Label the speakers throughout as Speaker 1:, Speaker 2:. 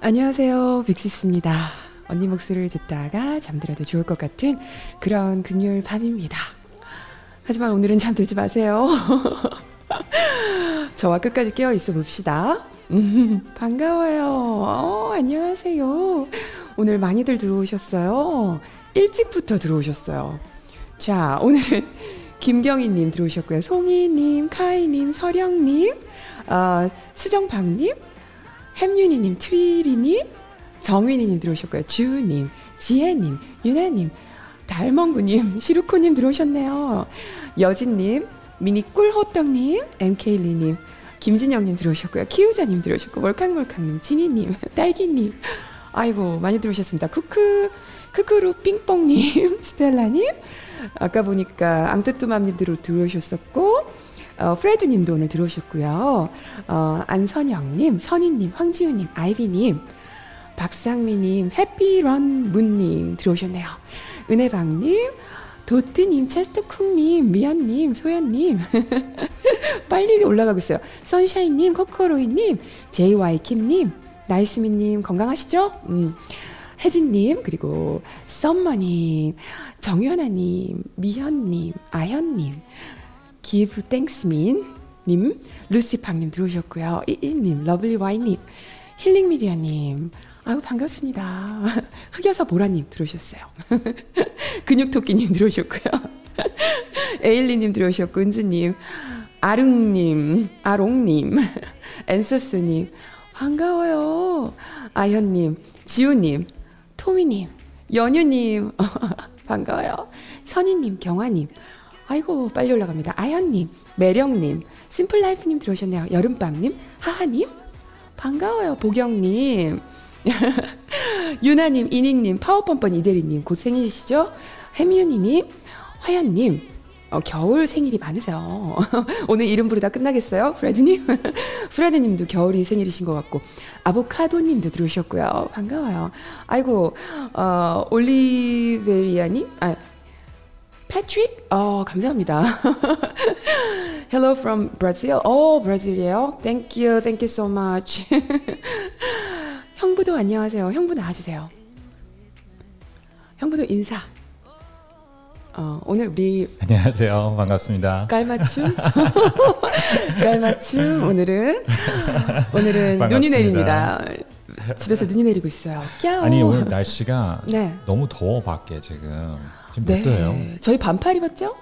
Speaker 1: 안녕하세요. 빅시스입니다. 언니 목소리를 듣다가 잠들어도 좋을 것 같은 그런 금요일 밤입니다. 하지만 오늘은 잠들지 마세요. 저와 끝까지 깨어 있어 봅시다. 음, 반가워요. 어, 안녕하세요. 오늘 많이들 들어오셨어요. 일찍부터 들어오셨어요. 자, 오늘은 김경희님 들어오셨고요. 송희님, 카이님, 서령님, 어, 수정박님, 햄윤이님, 트리리님, 정윈이님 들어오셨고요. 주우님, 지혜님, 유나님, 달멍구님, 시루코님 들어오셨네요. 여진님, 미니꿀호떡님, MK리님, 김진영님 들어오셨고요. 키우자님 들어오셨고, 몰캉몰캉님, 진이님, 딸기님. 아이고, 많이 들어오셨습니다. 쿠크, 크크루 삥뽕님, 스텔라님. 아까 보니까 앙뚜뚜맘님 들어, 들어오셨었고, 어, 프레드님도 오늘 들어오셨고요. 어, 안선영님, 선희님, 황지우님, 아이비님, 박상미님, 해피런 문님 들어오셨네요. 은혜방님, 도트님, 체스터쿵님, 미연님, 소연님. 빨리 올라가고 있어요. 선샤인님, 코코로이님, JY킴님, 나이스미님, 건강하시죠? 음. 혜진님, 그리고 썸머님, 정연아님, 미현님, 아현님, 기브 땡스민님, 루시팡님 들어오셨고요. 이이님, 러블리와이님, 힐링미디어님, 아유 반갑습니다. 흑여사 보라님 들어오셨어요. 근육토끼님 들어오셨고요. 에일리님 들어오셨고, 은주님, 아릉님, 아롱님, 엔서스님, 반가워요. 아현님, 지우님, 토미님, 연유님, 반가워요. 선희님, 경화님, 아이고 빨리 올라갑니다. 아연님, 매령님, 심플라이프님 들어오셨네요. 여름밤님, 하하님, 반가워요. 보경님, 유나님, 이니님, 파워펌펀 이대리님, 곧 생일이시죠? 해미윤이님, 화연님, 어, 겨울 생일이 많으세요. 오늘 이름 부르다 끝나겠어요, 프레드님? 프레드님도 겨울이 생일이신 것 같고, 아보카도님도 들어오셨고요. 반가워요. 아이고, 어, 올리베리아님? 아, 패트릭? 어, 감사합니다. Hello from Brazil. 어, 브라질이에요. Thank you, thank you so much. 형부도 안녕하세요. 형부 나와주세요. 형부도 인사. 어, 오늘 우리
Speaker 2: 안녕하세요. 반갑습니다.
Speaker 1: 깔맞춤? 깔맞춤, 오늘은. 오늘은 눈이
Speaker 2: 반갑습니다.
Speaker 1: 내립니다. 집에서 눈이 내리고 있어요. 꺄오.
Speaker 2: 아니 오늘 날씨가
Speaker 1: 네.
Speaker 2: 너무 더워 밖에 지금 지금 몇
Speaker 1: 네.
Speaker 2: 도예요?
Speaker 1: 저희 반팔 입었죠?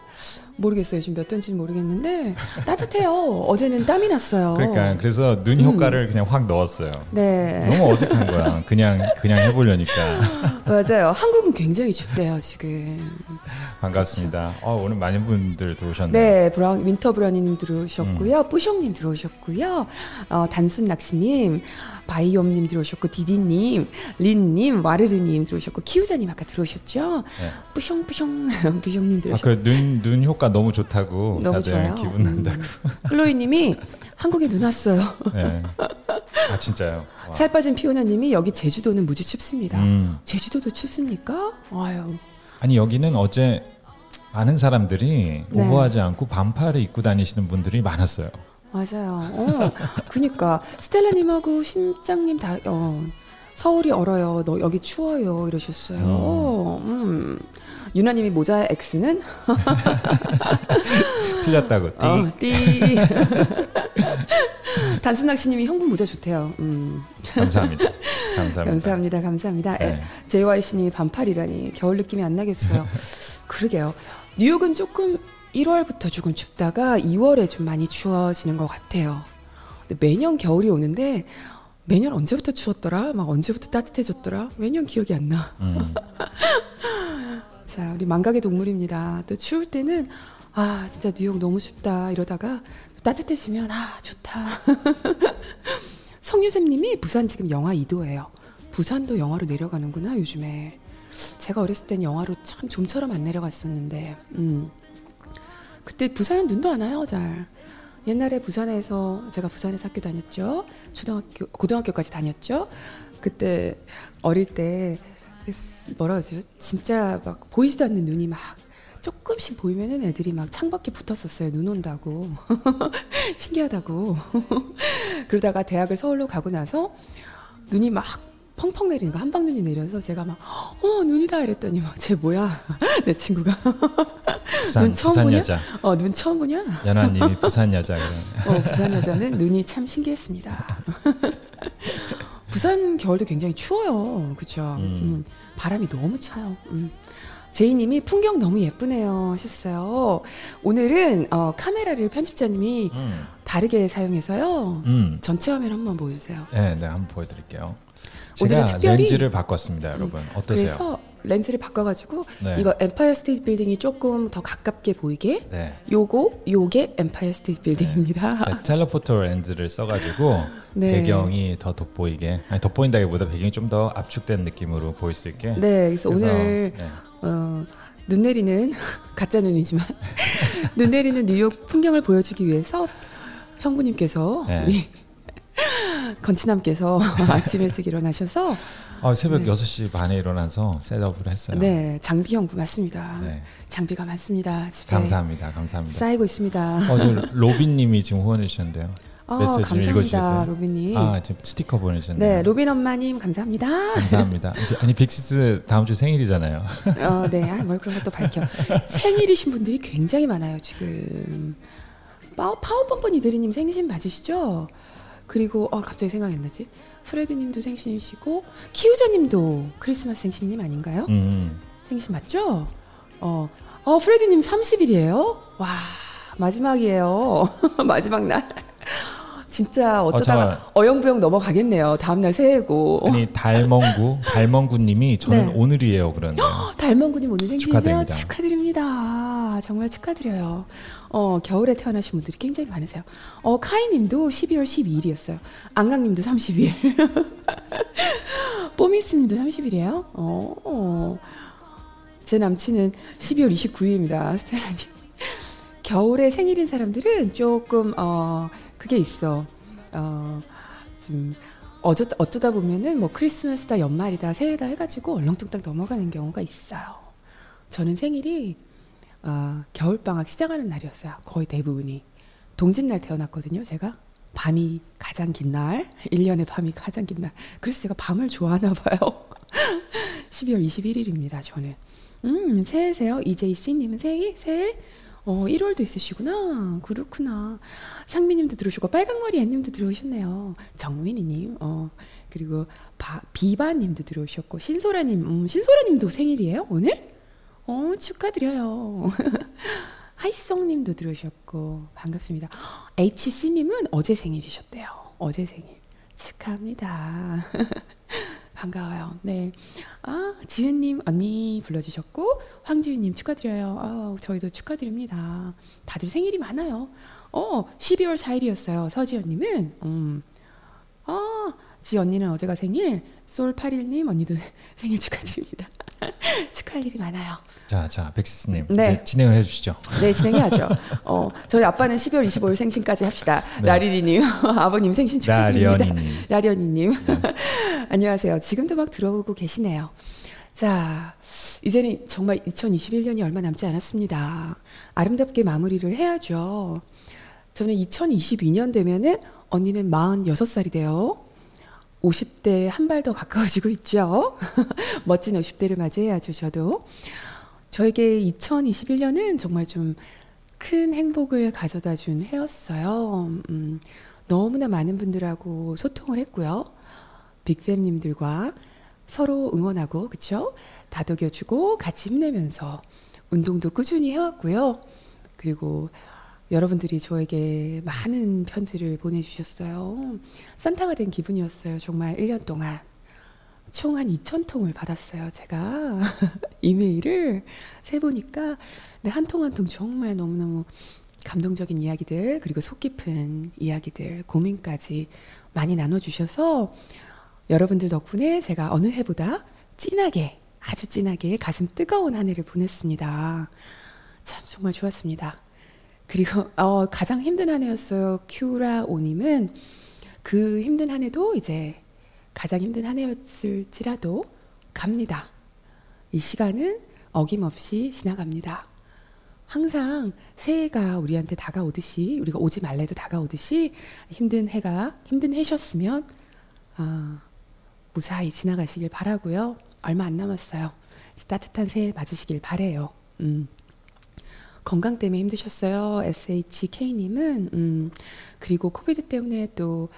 Speaker 1: 모르겠어요. 지금 몇 도인지 는 모르겠는데 따뜻해요. 어제는 땀이 났어요. 음.
Speaker 2: 그러니까 그래서 눈 효과를 그냥 확 넣었어요.
Speaker 1: 네.
Speaker 2: 너무 어색한 거야. 그냥 그냥 해보려니까
Speaker 1: 맞아요. 한국은 굉장히 춥대요, 지금.
Speaker 2: 반갑습니다. 어, 오늘 많은 분들 들어오셨네요. 음.
Speaker 1: 네, 브라운 윈터 브라운님 들어오셨고요, 뿌숑님 들어오셨고요, 어, 단순 낚시님, 바이옴님 들어오셨고, 디디님, 린님, 와르르님 들어오셨고, 키우자님 아까 들어오셨죠?
Speaker 2: 네.
Speaker 1: 뿌숑 뿌숑 뿌숑님
Speaker 2: 아,
Speaker 1: 들어오셨고,
Speaker 2: 그눈눈 효과 너무 좋다고
Speaker 1: 너무
Speaker 2: 다들
Speaker 1: 좋아요.
Speaker 2: 기분 난다고.
Speaker 1: 음. 클로이님이 한국에 눈 왔어요.
Speaker 2: 네. 아 진짜요. 와.
Speaker 1: 살 빠진 피오나님이 여기 제주도는 무지 춥습니다.
Speaker 2: 음.
Speaker 1: 제주도도 춥습니까? 아유,
Speaker 2: 아니 여기는 어제 많은 사람들이
Speaker 1: 네.
Speaker 2: 오버하지 않고 반팔을 입고 다니시는 분들이 많았어요.
Speaker 1: 맞아요. 어, 그니까 스텔라님하고 심장님 다 어, 서울이 얼어요. 너 여기 추워요. 이러셨어요. 음. 유나님이 모자 X는
Speaker 2: 틀렸다고. 띠.
Speaker 1: 어, 띠. 단순 낚시님이 형부 모자 좋대요. 음,
Speaker 2: 감사합니다. 감사합니다.
Speaker 1: 감사합니다. 감사합니다.
Speaker 2: 네.
Speaker 1: JYC님이 반팔이라니 겨울 느낌이 안 나겠어요. 그러게요. 뉴욕은 조금 1월부터 조금 춥다가 2월에 좀 많이 추워지는 것 같아요. 근데 매년 겨울이 오는데 매년 언제부터 추웠더라? 막 언제부터 따뜻해졌더라? 매년 기억이 안 나.
Speaker 2: 음,
Speaker 1: 자, 우리 망각의 동물입니다. 또 추울 때는 아, 진짜 뉴욕 너무 춥다 이러다가 또 따뜻해지면 아, 좋다. 성유샘 님이 부산 지금 영하 2도예요. 부산도 영하로 내려가는구나, 요즘에. 제가 어렸을 땐 영하로 참 좀처럼 안 내려갔었는데. 음. 그때 부산은 눈도 안 와요, 잘. 옛날에 부산에서 제가 부산에서 학교 다녔죠. 초등학교 고등학교까지 다녔죠. 그때 어릴 때 뭐라 그러죠? 진짜 막 보이지도 않는 눈이 막 조금씩 보이면은 애들이 막 창밖에 붙었었어요. 눈 온다고. 신기하다고. 그러다가 대학을 서울로 가고 나서 눈이 막 펑펑 내리는 거 한방 눈이 내려서 제가 막 어 눈이다 이랬더니 막 쟤 뭐야 내 친구가
Speaker 2: 부산
Speaker 1: 넌 처음
Speaker 2: 부산
Speaker 1: 보냐?
Speaker 2: 여자
Speaker 1: 어 눈 처음 보냐?
Speaker 2: 연하님이 부산 여자 그런.
Speaker 1: 어, 부산 여자는 눈이 참 신기했습니다. 부산 겨울도 굉장히 추워요. 그쵸? 음.
Speaker 2: 음.
Speaker 1: 바람이 너무 차요. 음. 제이님이 풍경 너무 예쁘네요 하셨어요. 오늘은 어, 카메라를 편집자님이
Speaker 2: 음.
Speaker 1: 다르게 사용해서요.
Speaker 2: 음.
Speaker 1: 전체 화면 한번 보여주세요.
Speaker 2: 네, 네 한번 보여드릴게요.
Speaker 1: 오늘은
Speaker 2: 제가
Speaker 1: 특별히- 음,
Speaker 2: 렌즈를 바꿨습니다, 여러분. 어떠세요?
Speaker 1: 그래서 렌즈를 바꿔가지고
Speaker 2: 네.
Speaker 1: 이거 엠파이어 스테이트 빌딩이 조금 더 가깝게 보이게
Speaker 2: 네.
Speaker 1: 요거 요게 엠파이어 스테이트 빌딩입니다.
Speaker 2: 네, 텔레포토 렌즈를 써가지고
Speaker 1: 아. 네.
Speaker 2: 배경이 더 돋보이게 아니 돋보인다기보다 배경이 좀 더 압축된 느낌으로 보일 수 있게
Speaker 1: 네, 그래서 오늘
Speaker 2: 네.
Speaker 1: 어, 눈 내리는 가짜 눈이지만 눈 내리는 뉴욕 풍경을 보여주기 위해서 형부님께서
Speaker 2: 네.
Speaker 1: 우리 건치남께서 아침 일찍 일어나셔서
Speaker 2: 아, 새벽
Speaker 1: 네.
Speaker 2: 6시 반에 일어나서 셋업을 했어요
Speaker 1: 네 장비 형부 맞습니다.
Speaker 2: 네.
Speaker 1: 장비가 많습니다. 집에
Speaker 2: 감사합니다 감사합니다
Speaker 1: 쌓이고 있습니다.
Speaker 2: 어, 저 로빈님이 지금 후원해 주셨는데요
Speaker 1: 아,
Speaker 2: 메시지를
Speaker 1: 감사합니다,
Speaker 2: 읽어주셔서
Speaker 1: 로빈님.
Speaker 2: 아 지금 스티커 보내주셨네요
Speaker 1: 네, 로빈 엄마님 감사합니다.
Speaker 2: 감사합니다 아니 빅시스 다음 주 생일이잖아요
Speaker 1: 어, 네, 아, 뭘 그런 것도 밝혀. 생일이신 분들이 굉장히 많아요 지금. 파워 파워펌펀 이대리님 생신 맞으시죠? 그리고 어 갑자기 생각이 안 나지? 프레드님도 생신이시고 키우자님도 크리스마스 생신님 아닌가요?
Speaker 2: 음,
Speaker 1: 생신 맞죠? 어, 어 프레드님 30일이에요. 와 마지막이에요. 마지막 날. 진짜 어쩌다가
Speaker 2: 잠깐만.
Speaker 1: 어영부영 넘어가겠네요. 다음 날 새해고.
Speaker 2: 아, 아니 달멍구 달멍구님이 저는
Speaker 1: 어. 네.
Speaker 2: 오늘이에요 그런데
Speaker 1: 달멍구님 오늘 생신이세요?
Speaker 2: 축하드립니다.
Speaker 1: 축하드립니다. 아, 정말 축하드려요. 어, 겨울에 태어나신 분들이 굉장히 많으세요. 어, 카이님도 12월 12일이었어요. 안강님도 30일. 뽀미스님도 30일이에요. 어, 어. 제 남친은 12월 29일입니다. 스텔라님. 겨울에 생일인 사람들은 조금 어, 그게 있어. 어, 좀 어쩌, 어쩌다 보면은 뭐 크리스마스다 연말이다 새해다 해가지고 얼렁뚱땅 넘어가는 경우가 있어요. 저는 생일이 아, 겨울방학 시작하는 날이었어요. 거의 대부분이. 동짓날 태어났거든요, 제가. 밤이 가장 긴 날, 1년의 밤이 가장 긴 날. 그래서 제가 밤을 좋아하나 봐요. 12월 21일입니다, 저는. 음, 새해세요. 이제이씨님은 새해? 새해? 어, 1월도 있으시구나. 그렇구나. 상미님도 들어오시고, 빨강머리 애님도 들어오셨네요. 정민이님, 어, 그리고 바, 비바님도 들어오셨고, 신소라님, 음, 신소라님도 생일이에요, 오늘? 어, 축하드려요. 하이송님도 들어오셨고, 반갑습니다. HC님은 어제 생일이셨대요. 어제 생일. 축하합니다. 반가워요. 네. 아, 지은님, 언니 불러주셨고, 황지윤님 축하드려요. 아, 저희도 축하드립니다. 다들 생일이 많아요. 어, 12월 4일이었어요. 서지연님은. 음. 아, 지 언니는 어제가 생일. 솔81님, 언니도 생일 축하드립니다. 축하할 일이 많아요.
Speaker 2: 자자 백시스님
Speaker 1: 네.
Speaker 2: 이제 진행을 해주시죠
Speaker 1: 네, 진행해야죠. 어, 저희 아빠는 12월 25일 생신까지 합시다.
Speaker 2: 네.
Speaker 1: 라리리님, 아버님 생신 축하드립니다.
Speaker 2: 라리언이님 네.
Speaker 1: 라리언이님. 안녕하세요. 지금도 막 들어오고 계시네요. 자, 이제는 정말 2021년이 얼마 남지 않았습니다. 아름답게 마무리를 해야죠. 저는 2022년 되면은 언니는 46살이 돼요. 50대에 한 발 더 가까워지고 있죠. 멋진 50대를 맞이해야죠, 저도. 저에게 2021년은 정말 좀 큰 행복을 가져다 준 해였어요. 음, 너무나 많은 분들하고 소통을 했고요. 빅팸님들과 서로 응원하고, 그쵸? 다독여주고, 같이 힘내면서 운동도 꾸준히 해왔고요. 그리고 여러분들이 저에게 많은 편지를 보내주셨어요. 산타가 된 기분이었어요. 정말 1년 동안. 총 한 2,000통을 받았어요, 제가. 이메일을 세보니까. 근데 한 통 한 통 정말 너무너무 감동적인 이야기들, 그리고 속 깊은 이야기들, 고민까지 많이 나눠주셔서 여러분들 덕분에 제가 어느 해보다 진하게, 아주 진하게 가슴 뜨거운 한 해를 보냈습니다. 참 정말 좋았습니다. 그리고 어, 가장 힘든 한 해였어요. 큐라 오님은 그 힘든 한 해도 이제 가장 힘든 한 해였을지라도 갑니다. 이 시간은 어김없이 지나갑니다. 항상 새해가 우리한테 다가오듯이 우리가 오지 말래도 다가오듯이 힘든 해가 힘든 해셨으면 아, 무사히 지나가시길 바라고요. 얼마 안 남았어요. 따뜻한 새해 맞으시길 바래요. 음. 건강 때문에 힘드셨어요. SHK님은 음, 그리고 코비드 때문에 또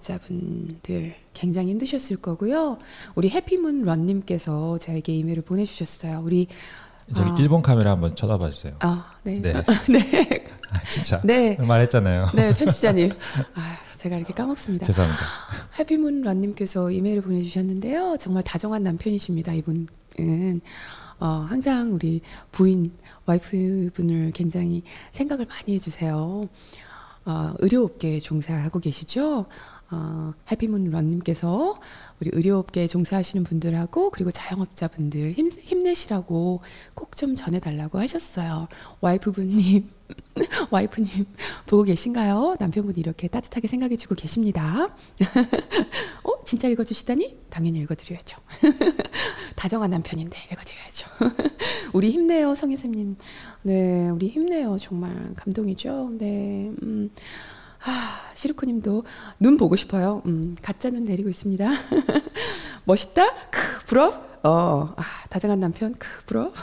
Speaker 1: 자영업자분들 굉장히 힘드셨을 거고요. 우리 해피문 런님께서 저에게 이메일을 보내주셨어요. 우리
Speaker 2: 저기
Speaker 1: 아.
Speaker 2: 일본 카메라 한번 쳐다봐 주세요.
Speaker 1: 아 네.
Speaker 2: 네.
Speaker 1: 네.
Speaker 2: 아, 진짜.
Speaker 1: 네.
Speaker 2: 말했잖아요.
Speaker 1: 네, 편집자님. 아, 제가 이렇게 까먹습니다.
Speaker 2: 죄송합니다.
Speaker 1: 해피문 런님께서 이메일을 보내주셨는데요. 정말 다정한 남편이십니다. 이분은 어, 항상 우리 부인 와이프분을 굉장히 생각을 많이 해주세요. 어, 의료업계에 종사하고 계시죠. 어, 해피문 런님께서 우리 의료업계에 종사하시는 분들하고 그리고 자영업자분들 힘, 힘내시라고 꼭 좀 전해달라고 하셨어요. 와이프분님, 와이프님 보고 계신가요? 남편분이 이렇게 따뜻하게 생각해주고 계십니다. 어? 진짜 읽어주시다니? 당연히 읽어드려야죠. 다정한 남편인데 읽어드려야죠. 우리 힘내요, 성희쌤님. 네, 우리 힘내요. 정말 감동이죠. 네, 음. 아, 시루코님도 눈 보고 싶어요. 음, 가짜 눈 내리고 있습니다. 멋있다? 크, 부럽? 어, 아, 다정한 남편? 크, 부럽?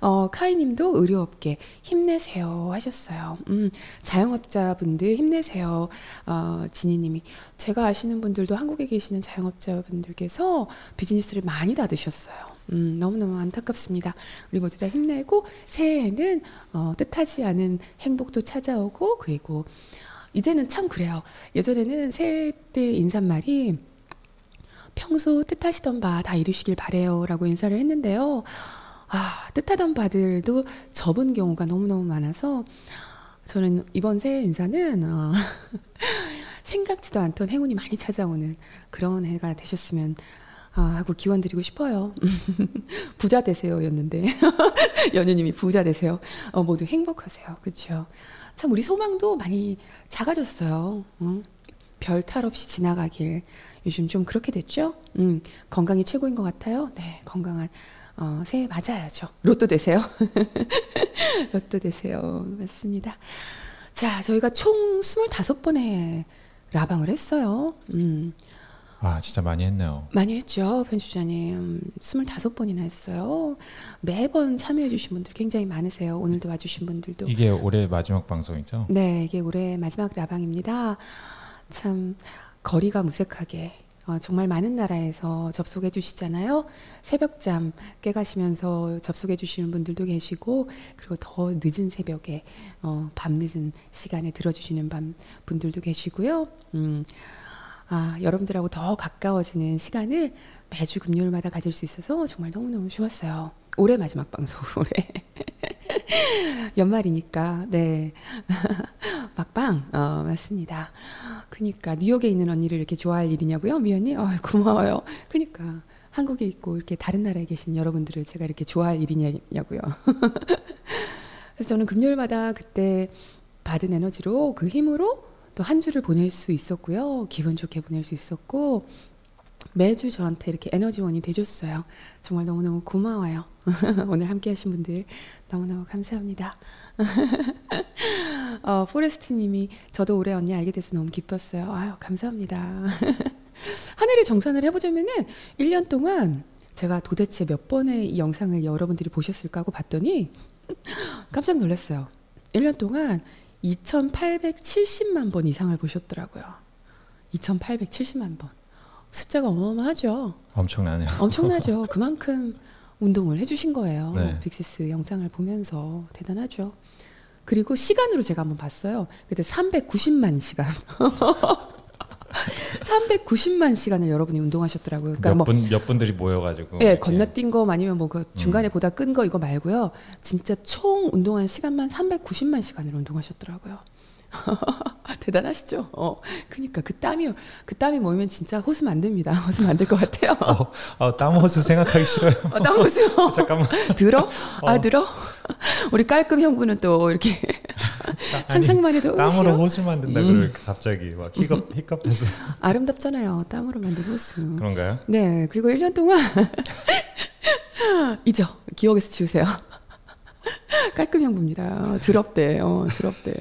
Speaker 1: 어, 카이님도 의료업계 힘내세요 하셨어요. 음, 자영업자분들 힘내세요. 어, 진희님이 제가 아시는 분들도 한국에 계시는 자영업자분들께서 비즈니스를 많이 닫으셨어요. 음, 너무너무 안타깝습니다. 우리 모두 다 힘내고 새해에는 어, 뜻하지 않은 행복도 찾아오고 그리고 이제는 참 그래요. 예전에는 새해 때 인사말이 평소 뜻하시던 바 다 이루시길 바래요 라고 인사를 했는데요. 아, 뜻하던 바들도 접은 경우가 너무너무 많아서 저는 이번 새해 인사는 어, 생각지도 않던 행운이 많이 찾아오는 그런 해가 되셨으면 아, 하고 기원 드리고 싶어요. 부자 되세요였는데 연유님이 부자 되세요. 어, 모두 행복하세요. 그렇죠. 참 우리 소망도 많이 작아졌어요. 응? 별탈 없이 지나가길 요즘 좀 그렇게 됐죠. 음, 건강이 최고인 것 같아요. 네, 건강한 어, 새해 맞아야죠. 로또 되세요. 로또 되세요. 맞습니다. 자, 저희가 총 25번의 라방을 했어요. 음,
Speaker 2: 아, 진짜 많이 했네요.
Speaker 1: 많이 했죠, 편집자님. 25번이나 했어요. 매번 참여해주신 분들 굉장히 많으세요. 오늘도 와주신 분들도.
Speaker 2: 이게 올해 마지막 방송이죠?
Speaker 1: 네, 이게 올해 마지막 라방입니다. 참 거리가 무색하게 어, 정말 많은 나라에서 접속해 주시잖아요. 새벽잠 깨가시면서 접속해 주시는 분들도 계시고 그리고 더 늦은 새벽에 어, 밤 늦은 시간에 들어주시는 밤 분들도 계시고요. 음, 아, 여러분들하고 더 가까워지는 시간을 매주 금요일마다 가질 수 있어서 정말 너무너무 좋았어요. 올해 마지막 방송, 올해. 연말이니까, 네. 막방, 어, 맞습니다. 그니까, 뉴욕에 있는 언니를 이렇게 좋아할 일이냐고요? 미연님? 어, 고마워요. 그니까, 한국에 있고 이렇게 다른 나라에 계신 여러분들을 제가 이렇게 좋아할 일이냐고요. 그래서 저는 금요일마다 그때 받은 에너지로 그 힘으로 또 한 주를 보낼 수 있었고요. 기분 좋게 보낼 수 있었고 매주 저한테 이렇게 에너지원이 되줬어요. 정말 너무너무 고마워요. 오늘 함께 하신 분들 너무너무 감사합니다. 어, 포레스트 님이 저도 올해 언니 알게 돼서 너무 기뻤어요. 아유, 감사합니다. 한 해를 정산을 해보자면은 1년 동안 제가 도대체 몇 번의 이 영상을 여러분들이 보셨을까 하고 봤더니 깜짝 놀랐어요. 1년 동안 2,870만 번 이상을 보셨더라고요. 2,870만 번. 숫자가 어마어마하죠.
Speaker 2: 엄청나네요.
Speaker 1: 엄청나죠. 그만큼 운동을 해주신 거예요.
Speaker 2: 네.
Speaker 1: 빅시스 영상을 보면서 대단하죠. 그리고 시간으로 제가 한번 봤어요. 그때 390만 시간. 390만 시간을 여러분이 운동하셨더라고요. 그러니까 뭐
Speaker 2: 몇, 분, 몇 분들이 모여가지고.
Speaker 1: 예,
Speaker 2: 이렇게.
Speaker 1: 건너뛴 거 아니면 뭐 그 중간에
Speaker 2: 음.
Speaker 1: 보다 끈 거 이거 말고요. 진짜 총 운동한 시간만 390만 시간을 운동하셨더라고요. 대단하시죠? 어, 그니까 그 땀이 그 땀이 모이면 진짜 호수 만듭니다. 호수 만들 것 같아요.
Speaker 2: 어, 어, 땀 호수 생각하기 싫어요.
Speaker 1: 어, 땀 호수.
Speaker 2: 잠깐만.
Speaker 1: 들어? 아
Speaker 2: 어.
Speaker 1: 들어? 우리 깔끔 형부는 또 이렇게
Speaker 2: 아니,
Speaker 1: 상상만 해도
Speaker 2: 땀으로
Speaker 1: 싫어?
Speaker 2: 호수 만든다 그러니까 갑자기 막 히겁 히겁해서
Speaker 1: 아름답잖아요. 땀으로 만든 호수.
Speaker 2: 그런가요?
Speaker 1: 네, 그리고 1년 동안 잊어. 기억에서 지우세요. 깔끔 형부입니다. 드럽대. 어, 드럽대.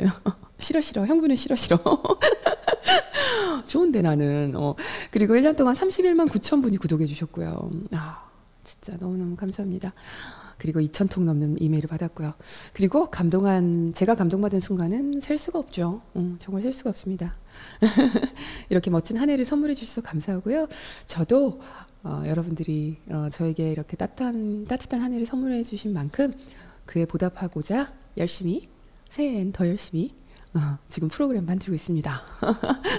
Speaker 1: 싫어 싫어. 형부는 싫어 싫어. 좋은데 나는. 어. 그리고 1년 동안 31만 9천 분이 구독해 주셨고요. 아, 진짜 너무너무 감사합니다. 그리고 2천 통 넘는 이메일을 받았고요. 그리고 감동한 제가 감동받은 순간은 셀 수가 없죠. 음, 정말 셀 수가 없습니다. 이렇게 멋진 한 해를 선물해 주셔서 감사하고요. 저도 어, 여러분들이 어, 저에게 이렇게 따뜻한 따뜻한 한 해를 선물해 주신 만큼 그에 보답하고자 열심히 새해엔 더 열심히 어, 지금 프로그램 만들고 있습니다.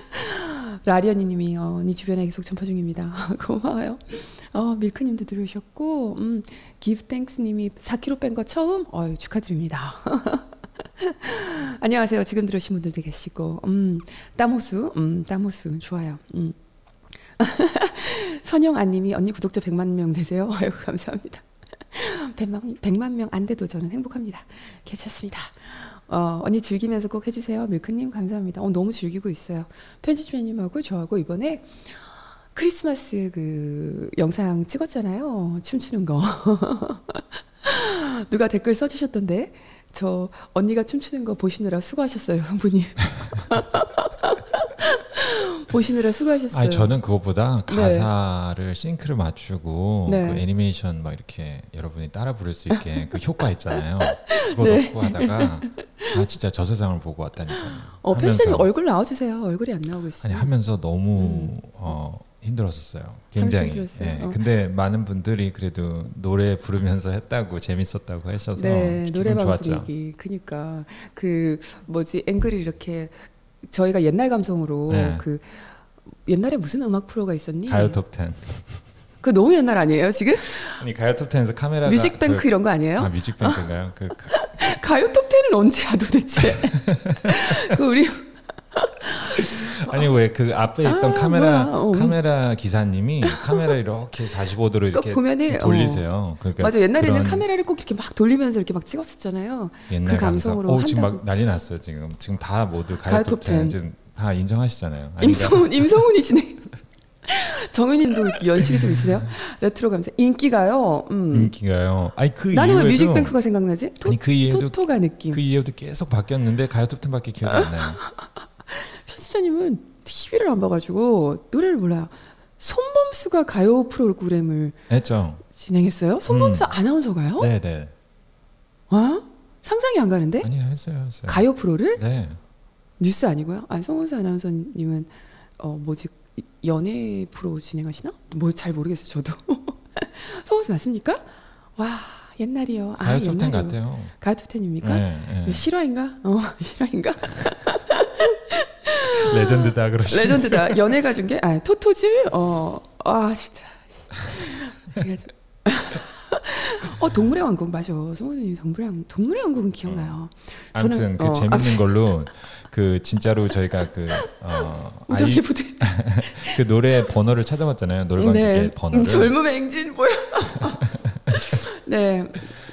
Speaker 1: 라리언니님이 어, 언니 주변에 계속 전파 중입니다. 고마워요. 어, 밀크님도 들으셨고, 음, 기프땡스님이 4kg 뺀 거 처음, 어유 축하드립니다. 안녕하세요. 지금 들으신 분들도 계시고, 음, 땀호수, 음, 땀호수 좋아요. 음. 선영아님이 언니 구독자 100만 명 되세요. 아유 감사합니다. 100만, 100만 명 안 돼도 저는 행복합니다. 괜찮습니다. 어, 언니 즐기면서 꼭 해주세요. 밀크님 감사합니다. 어, 너무 즐기고 있어요. 편집주님하고 저하고 이번에 크리스마스 그 영상 찍었잖아요. 춤추는 거. 누가 댓글 써주셨던데 저 언니가 춤추는 거 보시느라 수고하셨어요, 형부님. 보시느라 수고하셨어요.
Speaker 2: 아니 저는 그것보다
Speaker 1: 네.
Speaker 2: 가사를 싱크를 맞추고
Speaker 1: 네.
Speaker 2: 그 애니메이션 막 이렇게 여러분이 따라 부를 수 있게 그 효과 있잖아요. 그거
Speaker 1: 네.
Speaker 2: 넣고 하다가 아 진짜 저 세상을 보고 왔다니까요.
Speaker 1: 어,
Speaker 2: 하면서-
Speaker 1: 펜슬이 얼굴 나와주세요. 얼굴이 안 나오고
Speaker 2: 아니
Speaker 1: 있어요.
Speaker 2: 하면서 너무 어, 힘들었었어요. 굉장히.
Speaker 1: 힘들었어요?
Speaker 2: 예,
Speaker 1: 어.
Speaker 2: 근데 많은 분들이 그래도 노래 부르면서 했다고 재밌었다고 하셔서
Speaker 1: 네,
Speaker 2: 기분
Speaker 1: 노래방
Speaker 2: 좋았죠.
Speaker 1: 분위기. 그니까 그 뭐지 앵글이 이렇게 저희가 옛날 감성으로
Speaker 2: 네.
Speaker 1: 그 옛날에 무슨 음악 프로가 있었니?
Speaker 2: 가요 톱10.
Speaker 1: 그 너무 옛날 아니에요 지금?
Speaker 2: 아니 가요 톱10에서 카메라가
Speaker 1: 뮤직뱅크
Speaker 2: 그,
Speaker 1: 이런 거 아니에요?
Speaker 2: 아 뮤직뱅크인가요? 그 가-
Speaker 1: 가요 톱10은 언제야 도대체? 그 우리
Speaker 2: 그러니까 아니 왜 그 앞에 있던
Speaker 1: 아,
Speaker 2: 카메라
Speaker 1: 뭐야. 어.
Speaker 2: 카메라 기사님이 카메라 이렇게 45도로 이렇게
Speaker 1: 보면은, 어.
Speaker 2: 돌리세요. 그러니까
Speaker 1: 맞아 옛날에는
Speaker 2: 그런
Speaker 1: 카메라를 꼭 이렇게 막 돌리면서 이렇게 막 찍었었잖아요.
Speaker 2: 옛날
Speaker 1: 그 감성으로
Speaker 2: 오, 지금
Speaker 1: 한다고.
Speaker 2: 막 난리 났어요. 지금 지금 다 모두
Speaker 1: 가요
Speaker 2: 가요
Speaker 1: 톱
Speaker 2: 톱10
Speaker 1: 10.
Speaker 2: 지금 다 인정하시잖아요. 아니,
Speaker 1: 임성훈 임성훈이 진행. 정윤님도 연식이 좀 있으세요? 레트로 감사. 인기가요. 음.
Speaker 2: 인기가요. 아니 그
Speaker 1: 나는 왜
Speaker 2: 이후에도-
Speaker 1: 뮤직뱅크가 생각나지? 토,
Speaker 2: 아니 그 이후에도
Speaker 1: 토토가 느낌.
Speaker 2: 그 이후에도 계속 바뀌었는데 가요 톱10밖에 기억이 안 나요.
Speaker 1: 편집자님은 TV를 안 봐가지고 노래를 몰라요. 손범수가 가요 프로그램을
Speaker 2: 했죠.
Speaker 1: 진행했어요? 손범수 아나운서가요?
Speaker 2: 음. 네네.
Speaker 1: 아? 상상이 안 가는데?
Speaker 2: 아니 했어요 했어요.
Speaker 1: 가요 프로를?
Speaker 2: 네.
Speaker 1: 뉴스 아니고요? 아니, 손범수 아나운서님은 어 뭐지 연예 프로 진행하시나? 뭘 잘 모르겠어요 저도. 손범수 맞습니까? 와 옛날이요. 아, 그러니까?
Speaker 2: 가요 톱10
Speaker 1: 옛날이요.
Speaker 2: 같아요.
Speaker 1: 가요 톱텐입니까?
Speaker 2: 네, 네.
Speaker 1: 실화인가? 어 실화인가?
Speaker 2: 레전드다 그러시.
Speaker 1: 레전드다. 연애가 준 게, 아, 토토질? 어, 아, 진짜. 내가 좀- 어, 동물의 왕국, 맞아. 성우님, 동물의 왕국. 동물의 왕국은 기억나요.
Speaker 2: 아무튼 그
Speaker 1: 어,
Speaker 2: 재밌는
Speaker 1: 아무튼
Speaker 2: 걸로 그 진짜로 저희가 그, 어, 아이,
Speaker 1: 우정의 부대.
Speaker 2: 그 노래 번호를 찾아봤잖아요 노래방 네. 번호를
Speaker 1: 음, 젊음의 행진, 뭐야. 네.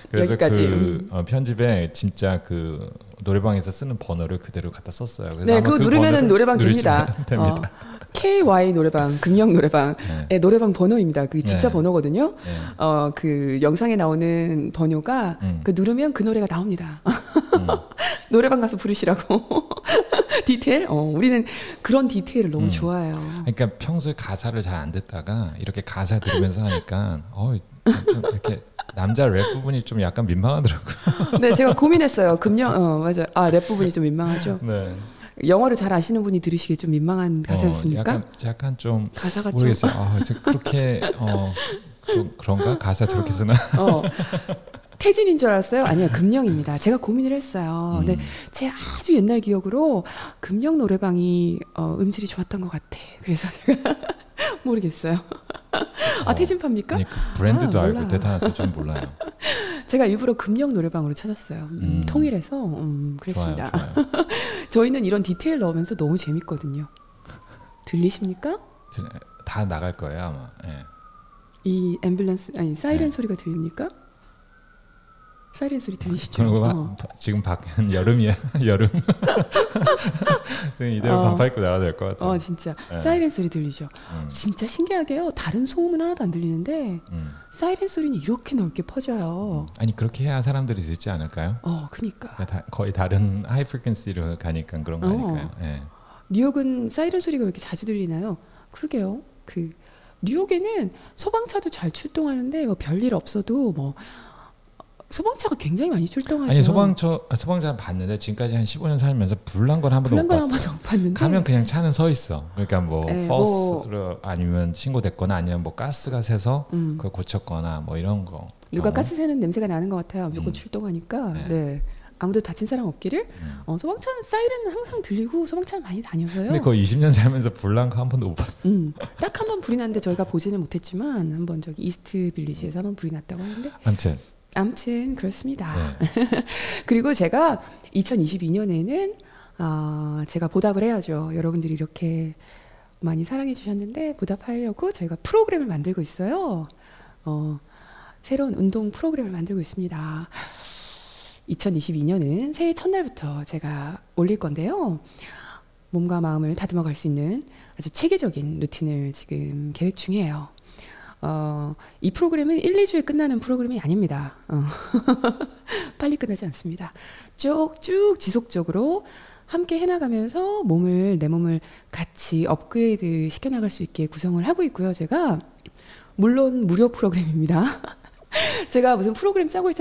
Speaker 2: 그래서
Speaker 1: 여기까지.
Speaker 2: 그
Speaker 1: 음.
Speaker 2: 어, 편집에 진짜 그 노래방에서 쓰는 번호를 그대로 갖다 썼어요. 그래서
Speaker 1: 네,
Speaker 2: 아마
Speaker 1: 그거 누르면은
Speaker 2: 번호를
Speaker 1: 노래방
Speaker 2: 누르시면
Speaker 1: 됩니다.
Speaker 2: 됩니다.
Speaker 1: 어, KY 노래방, 금영 노래방.
Speaker 2: 네.
Speaker 1: 의 노래방 번호입니다. 그게 진짜
Speaker 2: 네.
Speaker 1: 번호거든요.
Speaker 2: 네.
Speaker 1: 어, 그 영상에 나오는 번호가
Speaker 2: 음.
Speaker 1: 그 누르면 그 노래가 나옵니다. 노래방 가서 부르시라고. 디테일? 어, 우리는 그런 디테일을 너무
Speaker 2: 음.
Speaker 1: 좋아해요.
Speaker 2: 그러니까 평소에 가사를 잘 안 듣다가 이렇게 가사 들으면서 하니까 어, 좀 이렇게 남자 랩 부분이 좀 약간 민망하더라고요.
Speaker 1: 네, 제가 고민했어요. 금년, 어, 맞아. 아, 랩 부분이 좀 민망하죠.
Speaker 2: 네.
Speaker 1: 영어를 잘 아시는 분이 들으시기에 좀 민망한 가사였습니까?
Speaker 2: 어, 약간, 약간 좀
Speaker 1: 가사가 좀.
Speaker 2: 모르겠어요. 아, 저 그렇게 어, 그런, 그런가? 가사 저렇게 쓰나?
Speaker 1: 어. 태진인 줄 알았어요? 아니요, 금령입니다. 제가 고민을 했어요.
Speaker 2: 음.
Speaker 1: 네. 근데 제 아주 옛날 기억으로 금령 노래방이 어, 음질이 좋았던 것 같아. 그래서 제가 모르겠어요. 아,
Speaker 2: 어,
Speaker 1: 태진파입니까?
Speaker 2: 아니, 그 브랜드도
Speaker 1: 아, 몰라.
Speaker 2: 알고 대단해서 좀 몰라요.
Speaker 1: 제가 일부러 금령 노래방으로 찾았어요. 음,
Speaker 2: 음.
Speaker 1: 통일해서 음,
Speaker 2: 좋아요,
Speaker 1: 그랬습니다.
Speaker 2: 좋아요.
Speaker 1: 저희는 이런 디테일 넣으면서 너무 재밌거든요. 들리십니까?
Speaker 2: 다 나갈 거예요 아마. 예.
Speaker 1: 이 앰뷸런스 아니 사이렌
Speaker 2: 네.
Speaker 1: 소리가 들립니까? 사이렌 소리 들리시죠?
Speaker 2: 그런 거 봐.
Speaker 1: 어.
Speaker 2: 지금 밖은 여름이야 여름. 지금 이대로
Speaker 1: 어.
Speaker 2: 반팔 입고 나가도 될 것 같아요.
Speaker 1: 어 진짜
Speaker 2: 네.
Speaker 1: 사이렌 소리 들리죠.
Speaker 2: 음,
Speaker 1: 진짜 신기하게요. 다른 소음은 하나도 안 들리는데
Speaker 2: 음.
Speaker 1: 사이렌 소리는 이렇게 넓게 퍼져요.
Speaker 2: 아니 그렇게 해야 사람들이 듣지 않을까요?
Speaker 1: 어, 그니까.
Speaker 2: 그러니까 다- 거의 다른 하이 프리퀀시로 가니까 그런
Speaker 1: 어.
Speaker 2: 거니까요. 예.
Speaker 1: 뉴욕은 사이렌 소리가 왜 이렇게 자주 들리나요? 그러게요. 그 뉴욕에는 소방차도 잘 출동하는데 뭐 별일 없어도 뭐 소방차가 굉장히 많이 출동하죠.
Speaker 2: 아니 소방차 아, 소방차는 봤는데 지금까지 한 15년 살면서 불난 건 한 번도
Speaker 1: 불난
Speaker 2: 못
Speaker 1: 걸
Speaker 2: 봤어.
Speaker 1: 한 번도 못 봤는데
Speaker 2: 가면 그냥 차는 서 있어. 그러니까 뭐
Speaker 1: 네,
Speaker 2: 버스로 아니면 신고됐거나 아니면 뭐 가스가 새서
Speaker 1: 음.
Speaker 2: 그걸 고쳤거나 뭐 이런 거.
Speaker 1: 누가
Speaker 2: 경우.
Speaker 1: 가스 새는 냄새가 나는 것 같아요. 무조건
Speaker 2: 음.
Speaker 1: 출동하니까.
Speaker 2: 네.
Speaker 1: 네. 아무도 다친 사람 없기를.
Speaker 2: 음.
Speaker 1: 어, 소방차는 사이렌은 항상 들리고 소방차는 많이 다녀서요.
Speaker 2: 근데 그 거의 20년 살면서 불난 거 한 번도 못 봤어.
Speaker 1: 음, 딱 한 번 불이 났는데 저희가 보지는 못했지만 한 번 저기 이스트 빌리지에서 한 번 불이 났다고 하는데
Speaker 2: 아무튼
Speaker 1: 아무튼 그렇습니다.
Speaker 2: 네.
Speaker 1: 그리고 제가 2022년에는 아, 제가 보답을 해야죠. 여러분들이 이렇게 많이 사랑해 주셨는데 보답하려고 저희가 프로그램을 만들고 있어요. 어, 새로운 운동 프로그램을 만들고 있습니다. 2022년은 새해 첫날부터 제가 올릴 건데요. 몸과 마음을 다듬어 갈 수 있는 아주 체계적인 루틴을 지금 계획 중이에요. 어, 이 프로그램은 1, 2주에 끝나는 프로그램이 아닙니다. 어. 빨리 끝나지 않습니다. 쭉쭉 지속적으로 함께 해나가면서 몸을 내 몸을 같이 업그레이드 시켜나갈 수 있게 구성을 하고 있고요. 제가 물론 무료 프로그램입니다. 제가 무슨 프로그램 짜고 있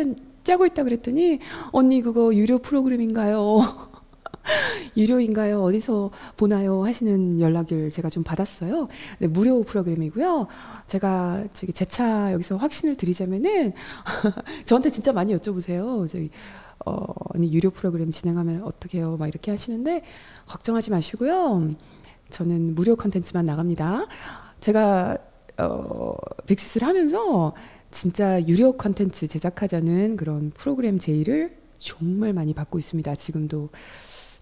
Speaker 1: 짜고 있다 그랬더니 언니 그거 유료 프로그램인가요? 유료인가요? 어디서 보나요? 하시는 연락을 제가 좀 받았어요. 네, 무료 프로그램이고요. 제가 저기 제차 여기서 확신을 드리자면은 저한테 진짜 많이 여쭤보세요. 저기 어, 아니, 유료 프로그램 진행하면 어떻게 해요? 막 이렇게 하시는데 걱정하지 마시고요. 저는 무료 컨텐츠만 나갑니다. 제가 어, 빅시스를 하면서 진짜 유료 컨텐츠 제작하자는 그런 프로그램 제의를 정말 많이 받고 있습니다. 지금도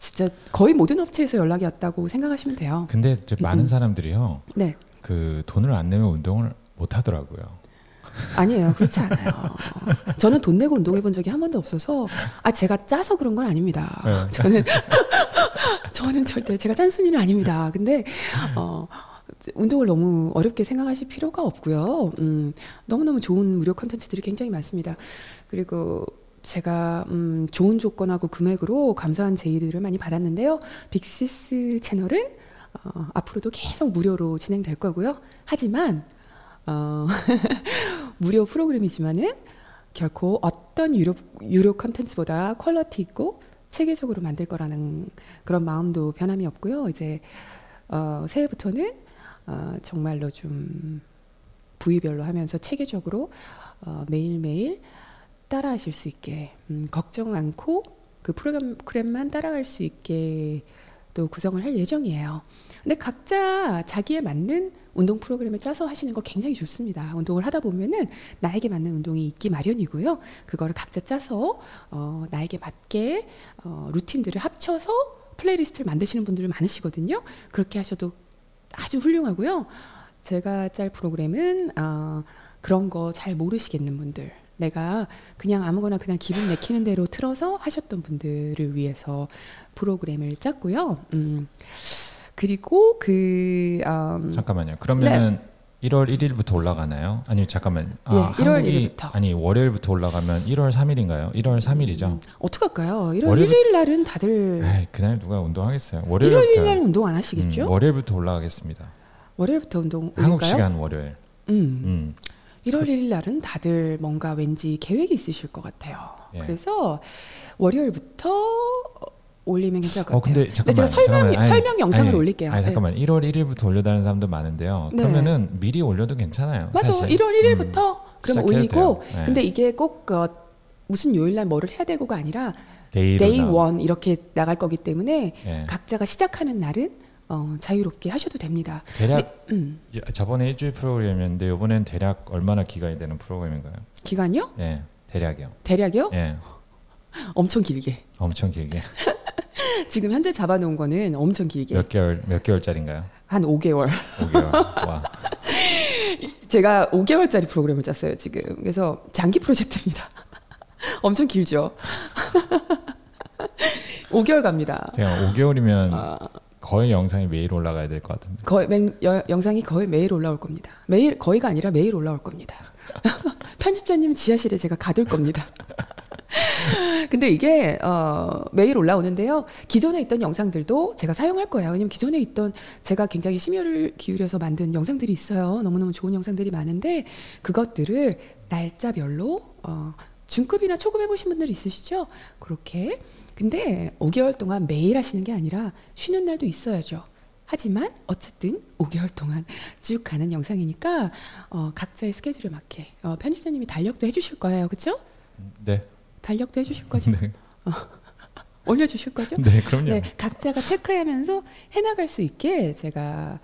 Speaker 1: 진짜 거의 모든 업체에서 연락이 왔다고 생각하시면 돼요.
Speaker 2: 근데 이제 많은 사람들이요.
Speaker 1: 네.
Speaker 2: 그 돈을 안 내면 운동을 못 하더라고요.
Speaker 1: 아니에요. 그렇지 않아요. 저는 돈 내고 운동해 본 적이 한 번도 없어서 아 제가 짜서 그런 건 아닙니다.
Speaker 2: 네.
Speaker 1: 저는 저는 절대 제가 짠순이는 아닙니다. 근데 어 운동을 너무 어렵게 생각하실 필요가 없고요. 음, 너무너무 좋은 무료 컨텐츠들이 굉장히 많습니다. 그리고 제가 음, 좋은 조건하고 금액으로 감사한 제의들을 많이 받았는데요. 빅시스 채널은 어, 앞으로도 계속 무료로 진행될 거고요. 하지만 어, 무료 프로그램이지만은 결코 어떤 유료 유료 컨텐츠보다 퀄러티 있고 체계적으로 만들 거라는 그런 마음도 변함이 없고요. 이제 어, 새해부터는 어, 정말로 좀 부위별로 하면서 체계적으로 어, 매일매일 따라하실 수 있게 음, 걱정 않고 그 프로그램만 따라갈 수 있게 또 구성을 할 예정이에요. 근데 각자 자기에 맞는 운동 프로그램을 짜서 하시는 거 굉장히 좋습니다. 운동을 하다 보면은 나에게 맞는 운동이 있기 마련이고요. 그거를 각자 짜서 어, 나에게 맞게 어, 루틴들을 합쳐서 플레이리스트를 만드시는 분들이 많으시거든요. 그렇게 하셔도 아주 훌륭하고요. 제가 짤 프로그램은 어, 그런 거 잘 모르시겠는 분들, 내가 그냥 아무거나 그냥 기분 내키는 대로 틀어서 하셨던 분들을 위해서 프로그램을 짰고요. 음, 그리고 그 음, 네.
Speaker 2: 잠깐만요. 그러면은 1월 1일부터 올라가나요? 아니 잠깐만. 아,
Speaker 1: 예, 1월
Speaker 2: 한국이-
Speaker 1: 1일 부터.
Speaker 2: 아니 월요일부터 올라가면 1월 3일인가요? 1월
Speaker 1: 음,
Speaker 2: 3일이죠.
Speaker 1: 어떡할까요? 1월
Speaker 2: 월요일-
Speaker 1: 1일 날은 다들
Speaker 2: 에이, 그날 누가 운동하겠어요?
Speaker 1: 1월 네. 1일
Speaker 2: 월요일부터.
Speaker 1: 날은 운동 안
Speaker 2: 음,
Speaker 1: 하시겠죠?
Speaker 2: 월요일부터 올라가겠습니다.
Speaker 1: 월요일부터 운동
Speaker 2: 한국
Speaker 1: 올까요?
Speaker 2: 시간 월요일.
Speaker 1: 음.
Speaker 2: 음.
Speaker 1: 1월 1일 날은 다들 뭔가 왠지 계획이 있으실 것 같아요.
Speaker 2: 예.
Speaker 1: 그래서 월요일부터 올리면 괜찮을 것
Speaker 2: 어
Speaker 1: 같아요.
Speaker 2: 근데
Speaker 1: 근데
Speaker 2: 잠깐만.
Speaker 1: 제가 설명
Speaker 2: 잠깐만, 아니,
Speaker 1: 설명 영상을
Speaker 2: 아니,
Speaker 1: 올릴게요.
Speaker 2: 아니
Speaker 1: 네.
Speaker 2: 잠깐만. 1월 1일부터 올려달라는 사람도 많은데요.
Speaker 1: 네.
Speaker 2: 그러면은 미리 올려도 괜찮아요.
Speaker 1: 맞아.
Speaker 2: 사실.
Speaker 1: 1월
Speaker 2: 음.
Speaker 1: 1일부터 그럼
Speaker 2: 시작해도
Speaker 1: 올리고
Speaker 2: 돼요. 네.
Speaker 1: 근데 이게 꼭 어, 무슨 요일 날 뭐를 해야 되고가 아니라
Speaker 2: 데이로
Speaker 1: 데이
Speaker 2: 나오-
Speaker 1: 원 이렇게 나갈 거기 때문에
Speaker 2: 예.
Speaker 1: 각자가 시작하는 날은 어, 자유롭게 하셔도 됩니다.
Speaker 2: 대략
Speaker 1: 음.
Speaker 2: 예, 저번에 일주일 프로그램이었는데 이번엔 대략 얼마나 기간이 되는 프로그램인가요?
Speaker 1: 기간이요?
Speaker 2: 예. 대략이요.
Speaker 1: 대략이요?
Speaker 2: 예.
Speaker 1: 엄청 길게.
Speaker 2: 엄청 길게.
Speaker 1: 예. 지금 현재 잡아놓은 거는 엄청 길게
Speaker 2: 몇 개월 몇 개월짜리인가요?
Speaker 1: 한 5개월.
Speaker 2: 5개월. 와.
Speaker 1: 제가 5개월짜리 프로그램을 짰어요 지금. 그래서 장기 프로젝트입니다. 엄청 길죠. 5개월 갑니다.
Speaker 2: 제가 5개월이면
Speaker 1: 아.
Speaker 2: 거의 영상이 매일 올라가야 될 것 같은데.
Speaker 1: 거의 맹- 여- 영상이 거의 매일 올라올 겁니다. 매일 거의가 아니라 매일 올라올 겁니다. 편집자님 지하실에 제가 가둘 겁니다. 근데 이게 어, 매일 올라오는데요. 기존에 있던 영상들도 제가 사용할 거예요. 왜냐면 기존에 있던 제가 굉장히 심혈을 기울여서 만든 영상들이 있어요. 너무너무 좋은 영상들이 많은데 그것들을 날짜별로 어, 중급이나 초급 해보신 분들 있으시죠? 그렇게. 근데 5개월 동안 매일 하시는 게 아니라 쉬는 날도 있어야죠. 하지만 어쨌든 5개월 동안 쭉 가는 영상이니까 어, 각자의 스케줄에 맞게 어, 편집자님이 달력도 해주실 거예요, 그렇죠?
Speaker 2: 네.
Speaker 1: 달력도 해주실 거죠? 어.
Speaker 2: 네.
Speaker 1: 올려주실 거죠?
Speaker 2: 네, 그럼요.
Speaker 1: 네, 각자가 체크하면서 해나갈 수 있게 제가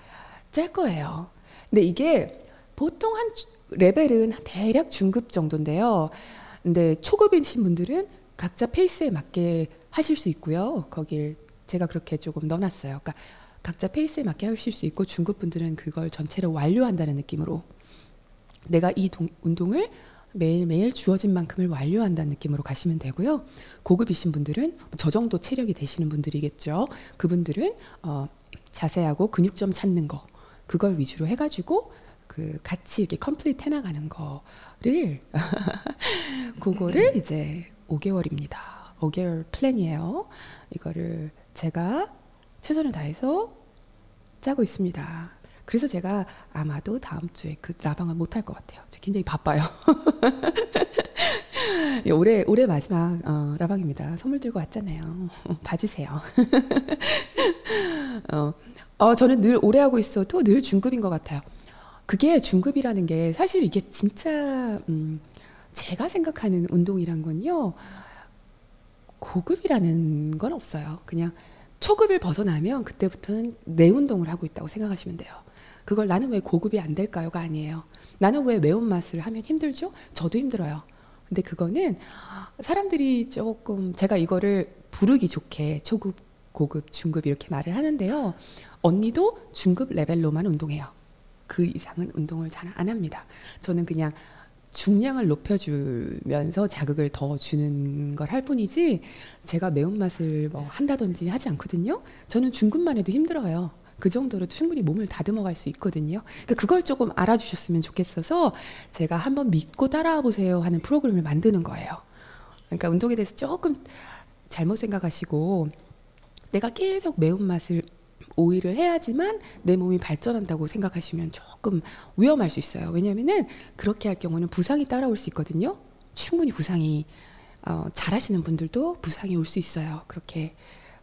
Speaker 1: 짤 거예요. 근데 이게 보통 한 주- 레벨은 대략 중급 정도인데요. 근데 초급이신 분들은 각자 페이스에 맞게 하실 수 있고요. 거길 제가 그렇게 조금 넣어놨어요. 그러니까 각자 페이스에 맞게 하실 수 있고 중급 분들은 그걸 전체를 완료한다는 느낌으로 내가 이 동- 운동을 매일매일 주어진 만큼을 완료한다는 느낌으로 가시면 되고요. 고급이신 분들은 뭐 저 정도 체력이 되시는 분들이겠죠. 그분들은 어, 자세하고 근육점 찾는 거 그걸 위주로 해가지고 그 같이 이렇게 컴플릿 해나가는 거를 그거를 이제 5개월입니다. 5개월 플랜이에요. 이거를 제가 최선을 다해서 짜고 있습니다. 그래서 제가 아마도 다음 주에 그 라방을 못 할 것 같아요. 저 굉장히 바빠요. 예, 올해 올해 마지막 어, 라방입니다. 선물 들고 왔잖아요. 봐주세요. 어, 어, 저는 늘 오래 하고 있어도 늘 중급인 것 같아요. 그게 중급이라는 게 사실 이게 진짜 음, 제가 생각하는 운동이란 건요 고급이라는 건 없어요. 그냥 초급을 벗어나면 그때부터는 내 운동을 하고 있다고 생각하시면 돼요. 그걸 나는 왜 고급이 안 될까요가 아니에요. 나는 왜 매운맛을 하면 힘들죠? 저도 힘들어요. 근데 그거는 사람들이 조금 제가 이거를 부르기 좋게 초급, 고급, 중급 이렇게 말을 하는데요. 언니도 중급 레벨로만 운동해요. 그 이상은 운동을 잘 안 합니다. 저는 그냥 중량을 높여주면서 자극을 더 주는 걸 할 뿐이지 제가 매운맛을 뭐 한다든지 하지 않거든요. 저는 중급만 해도 힘들어요. 그 정도로 충분히 몸을 다듬어 갈 수 있거든요. 그러니까 그걸 조금 알아주셨으면 좋겠어서 제가 한번 믿고 따라와 보세요 하는 프로그램을 만드는 거예요. 그러니까 운동에 대해서 조금 잘못 생각하시고 내가 계속 매운맛을 오일을 해야지만 내 몸이 발전한다고 생각하시면 조금 위험할 수 있어요. 왜냐면은 그렇게 할 경우는 부상이 따라올 수 있거든요. 충분히 부상이 어, 잘하시는 분들도 부상이 올 수 있어요. 그렇게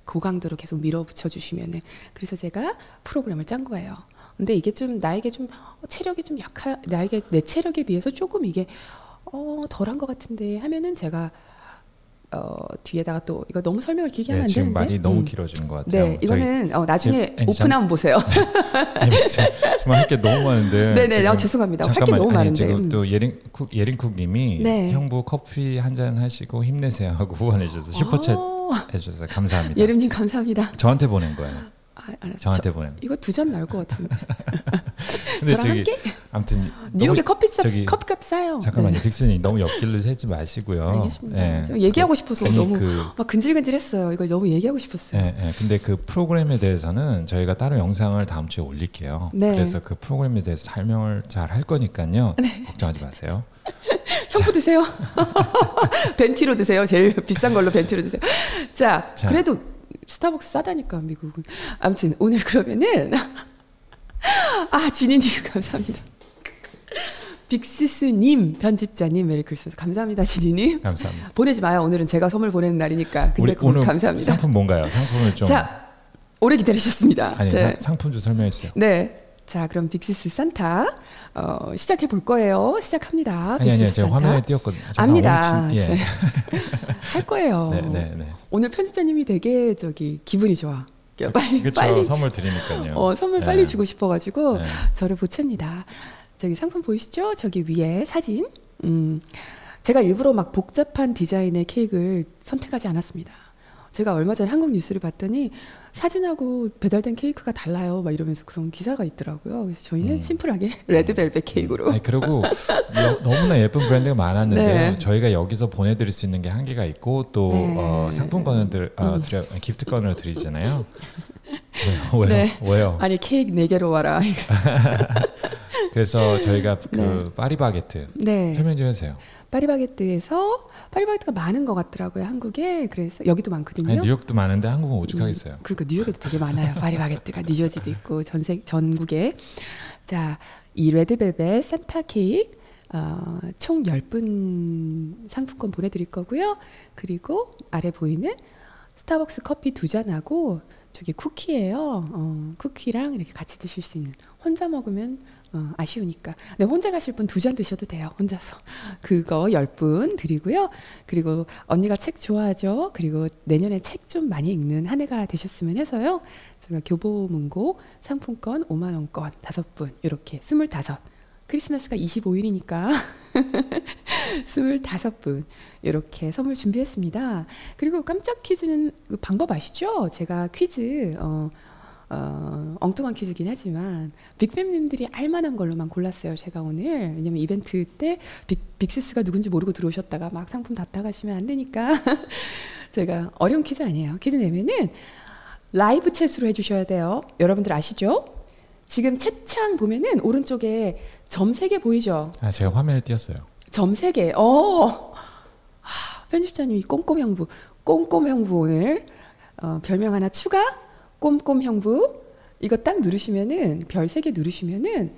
Speaker 1: 고강도로 계속 밀어붙여 주시면은 그래서 제가 프로그램을 짠 거예요. 근데 이게 좀 나에게 좀 어, 체력이 좀 약하 나에게 내 체력에 비해서 조금 이게 어, 덜한 것 같은데 하면은 제가 어, 뒤에다가 또 이거 너무 설명을 길게 하면
Speaker 2: 네,
Speaker 1: 안
Speaker 2: 지금
Speaker 1: 되는데.
Speaker 2: 말이 너무
Speaker 1: 음.
Speaker 2: 길어진 것 같아요.
Speaker 1: 네, 이거는 어, 나중에
Speaker 2: 지금 네,
Speaker 1: 오픈하면 보세요.
Speaker 2: 저희 아니, 지금 정말 할게 너무 많은데.
Speaker 1: 네, 네,
Speaker 2: 지금
Speaker 1: 아, 죄송합니다. 할게
Speaker 2: 잠깐만,
Speaker 1: 너무
Speaker 2: 아니,
Speaker 1: 많은데.
Speaker 2: 지금
Speaker 1: 음.
Speaker 2: 또 예린쿡 예린쿡님이
Speaker 1: 네.
Speaker 2: 형부 커피 한 잔 하시고 힘내세요 하고 후원해 주셔서 슈퍼챗 해주셔서 감사합니다.
Speaker 1: 아. 예림님 감사합니다.
Speaker 2: 저한테 보낸 거예요.
Speaker 1: 아, 알았어.
Speaker 2: 저한테 보낸.
Speaker 1: 이거 두 잔 나올 것 같은데.
Speaker 2: 근데
Speaker 1: 저랑
Speaker 2: 저기
Speaker 1: 함께
Speaker 2: 아무튼
Speaker 1: 뉴욕에
Speaker 2: 너무-
Speaker 1: 커피값
Speaker 2: 저기-
Speaker 1: 커피값 싸요.
Speaker 2: 잠깐만요,
Speaker 1: 네.
Speaker 2: 빅스님 너무 옆길로 새지 마시고요.
Speaker 1: 알겠습니다.
Speaker 2: 예.
Speaker 1: 저 얘기하고 싶어서
Speaker 2: 괜히
Speaker 1: 너무
Speaker 2: 그-
Speaker 1: 막 근질근질했어요. 이걸 너무 얘기하고 싶었어요.
Speaker 2: 예, 예. 근데 그 프로그램에 대해서는 저희가 따로 영상을 다음 주에 올릴게요.
Speaker 1: 네.
Speaker 2: 그래서 그 프로그램에 대해서 설명을 잘 할 거니까요.
Speaker 1: 네.
Speaker 2: 걱정하지 마세요.
Speaker 1: 형부 드세요. 벤티로 드세요. 제일 비싼 걸로 벤티로 드세요. 자,
Speaker 2: 자.
Speaker 1: 그래도 스타벅스 싸다니까 미국은. 아무튼 오늘 그러면은 아 진이님 감사합니다. 빅시스님 편집자님 메리 크리스마스 감사합니다 진이님
Speaker 2: 감사합니다.
Speaker 1: 보내지 마요 오늘은 제가 선물 보내는 날이니까 근데
Speaker 2: 네. 우리 오늘
Speaker 1: 감사합니다.
Speaker 2: 상품 뭔가요? 상품을 좀
Speaker 1: 자 오래 기다리셨습니다.
Speaker 2: 아니
Speaker 1: 제-
Speaker 2: 상, 상품 좀 설명해 주세요.
Speaker 1: 네. 자, 그럼 빅시스 산타 어, 시작해 볼 거예요. 시작합니다.
Speaker 2: 아니 아니요,
Speaker 1: 빅시스
Speaker 2: 제가
Speaker 1: 산타.
Speaker 2: 화면에 띄었거든요. 제가
Speaker 1: 압니다.
Speaker 2: 오늘 진- 예.
Speaker 1: 제가 할 거예요.
Speaker 2: 네, 네, 네.
Speaker 1: 오늘 편집자님이 되게 저기 기분이 좋아. 빨리
Speaker 2: 그렇죠.
Speaker 1: 빨리
Speaker 2: 선물 드리니까요.
Speaker 1: 어, 선물
Speaker 2: 예.
Speaker 1: 빨리 주고 싶어가지고
Speaker 2: 네.
Speaker 1: 저를 보챕니다. 저기 상품 보이시죠? 저기 위에 사진. 음, 제가 일부러 막 복잡한 디자인의 케이크를 선택하지 않았습니다. 제가 얼마 전에 한국 뉴스를 봤더니 사진하고 배달된 케이크가 달라요. 막 이러면서 그런 기사가 있더라고요. 그래서 저희는
Speaker 2: 음.
Speaker 1: 심플하게 레드벨벳 케이크로.
Speaker 2: 아니, 그리고 여- 너무나 예쁜 브랜드가 많았는데
Speaker 1: 네.
Speaker 2: 저희가 여기서 보내드릴 수 있는 게 한계가 있고 또
Speaker 1: 네. 음.
Speaker 2: 어, 상품권을 들, 어, 드려, 기프트권을 드리잖아요. 왜요? 왜요?
Speaker 1: 네.
Speaker 2: 왜요?
Speaker 1: 아니 케이크 네 개로 와라.
Speaker 2: 그 그래서 저희가 그
Speaker 1: 네.
Speaker 2: 파리바게트
Speaker 1: 네.
Speaker 2: 설명 좀 해주세요.
Speaker 1: 파리바게뜨에서 파리바게뜨가 많은 것 더라고요 한국에 그래서 여기도 많거든요.
Speaker 2: 아니, 뉴욕도 많은데 한국은 오죽하겠어요.
Speaker 1: 음, 그러니까 뉴욕에도 되게 많아요. 파리바게뜨가 뉴저지도 있고 전세 전국에 자 이 레드벨벳 산타 케이크 어, 총 10분 상품권 보내드릴 거고요. 그리고 아래 보이는 스타벅스 커피 두 잔하고 저기 쿠키예요. 어, 쿠키랑 이렇게 같이 드실 수 있는 혼자 먹으면 어, 아쉬우니까. 근데 혼자 가실 분 두 잔 드셔도 돼요. 혼자서 그거 10분 드리고요. 그리고 언니가 책 좋아하죠. 그리고 내년에 책 좀 많이 읽는 한 해가 되셨으면 해서요. 제가 교보문고 상품권 5만 원권 다섯 분 이렇게 25 크리스마스가 25일이니까 25분 이렇게 선물 준비했습니다. 그리고 깜짝 퀴즈는 그 방법 아시죠? 제가 퀴즈 어, 어, 엉뚱한 퀴즈긴 하지만 빅팸님들이 알만한 걸로만 골랐어요. 제가 오늘 왜냐면 이벤트 때 빅, 빅시스가 누군지 모르고 들어오셨다가 막 상품 다 따가시면 안 되니까 제가 어려운 퀴즈 아니에요. 퀴즈 내면은 라이브 챗으로 해주셔야 돼요. 여러분들 아시죠? 지금 챗창 보면은 오른쪽에 점 세 개 보이죠?
Speaker 2: 아, 제가 화면을 띄었어요.
Speaker 1: 점 세개 어. 하, 편집자님이 꼼꼼 형부. 꼼꼼 형부 오늘 어, 별명 하나 추가. 꼼꼼 형부. 이거 딱 누르시면은 별 세 개 누르시면은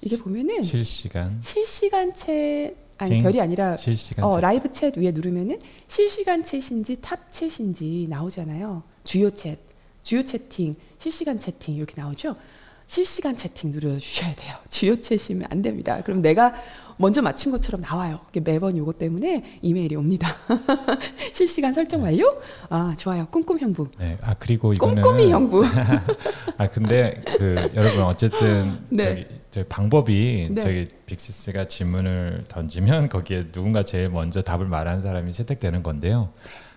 Speaker 1: 이게 보면은
Speaker 2: 실시간,
Speaker 1: 실시간 챗 아니
Speaker 2: 징.
Speaker 1: 별이 아니라
Speaker 2: 실시간.
Speaker 1: 어,
Speaker 2: 책.
Speaker 1: 라이브 챗 위에 누르면은 실시간 챗인지 탑 챗인지 나오잖아요. 주요 챗, 주요 채팅, 실시간 채팅 이렇게 나오죠. 실시간 채팅 눌러주셔야 돼요. 주요 챗이면 안 됩니다. 그럼 내가 먼저 맞춘 것처럼 나와요. 이게 매번 요거 때문에 이메일이 옵니다. 실시간 설정 완료? 아, 좋아요. 꼼꼼 형부.
Speaker 2: 네, 아 그리고 네. 이거는
Speaker 1: 꼼꼼이 형부.
Speaker 2: 아 근데 그 여러분 어쨌든
Speaker 1: 네.
Speaker 2: 저기, 저기 방법이
Speaker 1: 네.
Speaker 2: 저기 빅시스가 질문을 던지면 거기에 누군가 제일 먼저 답을 말하는 사람이 채택되는 건데요.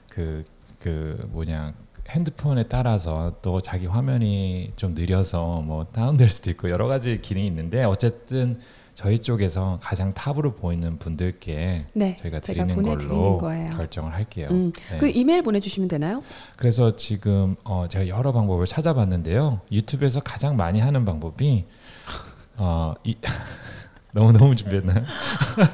Speaker 2: 그 그 뭐냐 핸드폰에 따라서 또 자기 화면이 좀 느려서 뭐 다운될 수도 있고 여러 가지 기능이 있는데 어쨌든 저희 쪽에서 가장 탑으로 보이는 분들께
Speaker 1: 네,
Speaker 2: 저희가
Speaker 1: 제가
Speaker 2: 드리는
Speaker 1: 보내드리는
Speaker 2: 걸로
Speaker 1: 거예요.
Speaker 2: 결정을 할게요.
Speaker 1: 음,
Speaker 2: 네.
Speaker 1: 그 이메일 보내주시면 되나요?
Speaker 2: 그래서 지금 어, 제가 여러 방법을 찾아봤는데요. 유튜브에서 가장 많이 하는 방법이 어, 이, 너무 너무 준비했나요?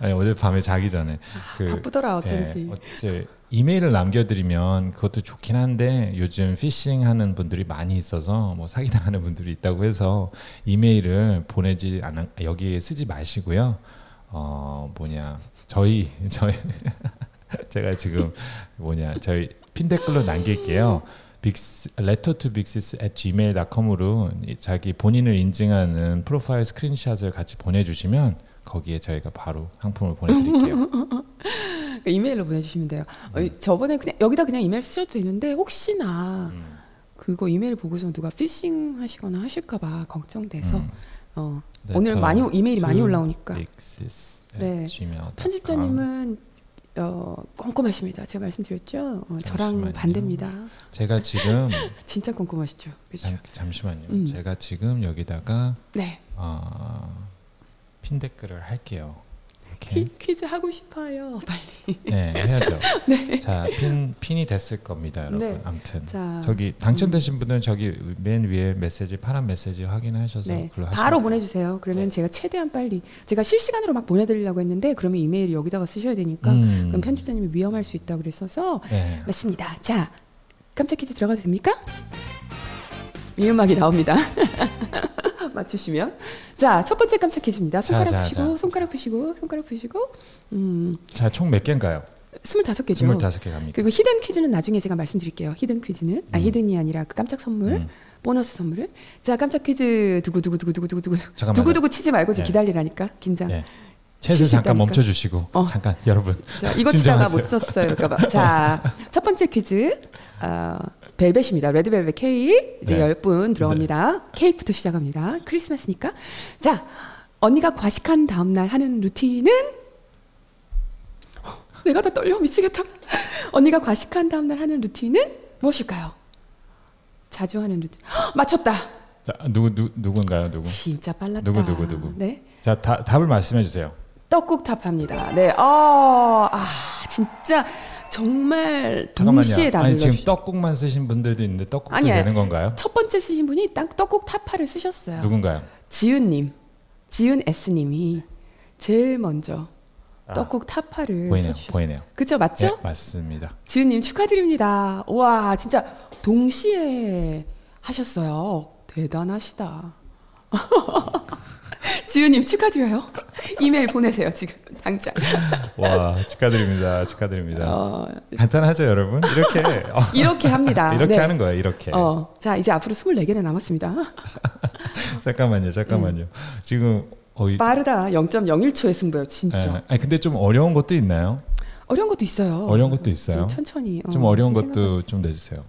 Speaker 2: 아니, 어제 밤에 자기 전에 그
Speaker 1: 바쁘더라 어쩐지.
Speaker 2: 예, 어째 이메일을 남겨드리면 그것도 좋긴 한데 요즘 피싱하는 분들이 많이 있어서 뭐 사기당하는 분들이 있다고 해서 이메일을 보내지 않은 여기에 쓰지 마시고요. 어 뭐냐 저희 저희 제가 지금 뭐냐 저희 핀 댓글로 남길게요. 빅스 레터 투 빅시스 at gmail.com으로 자기 본인을 인증하는 프로파일 스크린샷을 같이 보내주시면 거기에 저희가 바로 상품을 보내드릴게요.
Speaker 1: 그러니까 이메일로 보내주시면 돼요.
Speaker 2: 음.
Speaker 1: 어, 저번에 그냥 여기다 그냥 이메일 쓰셔도 되는데 혹시나
Speaker 2: 음.
Speaker 1: 그거 이메일 보고서 누가 피싱 하시거나 하실까봐 걱정돼서
Speaker 2: 음.
Speaker 1: 어,
Speaker 2: 네,
Speaker 1: 오늘
Speaker 2: 더
Speaker 1: 많이 오- 이메일이 많이
Speaker 2: to
Speaker 1: 올라오니까
Speaker 2: mixes at
Speaker 1: 그러니까. 네.
Speaker 2: gmail.com.
Speaker 1: 편집자님은 어, 꼼꼼하십니다. 제가 말씀드렸죠. 어, 저랑
Speaker 2: 잠시만요.
Speaker 1: 반대입니다.
Speaker 2: 제가 지금
Speaker 1: 진짜 꼼꼼하시죠. 그렇죠.
Speaker 2: 잠, 잠시만요.
Speaker 1: 음.
Speaker 2: 제가 지금 여기다가
Speaker 1: 네.
Speaker 2: 어, 핀 댓글을 할게요.
Speaker 1: 퀴,
Speaker 2: 이렇게
Speaker 1: 퀴즈 하고 싶어요. 빨리.
Speaker 2: 네, 해야죠. 자, 핀 핀이 됐을 겁니다, 여러분.
Speaker 1: 네.
Speaker 2: 아무튼
Speaker 1: 자, 음.
Speaker 2: 저기 당첨되신 분은 저기 맨 위에 메시지 파란 메시지 확인하셔서
Speaker 1: 네.
Speaker 2: 글로
Speaker 1: 바로
Speaker 2: 하시면 돼요.
Speaker 1: 보내주세요. 그러면
Speaker 2: 네.
Speaker 1: 제가 최대한 빨리 제가 실시간으로 막 보내드리려고 했는데 그러면 이메일 여기다가 쓰셔야 되니까
Speaker 2: 음.
Speaker 1: 그럼 편집자님이 위험할 수 있다 그랬어서
Speaker 2: 네.
Speaker 1: 맞습니다. 자, 깜짝 퀴즈 들어가도 됩니까? 이 음악이 나옵니다. 맞추시면 자, 첫 번째 깜짝 퀴즈입니다. 손가락
Speaker 2: 자, 자,
Speaker 1: 푸시고
Speaker 2: 자.
Speaker 1: 손가락 푸시고 손가락 푸시고 음,
Speaker 2: 자, 총 몇 개인가요?
Speaker 1: 25개죠.
Speaker 2: 25개 갑니다.
Speaker 1: 그리고 히든 퀴즈는 나중에 제가 말씀드릴게요. 히든 퀴즈는 아,
Speaker 2: 음.
Speaker 1: 히든이 아니라 그 깜짝 선물.
Speaker 2: 음.
Speaker 1: 보너스 선물은 자 깜짝 퀴즈 두구두구두구두구두구
Speaker 2: 잠깐만요.
Speaker 1: 두구두구 치지 말고 좀
Speaker 2: 네.
Speaker 1: 기다리라니까 긴장
Speaker 2: 네.
Speaker 1: 칠수
Speaker 2: 챗을 잠깐
Speaker 1: 있다니까.
Speaker 2: 멈춰 주시고
Speaker 1: 어.
Speaker 2: 잠깐 여러분.
Speaker 1: 자, 이거 치다가
Speaker 2: 진정하세요.
Speaker 1: 못 썼어요. 그러니까 봐. 자, 첫 번째 퀴즈. 어, 벨벳입니다. 레드벨벳 케이크. 이제
Speaker 2: 네.
Speaker 1: 열 10분 들어갑니다. 케이크부터 시작합니다. 크리스마스니까. 자, 언니가 과식한 다음 날 하는 루틴은 어, 내가 다 떨려 미치겠다. 언니가 과식한 다음 날 하는 루틴은 무엇일까요? 자주 하는 루틴. 헉, 맞췄다.
Speaker 2: 자, 누구 누 누군가요? 누구?
Speaker 1: 진짜 빨랐다.
Speaker 2: 누구, 누구, 누구?
Speaker 1: 네.
Speaker 2: 자, 다, 답을 말씀해 주세요.
Speaker 1: 떡국탑합니다. 네, 어, 아, 진짜 정말
Speaker 2: 잠깐만요.
Speaker 1: 동시에 답을
Speaker 2: 아니 지금
Speaker 1: 넣으시-
Speaker 2: 떡국만 쓰신 분들도 있는데 떡국도
Speaker 1: 아니에요.
Speaker 2: 되는 건가요?
Speaker 1: 첫 번째 쓰신 분이 딱 떡국타파를 쓰셨어요.
Speaker 2: 누군가요?
Speaker 1: 지은님. 지은 S님이 제일 먼저
Speaker 2: 아,
Speaker 1: 떡국 타파를
Speaker 2: 보이네요.
Speaker 1: 써주셨어요.
Speaker 2: 보이네요.
Speaker 1: 그쵸 맞죠?
Speaker 2: 네, 맞습니다.
Speaker 1: 지은님 축하드립니다. 와 진짜 동시에 하셨어요. 대단하시다. 지은님 축하드려요. 이메일 보내세요 지금 당장.
Speaker 2: 와 축하드립니다. 축하드립니다.
Speaker 1: 어,
Speaker 2: 간단하죠, 여러분? 이렇게 어,
Speaker 1: 이렇게 합니다.
Speaker 2: 이렇게
Speaker 1: 네.
Speaker 2: 하는 거예요. 이렇게.
Speaker 1: 어, 자 이제 앞으로 24개나 남았습니다.
Speaker 2: 잠깐만요, 잠깐만요.
Speaker 1: 음.
Speaker 2: 지금 어이.
Speaker 1: 빠르다. 0.01초의 승부요 진짜.
Speaker 2: 예. 아니, 근데 좀 어려운 것도 있나요?
Speaker 1: 어려운 것도 있어요.
Speaker 2: 어려운 것도 있어요?
Speaker 1: 좀 천천히.
Speaker 2: 좀 어려운
Speaker 1: 생각을-
Speaker 2: 것도 좀 내주세요.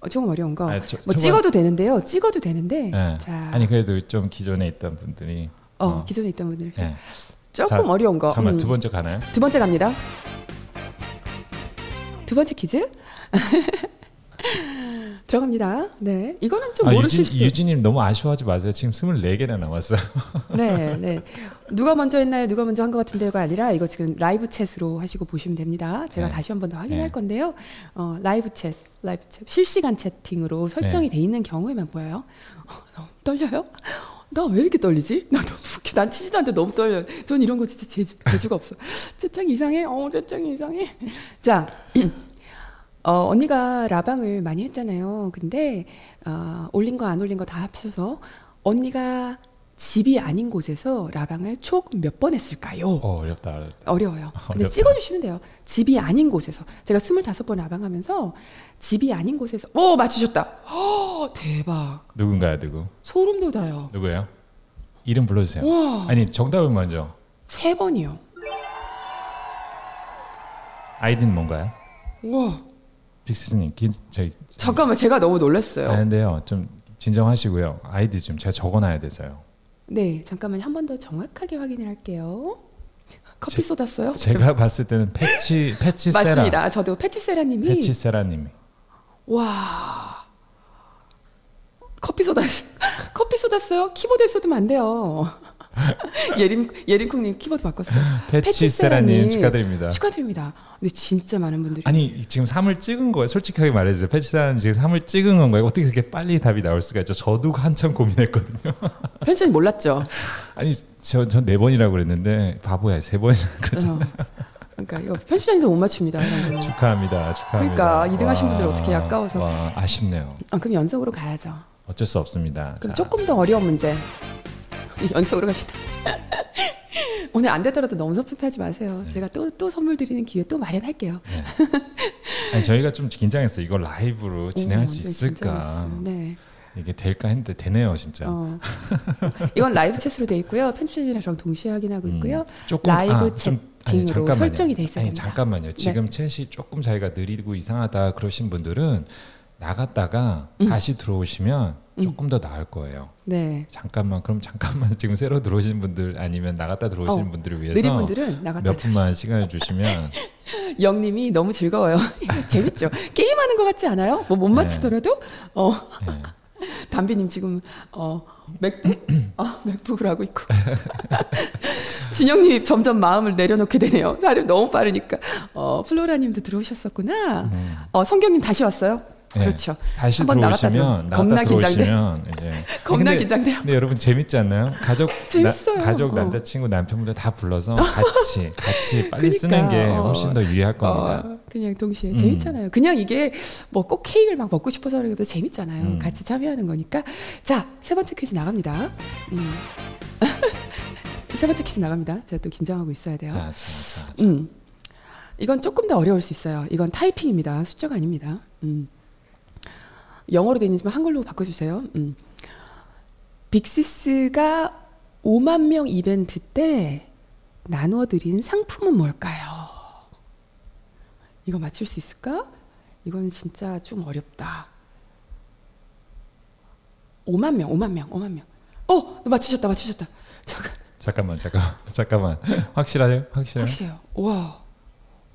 Speaker 1: 어, 조금 어려운 거.
Speaker 2: 아니, 저-
Speaker 1: 뭐
Speaker 2: 저거-
Speaker 1: 찍어도 되는데요. 찍어도 되는데.
Speaker 2: 예.
Speaker 1: 네, 자,
Speaker 2: 아니 그래도 좀 기존에 있던 분들이.
Speaker 1: 어, 기존에 있던 분들
Speaker 2: 예.
Speaker 1: 조금
Speaker 2: 자,
Speaker 1: 어려운 거.
Speaker 2: 잠깐만
Speaker 1: 음.
Speaker 2: 두 번째 가나요?
Speaker 1: 두 번째 갑니다. 두 번째 퀴즈 들어갑니다. 네, 이거는 좀
Speaker 2: 아,
Speaker 1: 모르실
Speaker 2: 유진,
Speaker 1: 수.
Speaker 2: 유진님 너무 아쉬워하지 마세요. 지금 24개나 남았어요.
Speaker 1: 네, 네. 누가 먼저 했나요? 누가 먼저 한 것 같은데가 아니라 이거 지금 라이브 챗으로 하시고 보시면 됩니다. 제가
Speaker 2: 네.
Speaker 1: 다시 한 번 더 확인할
Speaker 2: 네.
Speaker 1: 건데요. 어, 라이브 챗, 라이브 챗, 실시간 채팅으로
Speaker 2: 네.
Speaker 1: 설정이 돼 있는 경우에만 보여요. 어, 너무 떨려요? 나 왜 이렇게 떨리지? 나 너무 웃겨. 난 치지도 않는데 너무 떨려. 전 이런 거 진짜 재주, 재주가 없어. 채팅 이상해. 어, 채팅 이상해. 자, 어, 언니가 라방을 많이 했잖아요. 근데 아, 올린 거 안 올린 거 다 합쳐서 언니가 집이 아닌 곳에서 라방을 총 몇 번 했을까요?
Speaker 2: 어, 어렵다, 어렵다.
Speaker 1: 어려워요. 근데
Speaker 2: 어렵다.
Speaker 1: 찍어주시면 돼요. 집이 아닌 곳에서 제가 25번 라방하면서 집이 아닌 곳에서 오 맞추셨다. 허, 대박.
Speaker 2: 누군가요, 누구?
Speaker 1: 소름 돋아요.
Speaker 2: 누구예요? 이름 불러주세요.
Speaker 1: 와,
Speaker 2: 아니 정답을 먼저.
Speaker 1: 세 번이요.
Speaker 2: 아이디는 뭔가요?
Speaker 1: 와,
Speaker 2: 빅스님, 긴- 저희
Speaker 1: 잠깐만 제가 너무 놀랐어요.
Speaker 2: 아닌데요. 좀 진정하시고요. 아이디 좀 제가 적어놔야 돼서요.
Speaker 1: 네, 잠깐만 한 번 더 정확하게 확인을 할게요. 커피
Speaker 2: 제-
Speaker 1: 쏟았어요?
Speaker 2: 제가 봤을 때는 패치 패치세라,
Speaker 1: 맞습니다. 저도 패치세라님이
Speaker 2: 패치세라님이
Speaker 1: 와 커피 쏟았 커피 쏟았어요. 키보드에 쏟으면 안 돼요. 예림 예림쿵님 키보드 바꿨어요.
Speaker 2: 패치세라님 축하드립니다.
Speaker 1: 축하드립니다. 근데 진짜 많은 분들이
Speaker 2: 아니 지금 3을 찍은 거예요. 솔직하게 말해주세요. 패치세라님 지금 3을 찍은 건가요? 어떻게 그렇게 빨리 답이 나올 수가 있죠? 저도 한참 고민했거든요.
Speaker 1: 편집자님 몰랐죠.
Speaker 2: 아니 저전네 번이라고 그랬는데 바보야 세 번.
Speaker 1: 어. 그러니까 이거 편집자님도 못 맞춥니다. 이런 거.
Speaker 2: 축하합니다. 축하합니다.
Speaker 1: 그러니까 이등하신
Speaker 2: 와,
Speaker 1: 분들 어떻게 아까워서.
Speaker 2: 와, 아쉽네요.
Speaker 1: 아, 그럼 연속으로 가야죠.
Speaker 2: 어쩔 수 없습니다.
Speaker 1: 그럼
Speaker 2: 자,
Speaker 1: 조금 더 어려운 문제 연속으로 갑시다. 오늘 안 되더라도 너무 섭섭해하지 마세요.
Speaker 2: 네.
Speaker 1: 제가 또 또 선물 드리는 기회 또 마련할게요.
Speaker 2: 아니, 저희가 좀 긴장했어요. 이걸 라이브로 진행할 수
Speaker 1: 오, 네, 완전
Speaker 2: 있을까?
Speaker 1: 긴장했어요. 네.
Speaker 2: 이게 될까 했는데 되네요, 진짜.
Speaker 1: 어. 이건 라이브 챗으로 돼 있고요. 편집님이랑 저랑 동시에 확인하고
Speaker 2: 음,
Speaker 1: 있고요.
Speaker 2: 조금,
Speaker 1: 라이브 채팅으로
Speaker 2: 아, 좀- 아니, 잠깐만요.
Speaker 1: 설정이 돼 있어야
Speaker 2: 아니,
Speaker 1: 됩니다. 네.
Speaker 2: 잠깐만요. 지금 챗이 조금 자기가 느리고 이상하다 그러신 분들은 나갔다가
Speaker 1: 음.
Speaker 2: 다시 들어오시면 조금 더 나을 거예요.
Speaker 1: 네.
Speaker 2: 잠깐만 그럼 잠깐만 지금 새로 들어오신 분들 아니면 나갔다 들어오신
Speaker 1: 어,
Speaker 2: 분들을 위해서
Speaker 1: 느린 분들은 나갔다
Speaker 2: 몇 분만 시간을 주시면
Speaker 1: 영님이 너무 즐거워요. 재밌죠. 게임하는 것 같지 않아요? 뭐
Speaker 2: 네.
Speaker 1: 못 맞히더라도 어
Speaker 2: 예.
Speaker 1: 담비님 지금 어 맥북 아 맥북을 하고 있고 진영님이 점점 마음을 내려놓게 되네요. 사람 너무 빠르니까 어 플로라님도 들어오셨었구나.
Speaker 2: 음.
Speaker 1: 어 성경님 다시 왔어요.
Speaker 2: 네.
Speaker 1: 그렇죠.
Speaker 2: 다시
Speaker 1: 한번 나갔다
Speaker 2: 들어오시면
Speaker 1: 들어-
Speaker 2: 나갔다
Speaker 1: 겁나 긴장돼.
Speaker 2: 들어오시면 이제
Speaker 1: 겁나
Speaker 2: 근데-
Speaker 1: 긴장돼요.
Speaker 2: 근데 여러분 재밌지 않나요? 가족
Speaker 1: 재밌어요.
Speaker 2: 나, 가족
Speaker 1: 어.
Speaker 2: 남자친구 남편분들 다 불러서 같이 같이 빨리
Speaker 1: 그러니까,
Speaker 2: 쓰는 게
Speaker 1: 어.
Speaker 2: 훨씬 더 유리할 겁니다. 음.
Speaker 1: 어, 그냥 동시에 재밌잖아요. 그냥 이게 뭐 꼭 케이크를 막 먹고 싶어서 그래도 재밌잖아요.
Speaker 2: 음.
Speaker 1: 같이 참여하는 거니까. 자, 세 번째 퀴즈 나갑니다. 음. 세 번째 퀴즈 나갑니다. 제가 또 긴장하고 있어야 돼요.
Speaker 2: 자, 자, 자, 자.
Speaker 1: 음. 이건 조금 더 어려울 수 있어요. 이건 타이핑입니다. 숫자가 아닙니다. 음. 영어로 되어 있는지만 한글로 바꿔주세요. 음. 빅시스가 5만 명 이벤트 때 나눠드린 상품은 뭘까요? 이거 맞출 수 있을까? 이건 진짜 좀 어렵다. 5만 명, 5만 명, 5만 명. 어, 맞추셨다, 맞추셨다. 잠깐.
Speaker 2: 잠깐만, 잠깐만, 잠깐만. 확실해요? 확실해요?
Speaker 1: 확실해요. 와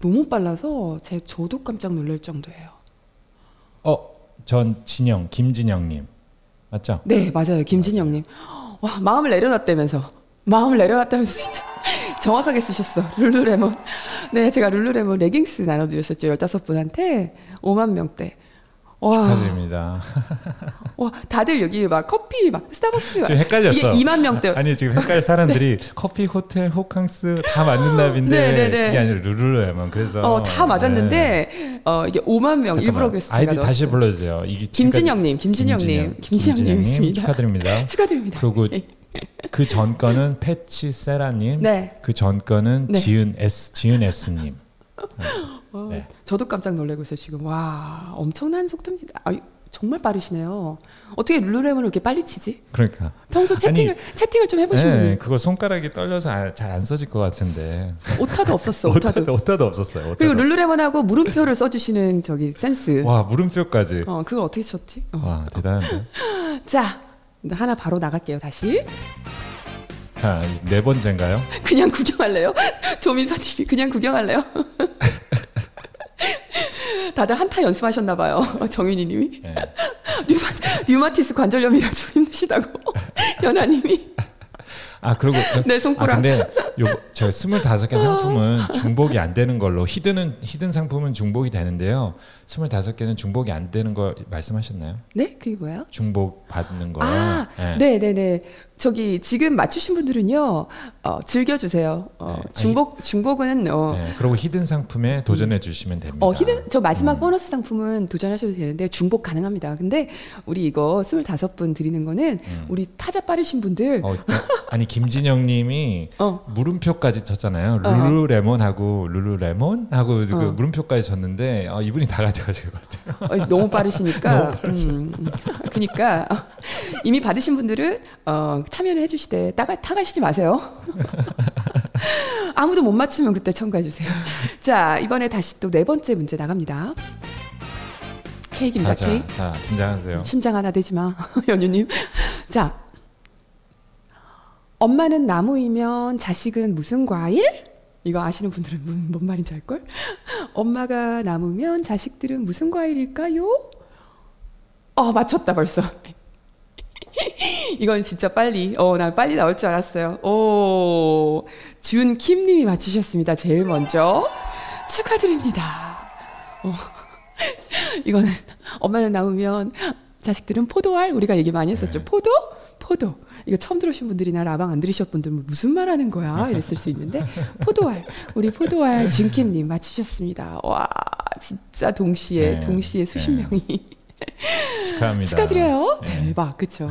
Speaker 1: 너무 빨라서 제 저도 깜짝 놀랄 정도예요.
Speaker 2: 어, 전 진영, 김진영님 음. 맞죠?
Speaker 1: 네 맞아요 김진영님. 와 마음을 내려놨다면서 마음을 내려놨다면서 진짜 정확하게 쓰셨어 룰루레몬. 네 제가 룰루레몬 레깅스 나눠드렸었죠 1 5 분한테 5만 명대. 와,
Speaker 2: 축하드립니다.
Speaker 1: 와, 다들 여기 막 커피 막 스타벅스 막
Speaker 2: 지금 헷갈렸어.
Speaker 1: 이게 2만 명대.
Speaker 2: 아니 지금 헷갈 사람들이 커피 호텔 호캉스 다 맞는 답인데
Speaker 1: 네, 네, 네.
Speaker 2: 그게 아니라 룰루예요만 그래서
Speaker 1: 어, 다 맞았는데 어, 이게 5만 명 일부러 그랬어요.
Speaker 2: 네. 아이디
Speaker 1: 제가
Speaker 2: 다시
Speaker 1: 넣었어요.
Speaker 2: 불러주세요. 이게
Speaker 1: 김진영님, 김진영님,
Speaker 2: 지금까지-
Speaker 1: 김진영님입니다.
Speaker 2: 축하드립니다.
Speaker 1: 축하드립니다. 예.
Speaker 2: 그리고 그 전 거는 패치 세라님,
Speaker 1: 네,
Speaker 2: 그 전 거는
Speaker 1: 네.
Speaker 2: 지은 S 지은 S님.
Speaker 1: 어,
Speaker 2: 네.
Speaker 1: 저도 깜짝 놀라고 있어요 지금. 와, 엄청난 속도입니다. 아유, 정말 빠르시네요. 어떻게 룰루레몬을 이렇게 빨리 치지?
Speaker 2: 그러니까
Speaker 1: 평소 채팅을 채팅을 좀 해보시면
Speaker 2: 네, 그거 손가락이 떨려서 아, 잘 안 써질 것 같은데
Speaker 1: 오타도 없었어. 오타도.
Speaker 2: 오타도 오타도 없었어요. 오타도
Speaker 1: 그리고 룰루레몬하고 물음표를 써주시는 저기 센스.
Speaker 2: 와 물음표까지
Speaker 1: 어, 그걸 어떻게 쳤지? 어.
Speaker 2: 와 대단한데.
Speaker 1: 자, 하나 바로 나갈게요 다시.
Speaker 2: 자 네 번째인가요?
Speaker 1: 그냥 구경할래요? 조민서 TV 그냥 구경할래요? 다들 한타 연습하셨나 봐요. 정윤이 님이.
Speaker 2: 네.
Speaker 1: 류마, 류마티스 관절염이라 좀 힘드시다고. 연아 님이.
Speaker 2: 아 그리고 그-
Speaker 1: 내 손가락.
Speaker 2: 아, 근데 요저 25개 상품은 중복이 안 되는 걸로 히든은 히든 상품은 중복이 되는데요. 25개는 중복이 안 되는 걸 말씀하셨나요?
Speaker 1: 네? 그게 뭐예요?
Speaker 2: 중복 받는 거.
Speaker 1: 아,
Speaker 2: 예.
Speaker 1: 네, 네, 네. 저기 지금 맞추신 분들은요. 어, 즐겨 주세요. 어,
Speaker 2: 네. 아니,
Speaker 1: 중복 중복은 어,
Speaker 2: 네, 그리고 히든 상품에 도전해 주시면 됩니다.
Speaker 1: 어, 히든 저
Speaker 2: 음.
Speaker 1: 마지막 보너스 상품은 도전하셔도 되는데 중복 가능합니다. 근데 우리 이거 25분 드리는 거는
Speaker 2: 음.
Speaker 1: 우리 타자 빠르신 분들
Speaker 2: 어, 아니 김진영 님이
Speaker 1: 어,
Speaker 2: 물음표까지 쳤잖아요.
Speaker 1: 어.
Speaker 2: 룰루레몬하고 룰루레몬하고 그
Speaker 1: 어.
Speaker 2: 물음표까지 쳤는데 어, 이분이 다 가져가실 것 같아요.
Speaker 1: 어, 너무 빠르시니까. 음, 음. 그러니까 이미 받으신 분들은 어, 참여를 해주시되 따가, 타가시지 마세요. 아무도 못 맞추면 그때 첨가해 주세요. 자 이번에 다시 또 네 번째 문제 나갑니다. 케이크입니다.
Speaker 2: 자,
Speaker 1: 케이크.
Speaker 2: 자, 자, 긴장하세요.
Speaker 1: 심장 하나 대지 마, 연유님. 자, 엄마는 나무이면 자식은 무슨 과일? 이거 아시는 분들은 뭔, 뭔 말인지 알걸? 엄마가 나무면 자식들은 무슨 과일일까요? 어, 맞췄다 벌써. 이건 진짜 빨리, 어, 나 빨리 나올 줄 알았어요. 오, 준킴님이 맞추셨습니다. 제일 먼저. 축하드립니다. 어, 이거는 엄마는 나오면 자식들은 포도알 우리가 얘기 많이 했었죠.
Speaker 2: 네.
Speaker 1: 포도, 포도. 이거 처음 들으신 분들이나 라방 안 들으셨 분들 무슨 말 하는 거야? 이랬을 수 있는데 포도알 우리 포도알 준킴님 맞추셨습니다. 와 진짜 동시에
Speaker 2: 네.
Speaker 1: 동시에 수십
Speaker 2: 네.
Speaker 1: 명이
Speaker 2: 축하합니다.
Speaker 1: 축하드려요.
Speaker 2: 네.
Speaker 1: 대박, 그쵸?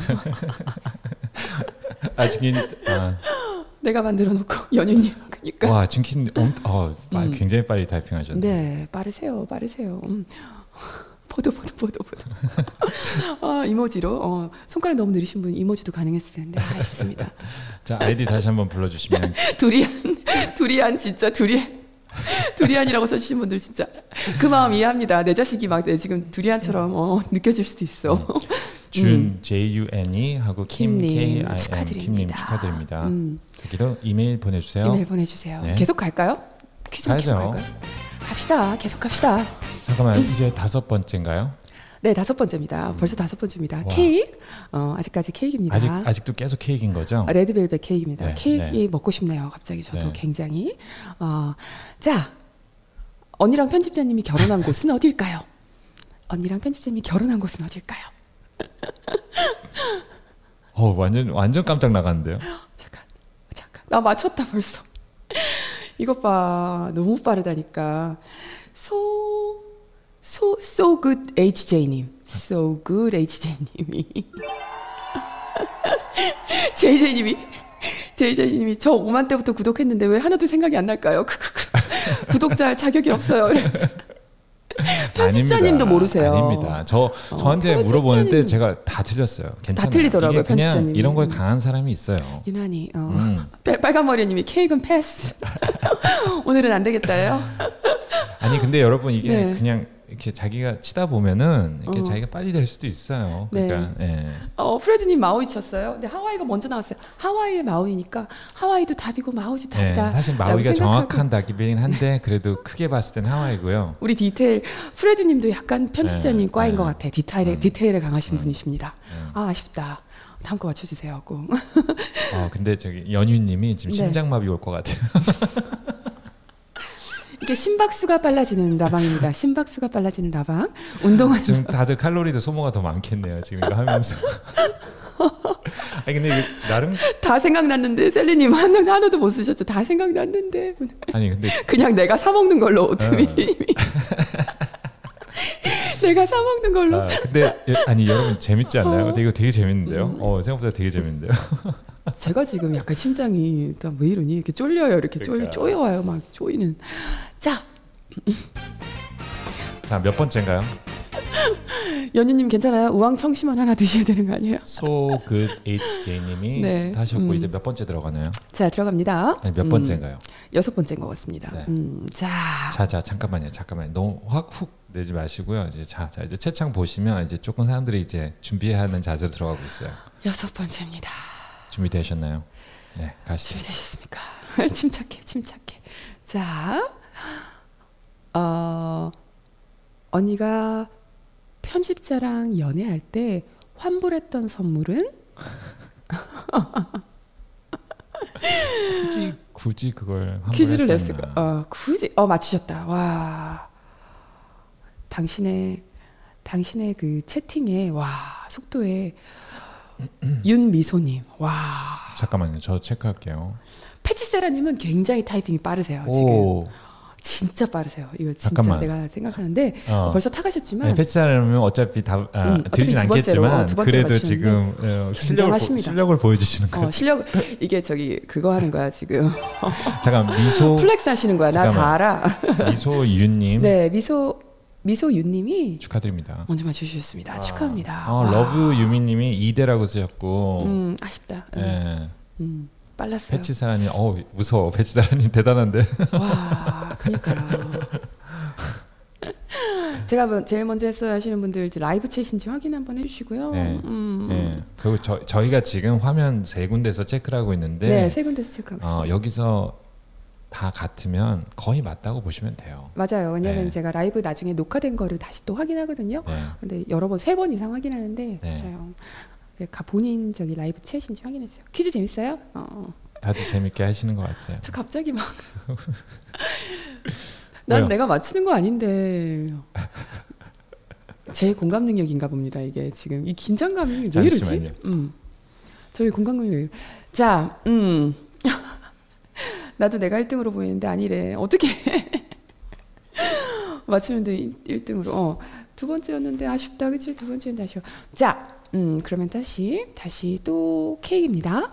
Speaker 2: 아직인 아,
Speaker 1: 내가 만들어 놓고 연유님, 그러니까.
Speaker 2: 와 진킨 엄, 어, 아,
Speaker 1: 음.
Speaker 2: 굉장히 빨리 타이핑하셨네.
Speaker 1: 네, 빠르세요, 빠르세요. 음. 보도, 보도, 보도, 보도. 아, 이모지로 어, 손가락 너무 느리신 분 이모지도 가능했을 텐데 아쉽습니다.
Speaker 2: 자 아이디 다시 한번
Speaker 1: 음.
Speaker 2: 불러주시면
Speaker 1: 두리안, 두리안 진짜 두리안. 두리안이라고 써주신 분들 진짜 그 마음 이해합니다. 내 자식이 막 내 지금 두리안처럼 어, 느껴질 수도 있어.
Speaker 2: 준 J U N E 하고 네. 김
Speaker 1: 김님,
Speaker 2: K I M
Speaker 1: 축하드립니다.
Speaker 2: 김님 축하드립니다.
Speaker 1: 음.
Speaker 2: 여기로 이메일 보내주세요.
Speaker 1: 이메일 보내주세요.
Speaker 2: 네.
Speaker 1: 계속 갈까요? 퀴즈 는 계속
Speaker 2: 가야죠.
Speaker 1: 갈까요? 갑시다. 계속 갑시다.
Speaker 2: 잠깐만 이제 다섯 번째인가요?
Speaker 1: 네, 다섯 번째입니다. 벌써 다섯 번째입니다.
Speaker 2: 음. 와.
Speaker 1: 케이크. 어, 아직까지 케이크입니다.
Speaker 2: 아직 아직도 계속 케이크인 거죠?
Speaker 1: 아, 레드벨벳 케이크입니다.
Speaker 2: 네,
Speaker 1: 케이크 먹고 싶네요. 갑자기 저도
Speaker 2: 네.
Speaker 1: 굉장히. 어, 자, 언니랑 편집자님이 결혼한 곳은 어딜까요? 언니랑 편집자님이 결혼한 곳은 어딜까요?
Speaker 2: 어 완전 완전 깜짝 나갔는데요.
Speaker 1: 잠깐, 잠깐. 나 맞췄다 벌써. 이것 봐, 너무 빠르다니까. So, so, so good HJ님. So good HJ님이. JJ님이. JJ님이 저 5만 때부터 구독했는데 왜 하나도 생각이 안 날까요? 크크크. 구독자 자격이 없어요. 편집자님도
Speaker 2: 아닙니다.
Speaker 1: 모르세요. 어,
Speaker 2: 아닙니다. 저 저한테
Speaker 1: 편집자님.
Speaker 2: 물어보는데 제가 다 틀렸어요. 괜찮아요.
Speaker 1: 틀리더라고요,
Speaker 2: 이게 그냥
Speaker 1: 편집자님이.
Speaker 2: 이런 거에 강한 사람이 있어요.
Speaker 1: 유난히 어.
Speaker 2: 음.
Speaker 1: 빨- 빨간머리님이 케이크는 패스. 오늘은 안 되겠다요.
Speaker 2: 아니 근데 여러분 이게
Speaker 1: 네.
Speaker 2: 그냥 이렇게 자기가 치다 보면은 이렇게
Speaker 1: 어.
Speaker 2: 자기가 빨리 될 수도 있어요.
Speaker 1: 네.
Speaker 2: 그러니까 예.
Speaker 1: 어, 프레드님 마우이 쳤어요. 근데 하와이가 먼저 나왔어요. 하와이의 마우이니까 하와이도 답이고 마우이도
Speaker 2: 예,
Speaker 1: 답이다.
Speaker 2: 사실
Speaker 1: 라고
Speaker 2: 마우이가
Speaker 1: 생각하고
Speaker 2: 정확한 답이긴 한데 그래도 크게 봤을 땐 하와이고요.
Speaker 1: 우리 디테일 프레드님도 약간 편집자님
Speaker 2: 네,
Speaker 1: 과인
Speaker 2: 네.
Speaker 1: 것 같아. 디테일에
Speaker 2: 음.
Speaker 1: 디테일에 강하신 분이십니다.
Speaker 2: 음.
Speaker 1: 아 아쉽다. 다음 거 맞춰주세요. 꼭.
Speaker 2: 어, 근데 저기 연유님이 지금
Speaker 1: 네.
Speaker 2: 심장마비 올 것 같아요.
Speaker 1: 이게 심박수가 빨라지는 라방입니다. 심박수가 빨라지는 라방. 운동을
Speaker 2: 지금 다들 칼로리도 소모가 더 많겠네요. 지금 이거 하면서. 아니 근데 이게 나름
Speaker 1: 다 생각났는데 셀리님 하나, 하나도 못 쓰셨죠. 다 생각났는데 오늘
Speaker 2: 아니 근데
Speaker 1: 그냥 내가 사 먹는
Speaker 2: 음.
Speaker 1: 걸로 오트밀. 내가 사 먹는 걸로.
Speaker 2: 아, 근데 예, 아니 여러분 재밌지 않나요? 근데 이거 되게
Speaker 1: 음.
Speaker 2: 재밌는데요. 어 생각보다 되게 재밌는데요.
Speaker 1: 제가 지금 약간 심장이 일단 왜 이러니 이렇게 쫄려요. 이렇게
Speaker 2: 그러니까요.
Speaker 1: 쫄 쪼여와요. 막 쪼이는. 자
Speaker 2: 자 몇 번째인가요?
Speaker 1: 연유님 괜찮아요? 우왕 청심환 하나 드셔야 되는 거 아니에요?
Speaker 2: 소굿 HJ님이
Speaker 1: 네.
Speaker 2: 하셨고
Speaker 1: 음.
Speaker 2: 이제 몇 번째 들어가나요?
Speaker 1: 자 들어갑니다.
Speaker 2: 아니 몇
Speaker 1: 음,
Speaker 2: 번째인가요?
Speaker 1: 여섯 번째인 것 같습니다.
Speaker 2: 네.
Speaker 1: 음, 자
Speaker 2: 자자 잠깐만요 잠깐만요 너무 확 훅 내지 마시고요 이제 자자 이제 채창 보시면 이제 조금 사람들이 이제 준비하는 자세로 들어가고 있어요
Speaker 1: 여섯 번째입니다.
Speaker 2: 준비되셨나요? 네 가시죠
Speaker 1: 준비되셨습니까? 침착해, 침착해. 자, 어, 언니가 편집자랑 연애할 때 환불했던 선물은
Speaker 2: 굳이 굳이 그걸
Speaker 1: 퀴즈를
Speaker 2: 환불했었나
Speaker 1: 냈을 거. 어, 굳이 어 맞추셨다. 와, 당신의 당신의 그 채팅에 와 속도에 윤미소님 와
Speaker 2: 잠깐만요 저 체크할게요
Speaker 1: 패치세라님은 굉장히 타이핑이 빠르세요 아, 지금
Speaker 2: 오
Speaker 1: 진짜 빠르세요 이거 진짜
Speaker 2: 잠깐만.
Speaker 1: 내가 생각하는데
Speaker 2: 어.
Speaker 1: 벌써 타가셨지만
Speaker 2: 아니, 패치사라면 어차피 다 아,
Speaker 1: 음, 어차피
Speaker 2: 들진
Speaker 1: 두 번째로,
Speaker 2: 않겠지만
Speaker 1: 어, 두 번째로
Speaker 2: 그래도
Speaker 1: 맞추는데.
Speaker 2: 지금 어, 실력을, 보,
Speaker 1: 굉장하십니다.
Speaker 2: 실력을 보여주시는 거예요
Speaker 1: 어, 실력 이게 저기 그거 하는 거야 지금 어.
Speaker 2: 잠깐 미소
Speaker 1: 플렉스 하시는 거야 나 다
Speaker 2: 잠깐만.
Speaker 1: 알아
Speaker 2: 미소윤님
Speaker 1: 네 미소 미소윤님이
Speaker 2: 축하드립니다
Speaker 1: 먼저 맞춰주셨습니다 축하합니다
Speaker 2: 아,
Speaker 1: 와.
Speaker 2: 러브 유미님이 2대라고 쓰셨고
Speaker 1: 음 아쉽다 음,
Speaker 2: 예.
Speaker 1: 음, 빨랐어요
Speaker 2: 패치 사라님, 어 무서워. 패치 사라님 대단한데.
Speaker 1: 와 그니까요 제가 뭐- 제일 먼저 했어요 하시는 분들 이제 라이브 챗인지 확인 한번 해주시고요
Speaker 2: 네.
Speaker 1: 음.
Speaker 2: 예. 그리고 저, 저희가 지금 화면 세 군데서 체크를 하고 있는데
Speaker 1: 네세 군데서 체크하고 있어요
Speaker 2: 어, 여기서 다 같으면 거의 맞다고 보시면 돼요.
Speaker 1: 맞아요. 왜냐하면
Speaker 2: 네.
Speaker 1: 제가 라이브 나중에 녹화된 거를 다시 또 확인하거든요.
Speaker 2: 네.
Speaker 1: 근데 여러 번, 세 번 이상 확인하는데
Speaker 2: 네.
Speaker 1: 맞아요. 네, 가- 본인 저기 라이브 챗인지 확인해 주세요. 퀴즈 재밌어요? 어, 어.
Speaker 2: 다들 재밌게 하시는 것 같아요.
Speaker 1: 저 갑자기 막. 난
Speaker 2: 왜요?
Speaker 1: 내가 맞히는 거 아닌데. 제 공감 능력인가 봅니다. 이게 지금 이 긴장감이 왜
Speaker 2: 잠시만요.
Speaker 1: 이러지? 음. 저희 공감 능력. 이 자, 음. 나도 내가 1등으로 보이는데 아니래. 어떻게? 맞추는데 1등으로. 어. 두 번째였는데 아쉽다. 그치? 두 번째였는데 아쉬워. 자, 음, 그러면 다시, 다시 또 K입니다.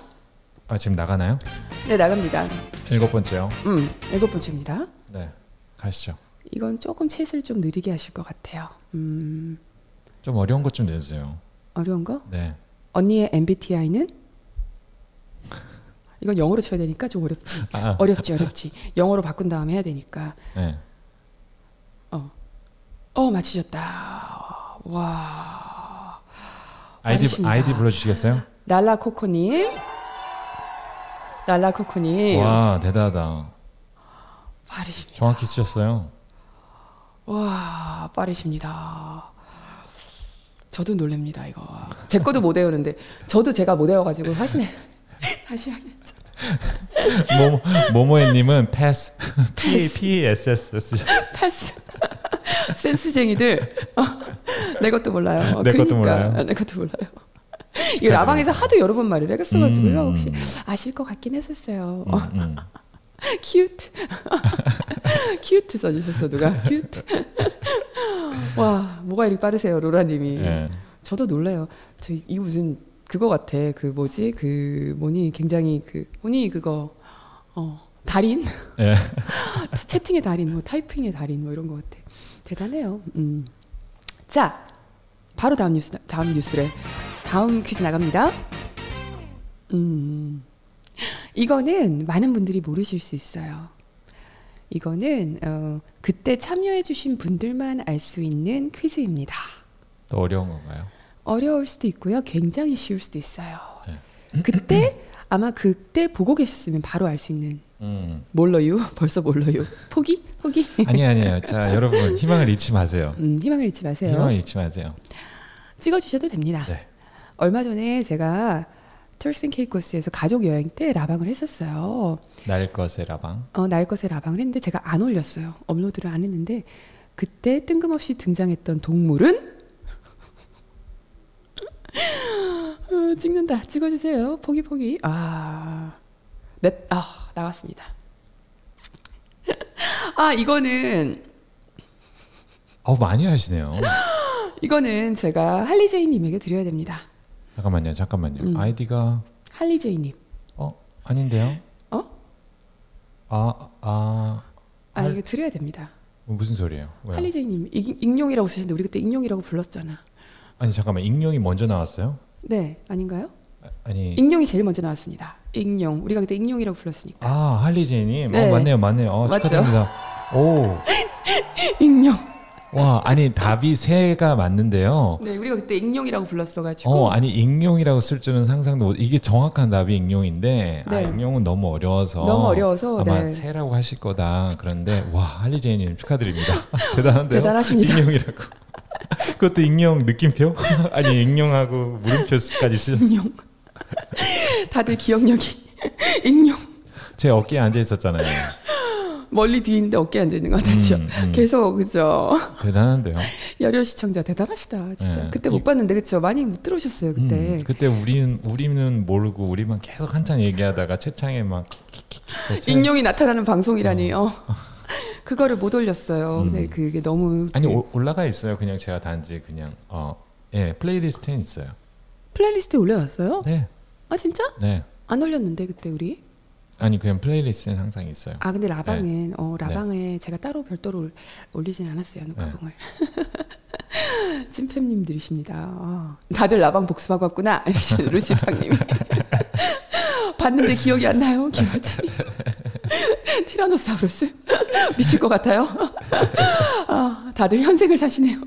Speaker 2: 아, 지금 나가나요?
Speaker 1: 네, 나갑니다.
Speaker 2: 일곱 번째요.
Speaker 1: 음, 일곱 번째입니다.
Speaker 2: 네, 가시죠.
Speaker 1: 이건 조금 챗을 좀 느리게 하실 것 같아요. 음,
Speaker 2: 좀 어려운 것 좀 내주세요.
Speaker 1: 어려운 거?
Speaker 2: 네.
Speaker 1: 언니의 MBTI는? 이건 영어로 쳐야 되니까 좀 어렵지.
Speaker 2: 아,
Speaker 1: 어렵지, 어렵지. 영어로 바꾼 다음에 해야 되니까.
Speaker 2: 네.
Speaker 1: 어, 어 맞히셨다. 와.
Speaker 2: 아이디
Speaker 1: 빠르십니다.
Speaker 2: 아이디 불러주시겠어요?
Speaker 1: 날라코코님. 날라코코님.
Speaker 2: 와 대단하다.
Speaker 1: 빠르십니다.
Speaker 2: 정확히 쓰셨어요.
Speaker 1: 와 빠르십니다. 저도 놀랍니다 이거. 제 것도 못 외우는데 저도 제가 못 외워가지고 하시네. 다시 하겠죠.
Speaker 2: 모모 모모애님은 패스 P P S S 쓰셨어요.
Speaker 1: 패스. 센스쟁이들. 어, 내 것도 몰라요. 어,
Speaker 2: 네, 내 것도 몰라요.
Speaker 1: 아, 내 것도 몰라요. 이 라방에서 하도 여러 번 말을 해갔어가지고요.
Speaker 2: 음.
Speaker 1: 혹시 아실 것 같긴 했었어요.
Speaker 2: 음,
Speaker 1: 어,
Speaker 2: 음.
Speaker 1: 큐트. 큐트 써주셨어 누가? 큐트. 와 뭐가 이렇게 빠르세요 로라님이.
Speaker 2: 예.
Speaker 1: 저도 놀라요. 저 이- 이거 무슨 그거 같아. 그 뭐지? 그 뭐니 굉장히 그 뭐니 그거 어 달인
Speaker 2: 예.
Speaker 1: 채팅의 달인 뭐 타이핑의 달인 뭐 이런 거 같아. 대단해요. 음. 자 바로 다음 뉴스 다음 뉴스래 다음 퀴즈 나갑니다. 음 이거는 많은 분들이 모르실 수 있어요. 이거는 어, 그때 참여해주신 분들만 알 수 있는 퀴즈입니다.
Speaker 2: 또 어려운 건가요?
Speaker 1: 어려울 수도 있고요. 굉장히 쉬울 수도 있어요.
Speaker 2: 네.
Speaker 1: 그때 아마 그때 보고 계셨으면 바로 알 수 있는
Speaker 2: 음.
Speaker 1: 몰라요. 벌써 몰라요. 포기? 포기?
Speaker 2: 아니 아니에요. 자 여러분 희망을 잃지 마세요.
Speaker 1: 음, 희망을 잃지 마세요. 아.
Speaker 2: 희망을 잃지 마세요.
Speaker 1: 네. 찍어 주셔도 됩니다.
Speaker 2: 네.
Speaker 1: 얼마 전에 제가 털슨 케이코스에서 가족 여행 때 라방을 했었어요.
Speaker 2: 날 것의 라방.
Speaker 1: 어, 날 것의 라방을 했는데 제가 안 올렸어요. 업로드를 안 했는데 그때 뜬금없이 등장했던 동물은 어, 찍는다. 찍어주세요. 포기 포기. 아, 넷. 아 나왔습니다. 아 이거는
Speaker 2: 어 많이 하시네요.
Speaker 1: 이거는 제가 할리제이님에게 드려야 됩니다.
Speaker 2: 잠깐만요, 잠깐만요.
Speaker 1: 음.
Speaker 2: 아이디가
Speaker 1: 할리제이님.
Speaker 2: 어 아닌데요?
Speaker 1: 어?
Speaker 2: 아 아.
Speaker 1: 아
Speaker 2: 할-
Speaker 1: 이거 드려야 됩니다.
Speaker 2: 무슨 소리예요? 왜요?
Speaker 1: 할리제이님 이- 익룡이라고 쓰셨는데 우리 그때 익룡이라고 불렀잖아.
Speaker 2: 아니 잠깐만 익룡이 먼저 나왔어요?
Speaker 1: 네, 아닌가요?
Speaker 2: 아, 아니
Speaker 1: 익룡이 제일 먼저 나왔습니다. 익룡. 우리가 그때 익룡이라고 불렀으니까.
Speaker 2: 아 할리제이님
Speaker 1: 네.
Speaker 2: 어, 맞네요 맞네요 어,
Speaker 1: 맞죠?
Speaker 2: 축하드립니다
Speaker 1: 익룡.
Speaker 2: 오와 아니 답이 세가 맞는데요
Speaker 1: 네, 우리가 그때 익룡이라고 불렀어가지고.
Speaker 2: 어 아니 익룡이라고 쓸 줄은 상상도 못 이게 정확한 답이 익룡인데 아
Speaker 1: 네.
Speaker 2: 익룡은 너무 어려워서
Speaker 1: 너무 어려워서,
Speaker 2: 아마
Speaker 1: 네.
Speaker 2: 세라고 하실 거다 그런데 와 할리제이님 축하드립니다 대단한데요
Speaker 1: 대단하십니다.
Speaker 2: 익룡이라고 그것도 익룡 느낌표 아니 익룡하고 물음표까지 쓰셨어요
Speaker 1: 익룡. 다들 기억력이. 익룡.
Speaker 2: 제 어깨에 앉아 있었잖아요
Speaker 1: 멀리 뒤에 있는데 어깨에 앉아 있는 것 같았죠.
Speaker 2: 음, 음.
Speaker 1: 계속 그죠.
Speaker 2: 대단한데요
Speaker 1: 열혈 시청자 대단하시다 진짜.
Speaker 2: 네.
Speaker 1: 그때 못
Speaker 2: 이-
Speaker 1: 봤는데 그쵸 많이 못 들어오셨어요 그때.
Speaker 2: 음, 그때 우리는 우리는 모르고 우리만 계속 한참 얘기하다가 채창에 막 킥킥킥
Speaker 1: 익룡이 나타나는 방송이라니. 어. 그거를 못 올렸어요.
Speaker 2: 음.
Speaker 1: 근데 그게 너무
Speaker 2: 아니
Speaker 1: 그-
Speaker 2: 오- 올라가 있어요. 그냥 제가 단지 그냥 어예 플레이리스트에 있어요.
Speaker 1: 플레이리스트에 올려놨어요?
Speaker 2: 네,
Speaker 1: 아 진짜?
Speaker 2: 네.
Speaker 1: 안 올렸는데 그때 우리.
Speaker 2: 아니 그냥 플레이리스트는 항상 있어요.
Speaker 1: 아 근데 라방은 어 라방에 제가 따로 별도로 올- 올리진 않았어요 그 녹화봉을 찐팸님들이십니다 아, 다들 라방 복습하고 왔구나 이러시는 루시팡님 봤는데 기억이 안 나요 김아지 티라노사우루스 미칠 것 같아요 아, 다들 현생을 사시네요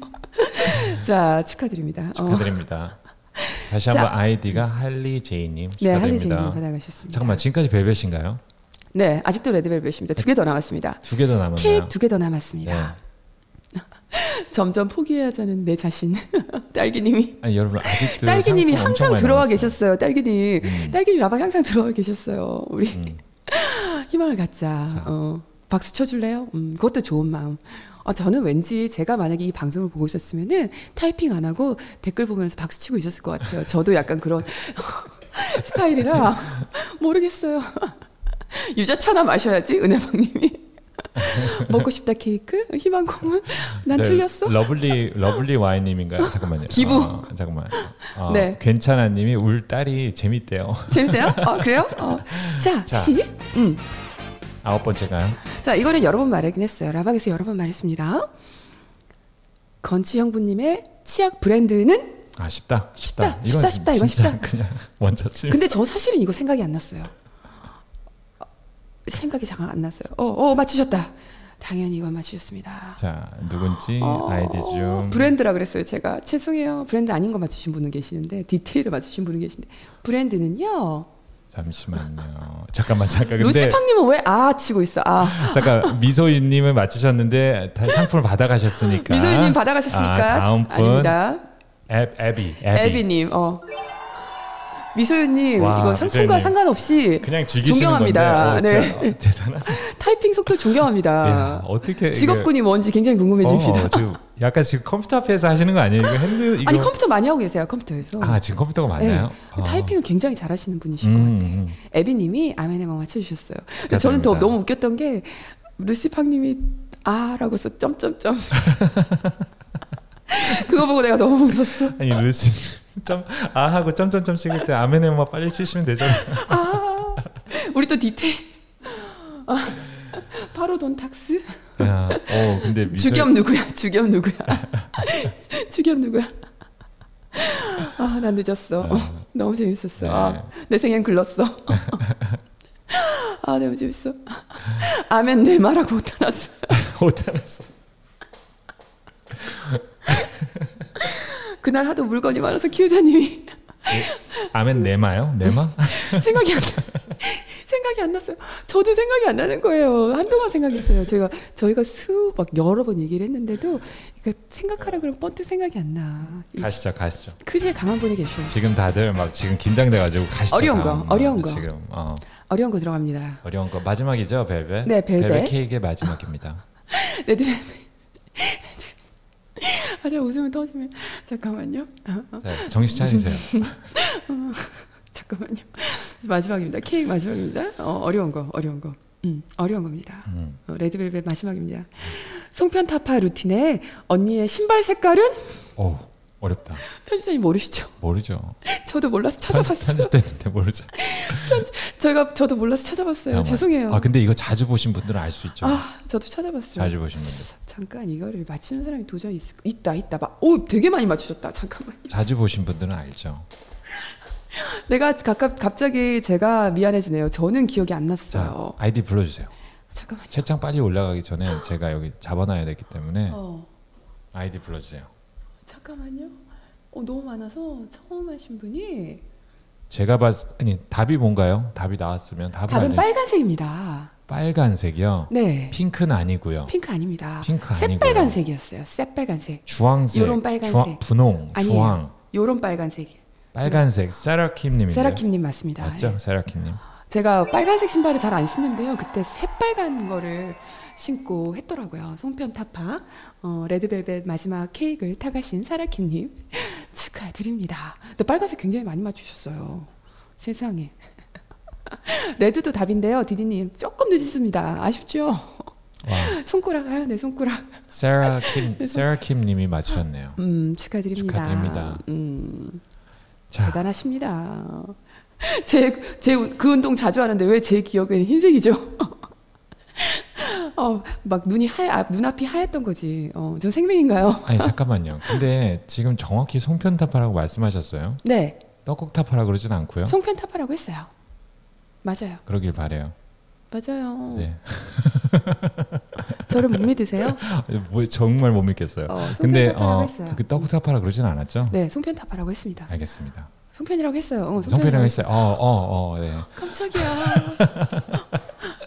Speaker 1: 자 축하드립니다 어,
Speaker 2: 축하드립니다. 다시
Speaker 1: 자.
Speaker 2: 한번 아이디가 할리 제이님
Speaker 1: 네
Speaker 2: 축하드립니다.
Speaker 1: 할리제이님 받아가셨습니다
Speaker 2: 잠깐만 지금까지 베벳인가요?
Speaker 1: 네 아직도 레드벨벳입니다 두 개 더 남았습니다
Speaker 2: 두 개 더 남았나요? 네.
Speaker 1: 케이크 두 개 더 남았습니다 점점 포기해야하는 내 자신 딸기님이
Speaker 2: 아니 여러분 아직도
Speaker 1: 딸기님이
Speaker 2: 상품 그 엄청
Speaker 1: 항상
Speaker 2: 많이
Speaker 1: 들어와
Speaker 2: 남았어요.
Speaker 1: 계셨어요 딸기님
Speaker 2: 음.
Speaker 1: 딸기님 라방 항상 들어와 계셨어요 우리
Speaker 2: 음.
Speaker 1: 희망을 갖자
Speaker 2: 자.
Speaker 1: 어, 박수 쳐줄래요? 음, 그것도 좋은 마음 어, 저는 왠지 제가 만약에 이 방송을 보고 있었으면은 타이핑 안 하고 댓글 보면서 박수 치고 있었을 것 같아요 저도 약간 그런 스타일이라 모르겠어요 유자차나 마셔야지 은혜방님이 먹고 싶다 케이크 희망고문 난
Speaker 2: 네,
Speaker 1: 틀렸어
Speaker 2: 러블리 러블리 와인님인가요? 잠깐만요.
Speaker 1: 기부.
Speaker 2: 어, 잠깐만. 어,
Speaker 1: 네.
Speaker 2: 괜찮아님이 울 딸이 재밌대요.
Speaker 1: 재밌대요? 어, 그래요? 어. 자,
Speaker 2: 자.
Speaker 1: 다시. 음.
Speaker 2: 아홉 번째가요.
Speaker 1: 자, 이거는 여러 번 말하긴 했어요. 라방에서 여러 번 말했습니다. 건치 형부님의 치약 브랜드는?
Speaker 2: 아 쉽다. 쉽다.
Speaker 1: 쉽다, 쉽다, 쉽다, 이건
Speaker 2: 진짜
Speaker 1: 쉽다.
Speaker 2: 그냥 원자치.
Speaker 1: 근데 저 사실은 이거 생각이 안 났어요. 어, 생각이 잠깐 안 났어요. 어, 어, 맞추셨다. 당연히 이건 맞추셨습니다.
Speaker 2: 자 누군지
Speaker 1: 어,
Speaker 2: 아이디 좀.
Speaker 1: 브랜드라 그랬어요. 제가 죄송해요. 브랜드 아닌 거 맞추신 분은 계시는데 디테일을 맞추신 분은 계시는데 브랜드는요.
Speaker 2: 잠시만요. 잠깐만 잠깐. 근데
Speaker 1: 루시팡님은 왜 아 치고 있어? 아.
Speaker 2: 잠깐 미소희님을 맞추셨는데 다 상품을 받아가셨으니까.
Speaker 1: 미소희님 받아가셨으니까
Speaker 2: 아, 다음 분
Speaker 1: 아닙니다.
Speaker 2: 앱 애비 애비.
Speaker 1: 에비님, 어. 미소유님,
Speaker 2: 와,
Speaker 1: 이건 상품과
Speaker 2: 미소유님.
Speaker 1: 상관없이
Speaker 2: 그냥 즐기시는
Speaker 1: 존경합니다.
Speaker 2: 건데.
Speaker 1: 네.
Speaker 2: 어, 네. 대단한.
Speaker 1: 타이핑 속도
Speaker 2: 야,
Speaker 1: 존경합니다.
Speaker 2: 어떻게 이게-
Speaker 1: 직업군이 뭔지 굉장히 궁금해집니다.
Speaker 2: 어, 지금 약간 지금 컴퓨터 앞에서 하시는 거 아니에요? 이거 핸드 이거
Speaker 1: 아니 컴퓨터 많이 하고 계세요 컴퓨터에서. 네.
Speaker 2: 아 지금 컴퓨터가 많나요? 아.
Speaker 1: 타이핑을 굉장히 잘하시는 분이신 것 같아요.
Speaker 2: 음, 음.
Speaker 1: 에비님이 아멘의 마 맞춰주셨어요. 근데 저는 더
Speaker 2: 감사합니다.
Speaker 1: 너무 웃겼던 게 루시팡님이 아라고 써 점점점. 그거 보고 내가 너무 웃었어.
Speaker 2: 아니 루시 점아 하고 점점점 찍을 때 아멘의 엄마 빨리 치시면 되잖아요.
Speaker 1: 아, 우리 또 디테일. 아, 파로돈 탁스?
Speaker 2: 야, 어 근데 미소
Speaker 1: 주겸 누구야? 주겸 누구야? 주겸 누구야? 아, 나 늦었어.
Speaker 2: 아.
Speaker 1: 너무 재밌었어.
Speaker 2: 네.
Speaker 1: 아, 내 생엔 글렀어. 아, 너무 재밌어. 아멘 내 말하고 못하놨어.
Speaker 2: 못하겠어.
Speaker 1: 그날 하도 물건이 많아서 키우자님이
Speaker 2: 아멘 네마요? 네마?
Speaker 1: 생각이 안 나. 생각이 안 났어요. 저도 생각이 안 나는 거예요. 한동안 생각했어요. 제가 저희가 수막 여러 번 얘기를 했는데도 그러니까 생각하라 그러면 번뜩 생각이 안 나. 이
Speaker 2: 가시죠, 가시죠.
Speaker 1: 크지에 강한 분이 계셔요.
Speaker 2: 지금 다들 막 지금 긴장돼가지고 가시죠.
Speaker 1: 어려운 거,
Speaker 2: 다음.
Speaker 1: 어려운 거.
Speaker 2: 지금 어,
Speaker 1: 어려운 거 들어갑니다.
Speaker 2: 어려운 거 마지막이죠, 벨벳.
Speaker 1: 네, 벨벳.
Speaker 2: 케이크의 마지막입니다.
Speaker 1: 레드벨벳. 아, 저 웃음이 터지면 잠깐만요. 아,
Speaker 2: 자, 정신 차리세요.
Speaker 1: 잠깐만요. 마지막입니다. 케이크 마지막입니다. 어, 어려운 거, 어려운 거. 음, 어려운 겁니다.
Speaker 2: 음.
Speaker 1: 어, 레드벨벳 마지막입니다. 송편타파 루틴에 언니의 신발 색깔은
Speaker 2: 어우, 어렵다.
Speaker 1: 편집자님 모르시죠?
Speaker 2: 모르죠.
Speaker 1: 아, 저도 몰라서
Speaker 2: 편집,
Speaker 1: 찾아봤어요.
Speaker 2: 편집됐는데 모르죠.
Speaker 1: 저희가 저도 몰라서 찾아봤어요.
Speaker 2: 잠깐만.
Speaker 1: 죄송해요.
Speaker 2: 아
Speaker 1: 아,
Speaker 2: 근데 이거 자주 보신 분들은 알 수 있죠.
Speaker 1: 저도 찾아봤어요.
Speaker 2: 자주 보신 분들.
Speaker 1: 잠깐 이거를 맞추는 사람이 도저히 있을, 있다 있다 막오 되게 많이 맞추셨다 잠깐만
Speaker 2: 자주 보신 분들은 알죠.
Speaker 1: 내가 갑, 갑자기 제가 미안해지네요 저는 기억이 안
Speaker 2: 자,
Speaker 1: 났어요
Speaker 2: 아이디 불러주세요.
Speaker 1: 잠깐만요
Speaker 2: 채창 빨리 올라가기 전에 제가 여기 잡아놔야 되기 때문에
Speaker 1: 어
Speaker 2: 아이디 불러주세요.
Speaker 1: 잠깐만요 어 너무 많아서 처음 하신 분이
Speaker 2: 제가 봤 아니 답이 뭔가요? 답이 나왔으면 답을
Speaker 1: 답은
Speaker 2: 알려-
Speaker 1: 빨간색입니다
Speaker 2: 빨간색이요.
Speaker 1: 네
Speaker 2: 핑크는 아니고요.
Speaker 1: 핑크 아닙니다
Speaker 2: 핑크 아니고요.
Speaker 1: 새빨간색이었어요 새빨간색
Speaker 2: 주황색,
Speaker 1: 요런 빨간색.
Speaker 2: 주황, 분홍,
Speaker 1: 아니에요.
Speaker 2: 주황,
Speaker 1: 요런 빨간색
Speaker 2: 빨간색. 세라킴님인데요.
Speaker 1: 세라킴님 맞습니다 예. 아,
Speaker 2: 맞죠, 세라킴님.
Speaker 1: 제가 빨간색 신발을 잘 안 신는데요. 그때 새빨간 거를 신고 했더라고요. 송편 타파 어, 레드벨벳 마지막 케이크를 타가신 사라킴님 축하드립니다. 근데 빨간색 굉장히 많이 맞추셨어요. 세상에. 레드도 답인데요. 디디님 조금 늦었습니다. 아쉽죠?
Speaker 2: 와,
Speaker 1: 손가락 아유 내 손가락.
Speaker 2: 세라킴, 세라킴님이 맞추셨네요.
Speaker 1: 음 축하드립니다.
Speaker 2: 축하드립니다.
Speaker 1: 음
Speaker 2: 자,
Speaker 1: 대단하십니다. 제 제 그 운동 자주 하는데 왜 제 기억에는 흰색이죠? 어, 막 눈이 하얘, 아, 눈앞이 하였던 거지. 어, 저 생명인가요?
Speaker 2: 아니 잠깐만요. 근데 지금 정확히 송편타파라고 말씀하셨어요.
Speaker 1: 네,
Speaker 2: 떡국타파라 그러진 않고요.
Speaker 1: 송편 타파라고 했어요. 맞아요,
Speaker 2: 그러길 바래요.
Speaker 1: 맞아요.
Speaker 2: 네.
Speaker 1: 저를 못 믿으세요?
Speaker 2: 뭐, 정말 못 믿겠어요.
Speaker 1: 어, 송편
Speaker 2: 근데
Speaker 1: 타파라고
Speaker 2: 어,
Speaker 1: 했어요.
Speaker 2: 그 떡국타파라 그러진 않았죠?
Speaker 1: 네, 송편 타파라고 했습니다.
Speaker 2: 알겠습니다.
Speaker 1: 송편이라고 했어요. 어,
Speaker 2: 성편이라고 했어요. 어, 어, 어, 네.
Speaker 1: 깜짝이야.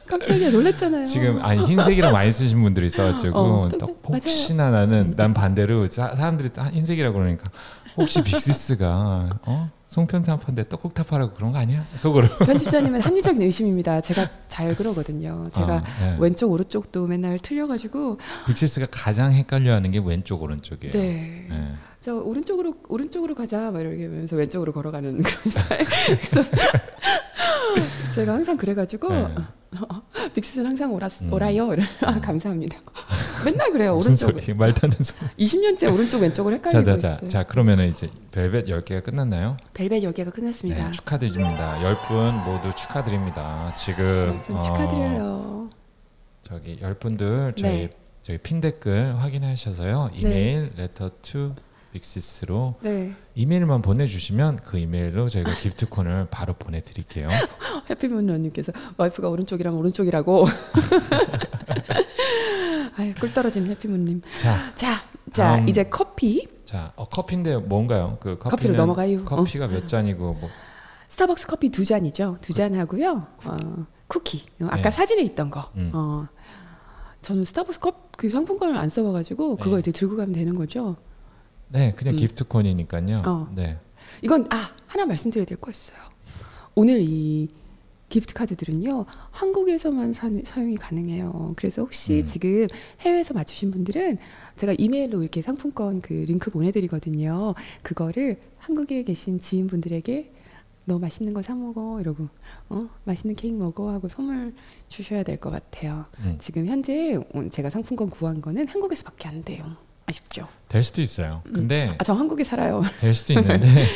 Speaker 1: 깜짝이야, 놀랬잖아요.
Speaker 2: 지금 아니 흰색이랑 많이 쓰신 분들이 있어가지고
Speaker 1: 어,
Speaker 2: 또
Speaker 1: 똑같-
Speaker 2: 혹시나 나는 난 반대로 사, 사람들이 다 흰색이라 고 그러니까 혹시 빅시스가 어? 송편타파인데 떡국타파라고 그런 거 아니야? 속으로.
Speaker 1: 편집자님은 합리적인 의심입니다. 제가 잘 그러거든요. 제가
Speaker 2: 아, 네.
Speaker 1: 왼쪽 오른쪽도 맨날 틀려가지고
Speaker 2: 빅시스가 가장 헷갈려하는 게 왼쪽 오른쪽이에요.
Speaker 1: 네.
Speaker 2: 예.
Speaker 1: 저 오른쪽으로 오른쪽으로 가자 막 이렇게 하면서 왼쪽으로 걸어가는 그런 스타일. 그래서 제가 항상 그래가지고
Speaker 2: 네.
Speaker 1: 빅스는 항상 오라
Speaker 2: 음.
Speaker 1: 오라요. 이래. 아, 감사합니다. 맨날 그래요
Speaker 2: 무슨
Speaker 1: 오른쪽.
Speaker 2: 소리? 말도 안 되는 소리.
Speaker 1: 20년째 오른쪽 왼쪽을 헷갈리고
Speaker 2: 자자자.
Speaker 1: 있어요.
Speaker 2: 자 그러면은 이제 벨벳 10개가 끝났나요?
Speaker 1: 벨벳 열개가 끝났습니다.
Speaker 2: 네, 축하드립니다. 10분 모두 축하드립니다. 지금
Speaker 1: 여러분
Speaker 2: 어,
Speaker 1: 아, 축하드려요.
Speaker 2: 저기 10분들 저희
Speaker 1: 네.
Speaker 2: 저희 핀 댓글 확인하셔서요. 이메일 레터 투 빅시스로
Speaker 1: 네.
Speaker 2: 이메일만 보내주시면 그 이메일로 저희가 기프트콘을 바로 보내드릴게요.
Speaker 1: 해피문런님께서 와이프가 오른쪽이라면 오른쪽이라고. 아유 꿀 떨어진 해피문님.
Speaker 2: 자,
Speaker 1: 자, 자
Speaker 2: 다음.
Speaker 1: 이제 커피
Speaker 2: 자 어, 커피인데 뭔가요? 그 커피는
Speaker 1: 커피로 넘어가요.
Speaker 2: 커피가 몇 잔이고 뭐
Speaker 1: 스타벅스 커피 두 잔이죠. 두 잔 하고요. 어, 쿠키. 어, 아까
Speaker 2: 네.
Speaker 1: 사진에 있던 거.
Speaker 2: 음.
Speaker 1: 어, 저는 스타벅스 컵그 상품권을 안 써봐가지고 그걸
Speaker 2: 네.
Speaker 1: 이제 들고 가면 되는 거죠.
Speaker 2: 네, 그냥
Speaker 1: 음.
Speaker 2: 기프트콘이니까요.
Speaker 1: 어.
Speaker 2: 네,
Speaker 1: 이건 아 하나 말씀드려야 될 거 있어요. 오늘 이 기프트 카드들은요 한국에서만 사, 용이 가능해요. 그래서 혹시
Speaker 2: 음.
Speaker 1: 지금 해외에서 맞추신 분들은 제가 이메일로 이렇게 상품권 그 링크 보내드리거든요. 그거를 한국에 계신 지인분들에게 너 맛있는 거 사 먹어 이러고 어 맛있는 케이크 먹어 하고 선물 주셔야 될 것 같아요.
Speaker 2: 음.
Speaker 1: 지금 현재 온- 제가 상품권 구한 거는 한국에서밖에 안 돼요. 아쉽죠.
Speaker 2: 될 수도 있어요. 근데
Speaker 1: 아 저 한국에 살아요.
Speaker 2: 될 수도 있는데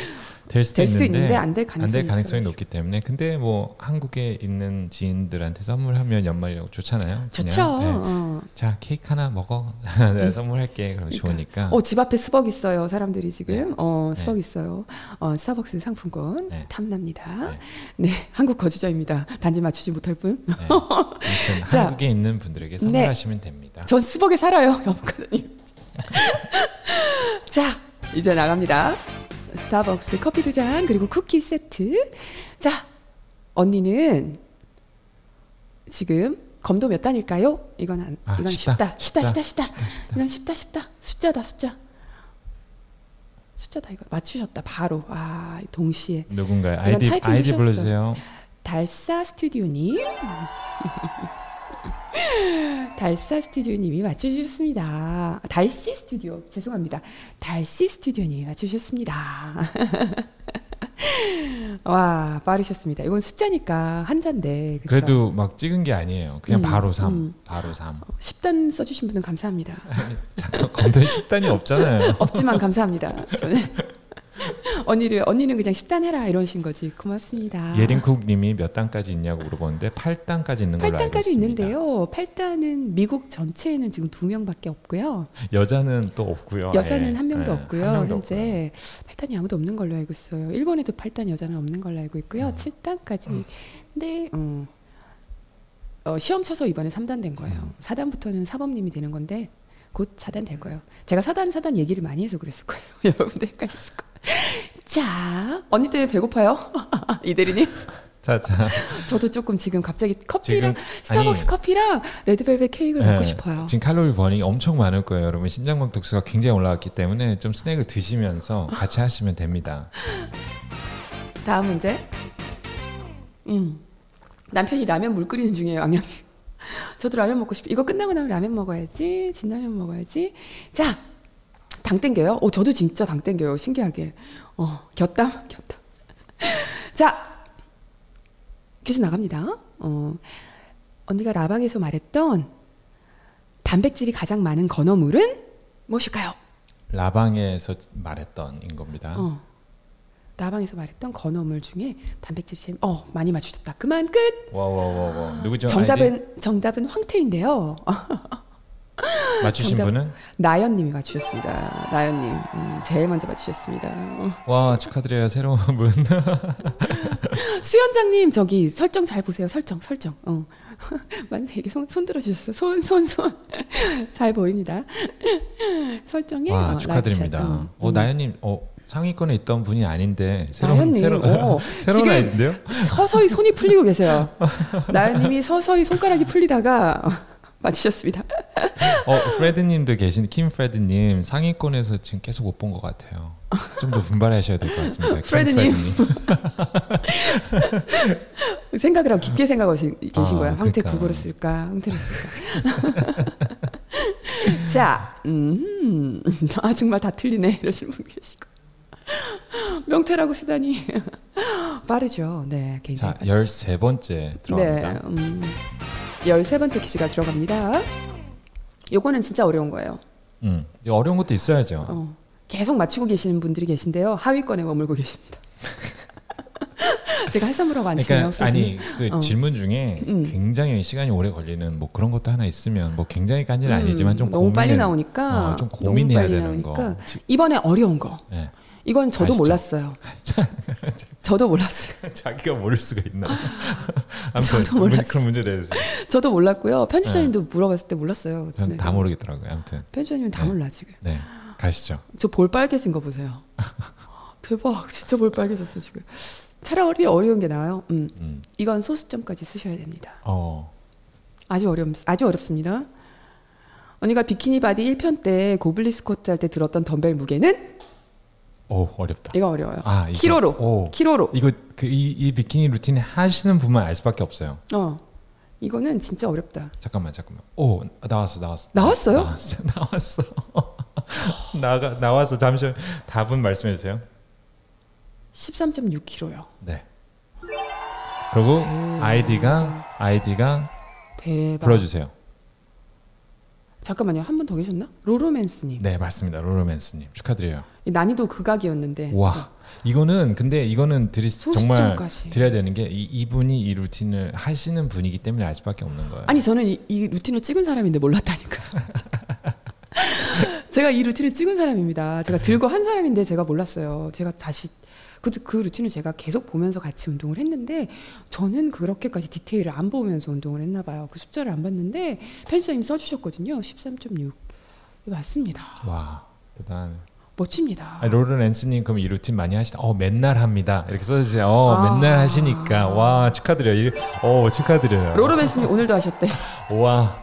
Speaker 2: 될 수도,
Speaker 1: 될 수도 있는데
Speaker 2: 있는데
Speaker 1: 안 될
Speaker 2: 안 될
Speaker 1: 가능성이,
Speaker 2: 가능성이
Speaker 1: 있어요.
Speaker 2: 높기 때문에 근데 뭐 한국에 있는 지인들한테 선물하면 연말력 좋잖아요. 그냥.
Speaker 1: 좋죠.
Speaker 2: 네.
Speaker 1: 어.
Speaker 2: 자 케이크 하나 먹어. 내가 선물할게. 그럼
Speaker 1: 그러니까.
Speaker 2: 좋으니까.
Speaker 1: 어, 집 앞에 스벅 있어요. 사람들이 지금 어,
Speaker 2: 아. 네.
Speaker 1: 스벅 있어요. 어, 스타벅스 상품권
Speaker 2: 네.
Speaker 1: 탐납니다. 네.
Speaker 2: 네.
Speaker 1: 한국 거주자입니다. 단지 맞추지 못할 뿐.
Speaker 2: 네. 아무튼
Speaker 1: 자. 네.
Speaker 2: 한국에 있는 분들에게 선물하시면 됩니다.
Speaker 1: 전 스벅에 살아요, 염카님. 자, 이제 나갑니다. 스타벅스 커피 두 잔 그리고 쿠키 세트. 자, 언니는 지금 검도 몇 단일까요? 이건 안,
Speaker 2: 아,
Speaker 1: 이건 쉽다.
Speaker 2: 쉽다,
Speaker 1: 쉽다, 쉽다,
Speaker 2: 쉽다,
Speaker 1: 쉽다. 이건 쉽다, 쉽다. 숫자다, 숫자. 숫자다 이거 맞추셨다 바로 아 동시에
Speaker 2: 누군가요?
Speaker 1: 이건
Speaker 2: 아이디
Speaker 1: 타이핑
Speaker 2: 아이디
Speaker 1: 하셨어.
Speaker 2: 불러주세요.
Speaker 1: 달사 스튜디오님 달사 스튜디오님이 맞춰주셨습니다 달씨 스튜디오 죄송합니다 달씨 스튜디오님이 맞춰주셨습니다 와 빠르셨습니다 이건 숫자니까 한자인데 그쵸?
Speaker 2: 그래도막 찍은 게 아니에요. 그냥
Speaker 1: 음,
Speaker 2: 바로 3.
Speaker 1: 음.
Speaker 2: 바로 3.
Speaker 1: 10단 써주신 분은 감사합니다
Speaker 2: 잠깐 검도에 10단이 없잖아요.
Speaker 1: 없지만 감사합니다 저는 언니를 언니는 그냥 10단 해라 이러신 거지 고맙습니다
Speaker 2: 예린쿡 님이 몇 단까지 있냐고 물어보는데 8단까지 있는 걸로 알고
Speaker 1: 8단까지
Speaker 2: 있습니다.
Speaker 1: 있는데요. 8단은 미국 전체에는 지금 두 명밖에 없고요.
Speaker 2: 여자는 또 없고요.
Speaker 1: 여자는
Speaker 2: 예.
Speaker 1: 한 명도
Speaker 2: 예,
Speaker 1: 없고요.
Speaker 2: 한 명도 없고요.
Speaker 1: 현재 8단이 아무도 없는 걸로 알고 있어요. 일본에도 8단 여자는 없는 걸로 알고
Speaker 2: 음.
Speaker 1: 있고요. 칠 7단까지. 근데 음, 어, 시험 쳐서 이번에 3단 된 거예요.
Speaker 2: 음.
Speaker 1: 사 4단부터는 사범님이 되는 건데 곧 4단 될 거예요. 제가 4단 4단 얘기를 많이 해서 그랬을 거예요. 여러분들 헷갈렸을 거예요. 자, 언니 때문에 배고파요? 이 대리님.
Speaker 2: 자, 자.
Speaker 1: 저도 조금 지금 갑자기
Speaker 2: 지금-
Speaker 1: 커피랑 스타벅스
Speaker 2: 아니-
Speaker 1: 커피랑 레드벨벳 케이크를 먹고
Speaker 2: 예.
Speaker 1: 싶어요.
Speaker 2: 지금 칼로리 버닝이 엄청 많을 거예요, 여러분. 신장방 독수가 굉장히 올라갔기 때문에 좀 스낵을 드시면서 같이 하시면 됩니다.
Speaker 1: 다음 문제. 음. 남편이 라면 물 끓이는 중이에요, 양념이. 저도 라면 먹고 싶어. 이거 끝나고 나면 라면 먹어야지. 진라면 먹어야지. 자, 당 땡겨요. 어, 저도 진짜 당 땡겨요. 신기하게. 어, 곁담, 곁담. 자, 퀴즈 나갑니다. 어, 언니가 라방에서 말했던 단백질이 가장 많은 건어물은 무엇일까요?
Speaker 2: 라방에서 말했던 인 겁니다.
Speaker 1: 어. 라방에서 말했던 건어물 중에 단백질이 제일 어 많이 맞추셨다. 그만 끝.
Speaker 2: 와와와와. 누구죠?
Speaker 1: 정답은 정답은 황태인데요.
Speaker 2: 아이디? 맞추신
Speaker 1: 정답.
Speaker 2: 분은
Speaker 1: 나연님이 맞추셨습니다. 나연님 음, 제일 먼저 맞추셨습니다. 어.
Speaker 2: 와 축하드려요 새로운 분.
Speaker 1: 수연장님 저기 설정 잘 보세요. 설정 설정. 어. 맞네 이게 손, 손 들어주셨어. 손 손 손. 잘 보입니다. 설정에
Speaker 2: 와
Speaker 1: 어,
Speaker 2: 축하드립니다.
Speaker 1: 라이브 샷. 음,
Speaker 2: 어
Speaker 1: 음.
Speaker 2: 나연님 어 상위권에 있던 분이 아닌데 새로운
Speaker 1: 나연님,
Speaker 2: 새로,
Speaker 1: 오,
Speaker 2: 새로운
Speaker 1: 지금-
Speaker 2: 아이인데요?
Speaker 1: 서서히 손이 풀리고 계세요. 나연님이 서서히 손가락이 풀리다가 어, 맞추셨습니다.
Speaker 2: 어 프레드님도 계신 킴 프레드님 상위권에서 지금 계속 못 본 것 같아요. 좀 더 분발하셔야 될 것 같습니다. 킴
Speaker 1: 프레드님. 생각을 하고 깊게 생각하고 계신
Speaker 2: 아,
Speaker 1: 거예요. 황태
Speaker 2: 그러니까.
Speaker 1: 국어로 쓸까, 황태로 쓸까. 자, 음, 아 정말 다 틀리네 이러시는 분 계시고 명태라고 쓰다니 빠르죠. 네,
Speaker 2: 자
Speaker 1: 굉장히. 빠르죠.
Speaker 2: 열세 번째 들어갑니다.
Speaker 1: 네, 음, 13번째 퀴즈가 들어갑니다. 요거는 진짜 어려운 거예요.
Speaker 2: 음 이거 어려운 것도 있어야죠.
Speaker 1: 어, 계속 맞추고 계시는 분들이 계신데요. 하위권에 머물고 계십니다. 제가 해산물하고 안 친해요.
Speaker 2: 그러니까 아니 그
Speaker 1: 어.
Speaker 2: 질문 중에
Speaker 1: 음.
Speaker 2: 굉장히 시간이 오래 걸리는 뭐 그런 것도 하나 있으면 뭐 굉장히 깐일 는
Speaker 1: 음,
Speaker 2: 아니지만 좀
Speaker 1: 너무 빨리
Speaker 2: 고민을-
Speaker 1: 나오니까
Speaker 2: 어, 좀
Speaker 1: 너무
Speaker 2: 고민해야
Speaker 1: 빨리
Speaker 2: 되는 거.
Speaker 1: 나오니까. 이번에 어려운 거.
Speaker 2: 예.
Speaker 1: 이건 저도
Speaker 2: 아시죠?
Speaker 1: 몰랐어요. 저도 몰랐어요.
Speaker 2: 자기가 모를 수가 있나? 아무튼
Speaker 1: 아, 저도 몰랐어요.
Speaker 2: 문- 그런 문제 대해서
Speaker 1: 저도 몰랐고요. 편집자님도 물어봤을 때 몰랐어요.
Speaker 2: 저는 네. 다
Speaker 1: 네.
Speaker 2: 모르겠더라고요. 아무튼
Speaker 1: 편집자님은 다
Speaker 2: 네.
Speaker 1: 몰라 지금.
Speaker 2: 네 가시죠.
Speaker 1: 저 볼 빨개진 거 보세요. 대박, 진짜 볼 빨개졌어 지금. 차라리 어려운 게 나아요. 음,
Speaker 2: 음.
Speaker 1: 이건 소수점까지 쓰셔야 됩니다.
Speaker 2: 어
Speaker 1: 아주 어렵, 아주 어렵습니다. 언니가 비키니 바디 1편 때 고블리 스쿼트 할 때 들었던 덤벨 무게는
Speaker 2: 오, 어렵다.
Speaker 1: 이거 어려워요.
Speaker 2: 아, 이거.
Speaker 1: 키로로,
Speaker 2: 오.
Speaker 1: 키로로.
Speaker 2: 이거 그 이 비키니 루틴 하시는 분만 알 수밖에 없어요.
Speaker 1: 어, 이거는 진짜 어렵다.
Speaker 2: 잠깐만 잠깐만. 오 나왔어 나왔어.
Speaker 1: 나왔어요?
Speaker 2: 나왔어 나왔어. 나가 나왔어 잠시만 답은 말씀해 주세요.
Speaker 1: 13.6kg요.
Speaker 2: 네. 그리고 아이디가 아이디가
Speaker 1: 음. 대박.
Speaker 2: 불러주세요.
Speaker 1: 잠깐만요. 한 분 더 계셨나? 로로맨스님.
Speaker 2: 네 맞습니다. 로로맨스님 축하드려요.
Speaker 1: 이 난이도 그 극악이었는데.
Speaker 2: 네. 와 이거는 근데 이거는 드리 정말
Speaker 1: 네. 소수점까지.
Speaker 2: 드려야 되는 게 이, 이분이 이 루틴을 하시는 분이기 때문에 알 수밖에 없는 거예요.
Speaker 1: 아니 저는 이, 이 루틴을 찍은 사람인데 몰랐다니까. 제가 이 루틴을 찍은 사람입니다.
Speaker 2: 네.
Speaker 1: 제가 들고 한 사람인데 제가 몰랐어요. 제가 다시 그, 그 루틴을 제가 계속 보면서 같이 운동을 했는데 저는 그렇게까지 디테일을 안 보면서 운동을 했나 봐요. 그 숫자를 안 봤는데 편집장님 써주셨거든요. 13.6 맞습니다.
Speaker 2: 와 대단하네.
Speaker 1: 멋집니다.
Speaker 2: 아, 로렌스님 그럼 이 루틴 많이 하시나? 어 맨날 합니다. 이렇게 써주세요. 어
Speaker 1: 아.
Speaker 2: 맨날 하시니까 와 축하드려. 이- 어 축하드려요.
Speaker 1: 로로벤스님 오늘도 하셨대.
Speaker 2: 와.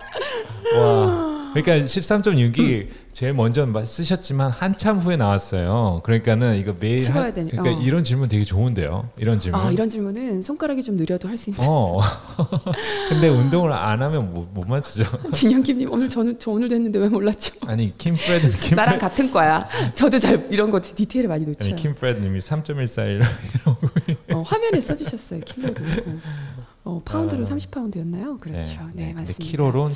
Speaker 2: 와. 그러니까 13.6이 제일 먼저 마- 쓰셨지만 한참 후에 나왔어요. 그러니까는 이거 매일
Speaker 1: 찍어야
Speaker 2: 한-
Speaker 1: 되니-
Speaker 2: 그러니까
Speaker 1: 어.
Speaker 2: 이런 질문 되게 좋은데요. 이런 질문.
Speaker 1: 아 이런 질문은 손가락이 좀 느려도 할 수 있는.
Speaker 2: 네. 어. 근데 운동을 안 하면 뭐, 못, 못 맞추죠.
Speaker 1: 진영김님 오늘 저는 저 오늘도 했는데 왜 몰랐죠?
Speaker 2: 아니 킴프레드 킴
Speaker 1: 나랑 같은 과야. 저도 잘 이런 거 디- 디테일을 많이 놓쳐요.
Speaker 2: 아니 킴프레드님이 3.14 이라고
Speaker 1: 어, 화면에 써주셨어요 킬로로. 어, 어, 파운드로
Speaker 2: 아.
Speaker 1: 30 파운드였나요? 그렇죠. 네,
Speaker 2: 근데
Speaker 1: 맞습니다.
Speaker 2: 키로론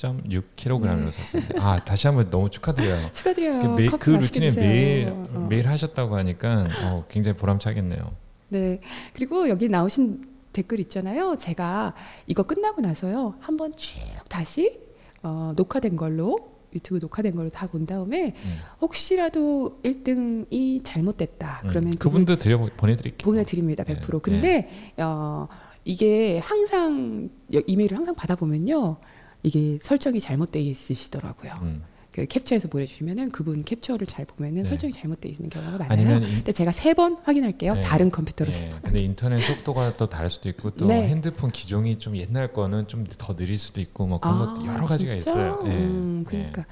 Speaker 2: 13.6kg으로 썼습니다. 아 다시 한번 너무 축하드려요.
Speaker 1: 축하드려요.
Speaker 2: 그, 매,
Speaker 1: 어, 커피
Speaker 2: 그
Speaker 1: 맛있게
Speaker 2: 루틴에
Speaker 1: 드세요.
Speaker 2: 매일
Speaker 1: 어.
Speaker 2: 매일 하셨다고 하니까 어, 굉장히 보람차겠네요.
Speaker 1: 네. 그리고 여기 나오신 댓글 있잖아요. 제가 이거 끝나고 나서요. 한번 쭉 다시 어, 녹화된 걸로 유튜브 녹화된 걸로 다 본 다음에
Speaker 2: 음.
Speaker 1: 혹시라도 1등이 잘못됐다. 아,
Speaker 2: 음,
Speaker 1: 그러면 그분
Speaker 2: 그분도 드려 보내드릴게요.
Speaker 1: 보내드립니다.
Speaker 2: 네,
Speaker 1: 100%. 근데 어, 이게 항상 여- 이메일을 항상 받아보면요. 이게 설정이 잘못되어 있으시더라고요.
Speaker 2: 음.
Speaker 1: 그 캡처해서 보내주시면은 그분 캡처를 잘 보면은
Speaker 2: 네.
Speaker 1: 설정이 잘못되어 있는 경우가 많아요.
Speaker 2: 아니면 인-
Speaker 1: 근데 제가 세 번 확인할게요.
Speaker 2: 네.
Speaker 1: 다른 컴퓨터로 세
Speaker 2: 예,
Speaker 1: 번.
Speaker 2: 근데 인터넷 속도가 또 다를 수도 있고 또
Speaker 1: 네.
Speaker 2: 핸드폰 기종이 좀 옛날 거는 좀 더 느릴 수도 있고 뭐 그런 것도 여러 가지가
Speaker 1: 아, 진짜?
Speaker 2: 있어요. 예,
Speaker 1: 음,
Speaker 2: 예.
Speaker 1: 그러니까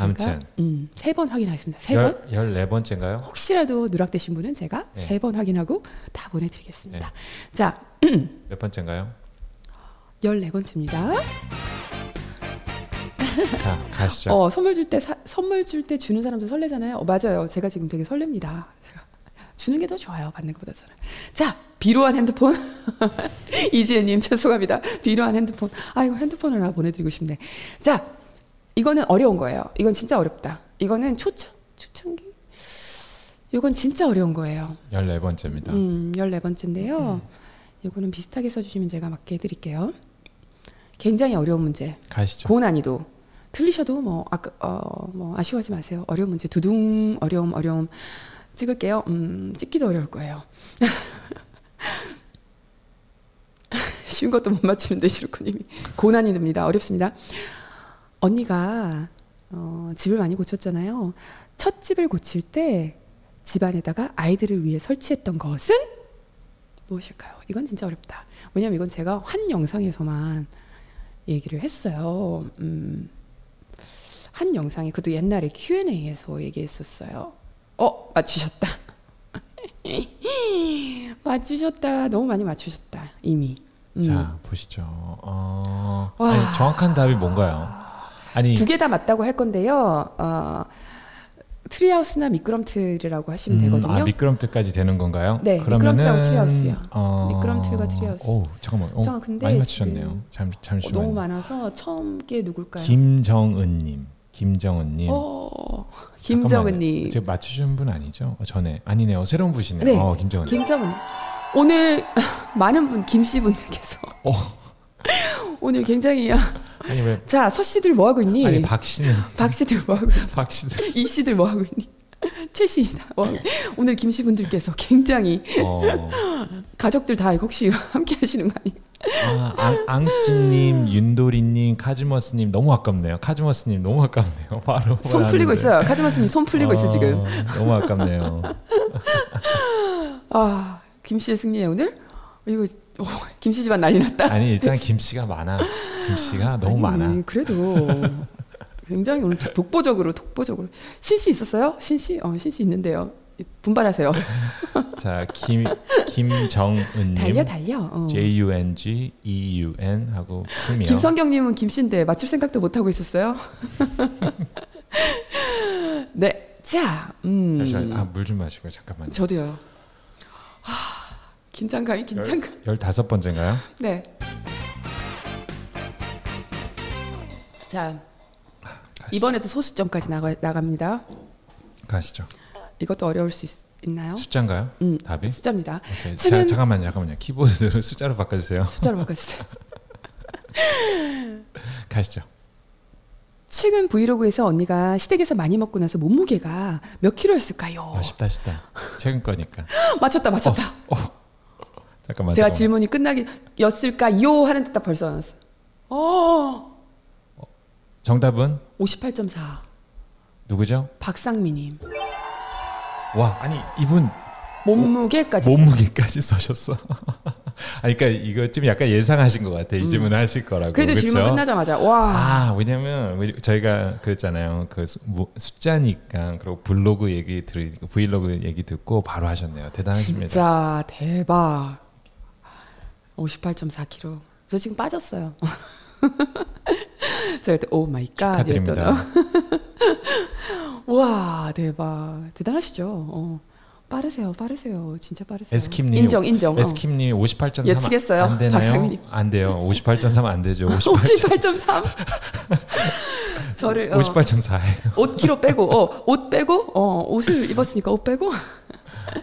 Speaker 2: 아무튼.
Speaker 1: 음, 세 번 확인하겠습니다. 세 번.
Speaker 2: 열, 14번째인가요?
Speaker 1: 혹시라도 누락되신 분은 제가
Speaker 2: 네.
Speaker 1: 세 번 확인하고 다 보내드리겠습니다. 자,
Speaker 2: 몇 번째인가요?
Speaker 1: 14번째입니다.
Speaker 2: 자, 가시죠.
Speaker 1: 어, 선물 줄 때 선물 줄 때 주는 사람도 설레잖아요. 어, 맞아요. 제가 지금 되게 설렙니다. 제가 주는 게 더 좋아요. 받는 것보다 저는. 자, 비로한 핸드폰. 이지혜 님 죄송합니다. 비로한 핸드폰. 아이고 핸드폰을 하나 보내 드리고 싶네. 자, 이거는 어려운 거예요. 이건 진짜 어렵다. 이거는 초창 초창기. 이건 진짜 어려운 거예요.
Speaker 2: 14번째입니다.
Speaker 1: 음, 14번째인데요. 이거는 비슷하게 써 주시면 제가 맞게 해 드릴게요. 굉장히 어려운 문제.
Speaker 2: 가시죠.
Speaker 1: 고난이도 틀리셔도 뭐 아까 어뭐 아쉬워하지 마세요. 어려운 문제 두둥 어려움 어려움 찍을게요. 음 찍기도 어려울 거예요. 쉬운 것도 못 맞추는데 시루코님이 고난이듭니다. 어렵습니다. 언니가 어, 집을 많이 고쳤잖아요. 첫 집을 고칠 때 집안에다가 아이들을 위해 설치했던 것은 무엇일까요? 이건 진짜 어렵다. 왜냐면 이건 제가 한 영상에서만 얘기를 했어요. 음, 한 영상에 그것도 옛날에 Q&A에서 얘기했었어요. 어 맞추셨다. 맞추셨다. 너무 많이 맞추셨다. 이미. 음.
Speaker 2: 자, 보시죠. 어,
Speaker 1: 와.
Speaker 2: 아니, 정확한 답이 뭔가요? 아니,
Speaker 1: 두 개 다 맞다고 할 건데요. 어, 트리하우스나 미끄럼틀이라고 하시면
Speaker 2: 음,
Speaker 1: 되거든요.
Speaker 2: 아, 미끄럼틀까지 되는 건가요?
Speaker 1: 네,
Speaker 2: 그러면은,
Speaker 1: 미끄럼틀하고 트리하우스요.
Speaker 2: 어,
Speaker 1: 미끄럼틀과 트리하우스.
Speaker 2: 오, 잠깐만. 어,
Speaker 1: 잠깐, 근데
Speaker 2: 많이 맞추셨네요.
Speaker 1: 지금-
Speaker 2: 잠,
Speaker 1: 어,
Speaker 2: 잠시만요.
Speaker 1: 너무 많아서 처음 게 누굴까요?
Speaker 2: 김정은님, 김정은님.
Speaker 1: 어,
Speaker 2: 잠깐만요.
Speaker 1: 김정은님.
Speaker 2: 지금 맞추신 분 아니죠? 어, 전에 아니네요. 새로운 분이시네요.
Speaker 1: 네.
Speaker 2: 어, 김정은. 님
Speaker 1: 김정은님. 오늘 많은 분 김씨 분들께서
Speaker 2: 어.
Speaker 1: 오늘 굉장히
Speaker 2: 아니 왜?
Speaker 1: 자 서씨들 뭐 하고 있니?
Speaker 2: 아니 박씨는
Speaker 1: 박씨들 뭐 하고 있니?
Speaker 2: 박씨는.
Speaker 1: 이씨들 뭐 하고 있니? 최씨이다. 뭐 하고 있니? 오늘 김씨 분들께서 굉장히
Speaker 2: 어.
Speaker 1: 가족들 다 이거 혹시 함께 하시는 거 아니에요?
Speaker 2: 아, 앙, 앙찌님, 윤도리님, 카즈머스님 너무 아깝네요. 카즈머스님 너무 아깝네요. 바로
Speaker 1: 손 풀리고
Speaker 2: 나왔는데.
Speaker 1: 있어요. 카즈마스님 손 풀리고 있어
Speaker 2: 어,
Speaker 1: 지금.
Speaker 2: 너무 아깝네요.
Speaker 1: 아, 김씨의 승리에 오늘? 이거 어, 김씨 집안 난리 났다.
Speaker 2: 아니 일단 김씨가 많아. 김씨가 너무
Speaker 1: 아니,
Speaker 2: 많아.
Speaker 1: 그래도 굉장히 오늘 독보적으로 독보적으로 신씨 있었어요? 신씨? 어, 신씨 있는데요. 분발하세요.
Speaker 2: 아, 자, 김 김정은님.
Speaker 1: 달려 달려. 어.
Speaker 2: J U N G E U N 하고 팀이요.
Speaker 1: 김성경님은 김씨인데 맞출 생각도 못 하고 있었어요. 네, 자, 음,
Speaker 2: 잠시만, 아물 좀 마시고 잠깐만. 요
Speaker 1: 저도요. 하, 긴장감이 긴장감.
Speaker 2: 열다섯 번째인가요?
Speaker 1: 네. 자, 이번에도 소수점까지 나가, 나갑니다.
Speaker 2: 가시죠.
Speaker 1: 이것도 어려울 수 있, 나요
Speaker 2: 숫자인가요?
Speaker 1: 음.
Speaker 2: 답이?
Speaker 1: 숫자입니다.
Speaker 2: 오케이.
Speaker 1: 최근-
Speaker 2: 자, 잠깐만요, 잠깐만요. 키보드로 숫자로 바꿔주세요.
Speaker 1: 숫자로 바꿔주세요.
Speaker 2: 가시죠.
Speaker 1: 최근 브이로그에서 언니가 시댁에서 많이 먹고 나서 몸무게가 몇 킬로였을까요?
Speaker 2: 아, 어, 쉽다, 쉽다. 최근 거니까.
Speaker 1: 맞췄다, 맞췄다.
Speaker 2: 잠깐만.
Speaker 1: 제가
Speaker 2: 잠깐만.
Speaker 1: 질문이 끝나기 였을까요? 하는 듯딱 벌써 나왔어. 어,
Speaker 2: 정답은
Speaker 1: 58.4.
Speaker 2: 누구죠?
Speaker 1: 박상미님.
Speaker 2: 와 아니 이분
Speaker 1: 몸무게까지
Speaker 2: 몸무게까지 써셨어. 아, 그러니까 이거 좀 약간 예상하신 것 같아. 이 질문 하실 거라고.
Speaker 1: 음. 그래도 질문
Speaker 2: 그쵸?
Speaker 1: 끝나자마자 와
Speaker 2: 아, 왜냐면 우리- 저희가 그랬잖아요. 그 수- 뭐 숫자니까 그리고 블로그 얘기 들 브이로그 얘기 듣고 바로 하셨네요. 대단하십니다.
Speaker 1: 진짜 대박 58.4kg 저 지금 빠졌어요 제가 그때 오 마이 갓 이랬더니
Speaker 2: 축하드립니다.
Speaker 1: 와 대박 대단하시죠 어. 빠르세요 빠르세요 진짜 빠르세요
Speaker 2: 에스킴님
Speaker 1: 인정 인정 어.
Speaker 2: 에스킴님 58.3
Speaker 1: 예측했어요,
Speaker 2: 안 되나요?
Speaker 1: 박상민님.
Speaker 2: 안 돼요. 58.3안 되죠. 58,
Speaker 1: 58.3 저를 어,
Speaker 2: 58.4예요.
Speaker 1: 옷 키로 빼고 어, 옷 빼고 어, 옷을 입었으니까 옷 빼고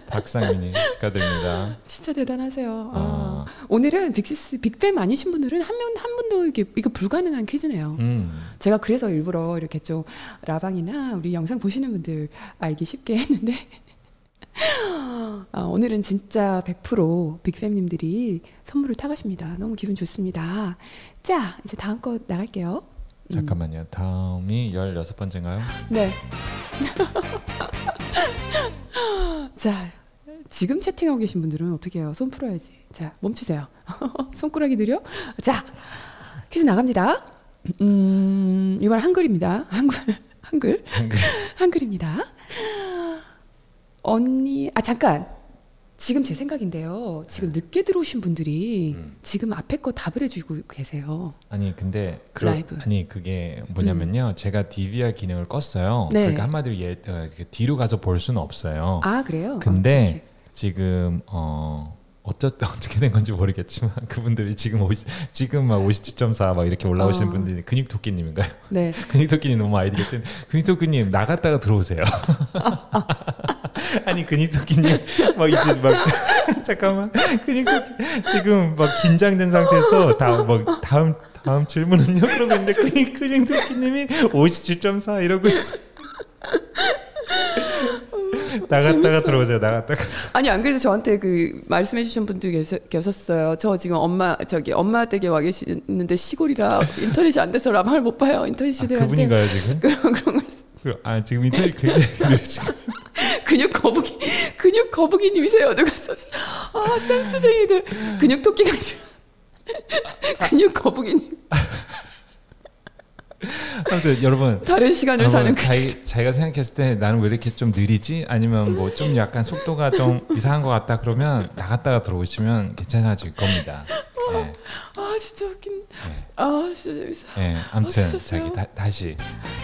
Speaker 2: 박상민님 축하드립니다.
Speaker 1: 진짜 대단하세요. 아.
Speaker 2: 아.
Speaker 1: 오늘은 빅시스 빅팸 아니신 분들은 한 명 한 분도 이게 이거 불가능한 퀴즈네요.
Speaker 2: 음.
Speaker 1: 제가 그래서 일부러 이렇게 좀 라방이나 우리 영상 보시는 분들 알기 쉽게 했는데 아, 오늘은 진짜 100% 빅팸님들이 선물을 타가십니다. 너무 기분 좋습니다. 자 이제 다음 거 나갈게요.
Speaker 2: 잠깐만요. 다음이 16번째인가요?
Speaker 1: 네. 자, 지금 채팅하고 계신 분들은 어떻게 해요? 손 풀어야지. 자, 멈추세요. 손가락이 느려? 자, 퀴즈 나갑니다. 음, 이번 한글입니다. 한글, 한글,
Speaker 2: 한글.
Speaker 1: 한글입니다. 언니, 아, 잠깐. 지금 제 생각인데요. 지금 늦게 들어오신 분들이
Speaker 2: 네. 음.
Speaker 1: 지금 앞에 거 답을 해주고 계세요.
Speaker 2: 아니 근데 그
Speaker 1: 라이브. 음.
Speaker 2: 아니 그게 뭐냐면요. 제가 DVR 기능을 껐어요.
Speaker 1: 네.
Speaker 2: 그러니까 한마디로 예, 어, 이렇게 뒤로 가서 볼 수는 없어요.
Speaker 1: 아, 그래요?
Speaker 2: 근데 지금 어 어쩌, 어떻게 된 건지 모르겠지만 그분들이 지금 오 지금 막 57.4막 이렇게 올라오시는
Speaker 1: 어.
Speaker 2: 분들이 근육토끼님인가요?
Speaker 1: 아, 네.
Speaker 2: 근육토끼님 너무 아이디 같은 근육토끼님 나갔다가 들어오세요. 아니 근육토끼님 막 이제 막 잠깐만 근육토끼 지금 막 긴장된 상태에서 다음 막 다음 다음 질문은요 그러고 있는데 근육 근육토끼님이 57.4 이러고 있어.
Speaker 1: 어,
Speaker 2: 나갔다가 들어오세요. 나갔다가
Speaker 1: 아니 안 그래도 저한테 그 말씀해 주신 분도 계셔, 계셨어요. 저 지금 엄마 저기 엄마 댁에 와 계시는데 시골이라 인터넷이 안 돼서 라방을 못 봐요. 인터넷이 돼요.
Speaker 2: 아, 그분인가요 지금?
Speaker 1: 그런 그런 거 있어.
Speaker 2: 그- 아 지금 인터뷰 굉장히 느리지.
Speaker 1: 근육 거북이 근육 거북이님이세요. 누가 써주 아 센스쟁이들 근육 토끼가 아니라 근육 거북이님
Speaker 2: 아무튼 여러분
Speaker 1: 다른 시간을
Speaker 2: 여러분,
Speaker 1: 사는 그
Speaker 2: 어, 자기, 자기가 생각했을 때 나는 왜 이렇게 좀 느리지? 아니면 뭐 좀 약간 속도가 좀 이상한 것 같다 그러면 나갔다가 들어오시면 괜찮아질 겁니다. 예,
Speaker 1: 아 진짜 웃긴 아 진짜 재밌어.
Speaker 2: 예. 아무튼
Speaker 1: 어떠셨어요? 아,
Speaker 2: 자기 다, 다시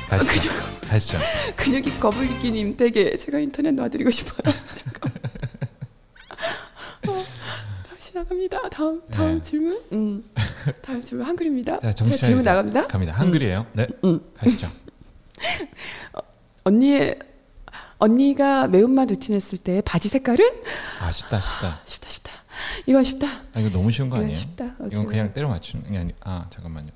Speaker 2: 다시 다시죠.
Speaker 1: 근육이 거북이님 댁에 제가 인터넷 놔드리고 싶어요. 잠깐. 어, 다시 나갑니다. 다음 다음
Speaker 2: 네.
Speaker 1: 질문. 음, 다음 질문 한글입니다.
Speaker 2: 자,
Speaker 1: 제
Speaker 2: 정치
Speaker 1: 질문 나갑니다.
Speaker 2: 갑니다. 한글이에요. 네,
Speaker 1: 음.
Speaker 2: 가시죠.
Speaker 1: 언니의 언니가 매운맛 루틴 했을 때 바지 색깔은
Speaker 2: 아 쉽다 쉽다.
Speaker 1: 쉽다 쉽다. 이건 쉽다.
Speaker 2: 아 이거 너무 쉬운 거
Speaker 1: 이건
Speaker 2: 아니에요?
Speaker 1: 쉽다. 어떻게
Speaker 2: 이건 그냥 때려 맞추는 게 아니. 아 잠깐만요.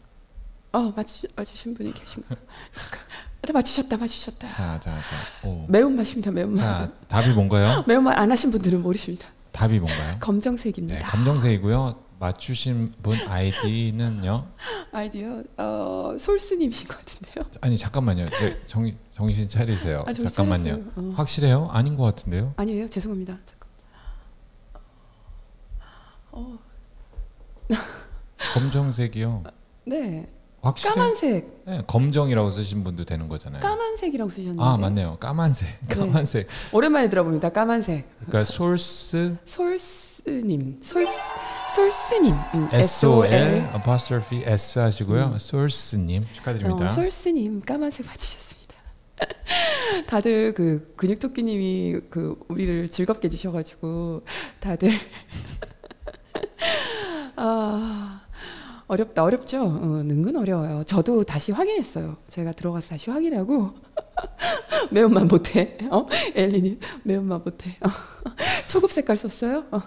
Speaker 1: 어 맞추 맞추신 분이 계신가? 잠깐. 아, 맞추셨다 맞추셨다.
Speaker 2: 자, 자, 자. 오.
Speaker 1: 매운맛입니다 매운맛.
Speaker 2: 자, 답이 뭔가요?
Speaker 1: 매운맛 안 하신 분들은 모르십니다.
Speaker 2: 답이 뭔가요? 네,
Speaker 1: 검정색입니다.
Speaker 2: 감정색이고요. 맞추신 분 아이디는요?
Speaker 1: 아이디어 어, 솔스님이신 것 같은데요.
Speaker 2: 아니 잠깐만요. 저, 정, 정신 차리세요.
Speaker 1: 아, 정신
Speaker 2: 어, 잠깐만요.
Speaker 1: 차렸어요. 어.
Speaker 2: 확실해요? 아닌 것 같은데요?
Speaker 1: 아니에요. 죄송합니다. 잠깐. 어,
Speaker 2: 검정색이요.
Speaker 1: 네.
Speaker 2: 확실해?
Speaker 1: 까만색.
Speaker 2: 네, 검정이라고 쓰신 분도 되는 거잖아요.
Speaker 1: 까만색이라고 쓰셨는데.
Speaker 2: 네. 아 맞네요. 까만색. 까만색.
Speaker 1: 오랜만에 들어봅니다. 까만색.
Speaker 2: 그러니까 소스
Speaker 1: 솔스님. 솔스 솔스님. 음,
Speaker 2: S O L apostrophe S 하시고요. 소스님 축하드립니다.
Speaker 1: 어, 솔스님 까만색 봐주셨습니다. 다들 그 근육토끼님이 그 우리를 즐겁게 해주셔가지고 다들 아 어렵다 어렵죠? 어, 은근 어려워요. 저도 다시 확인했어요. 제가 들어가서 다시 확인하고 매운맛 못해. 어? 엘리님 매운맛 못해. 어. 초급 색깔 썼어요? 어.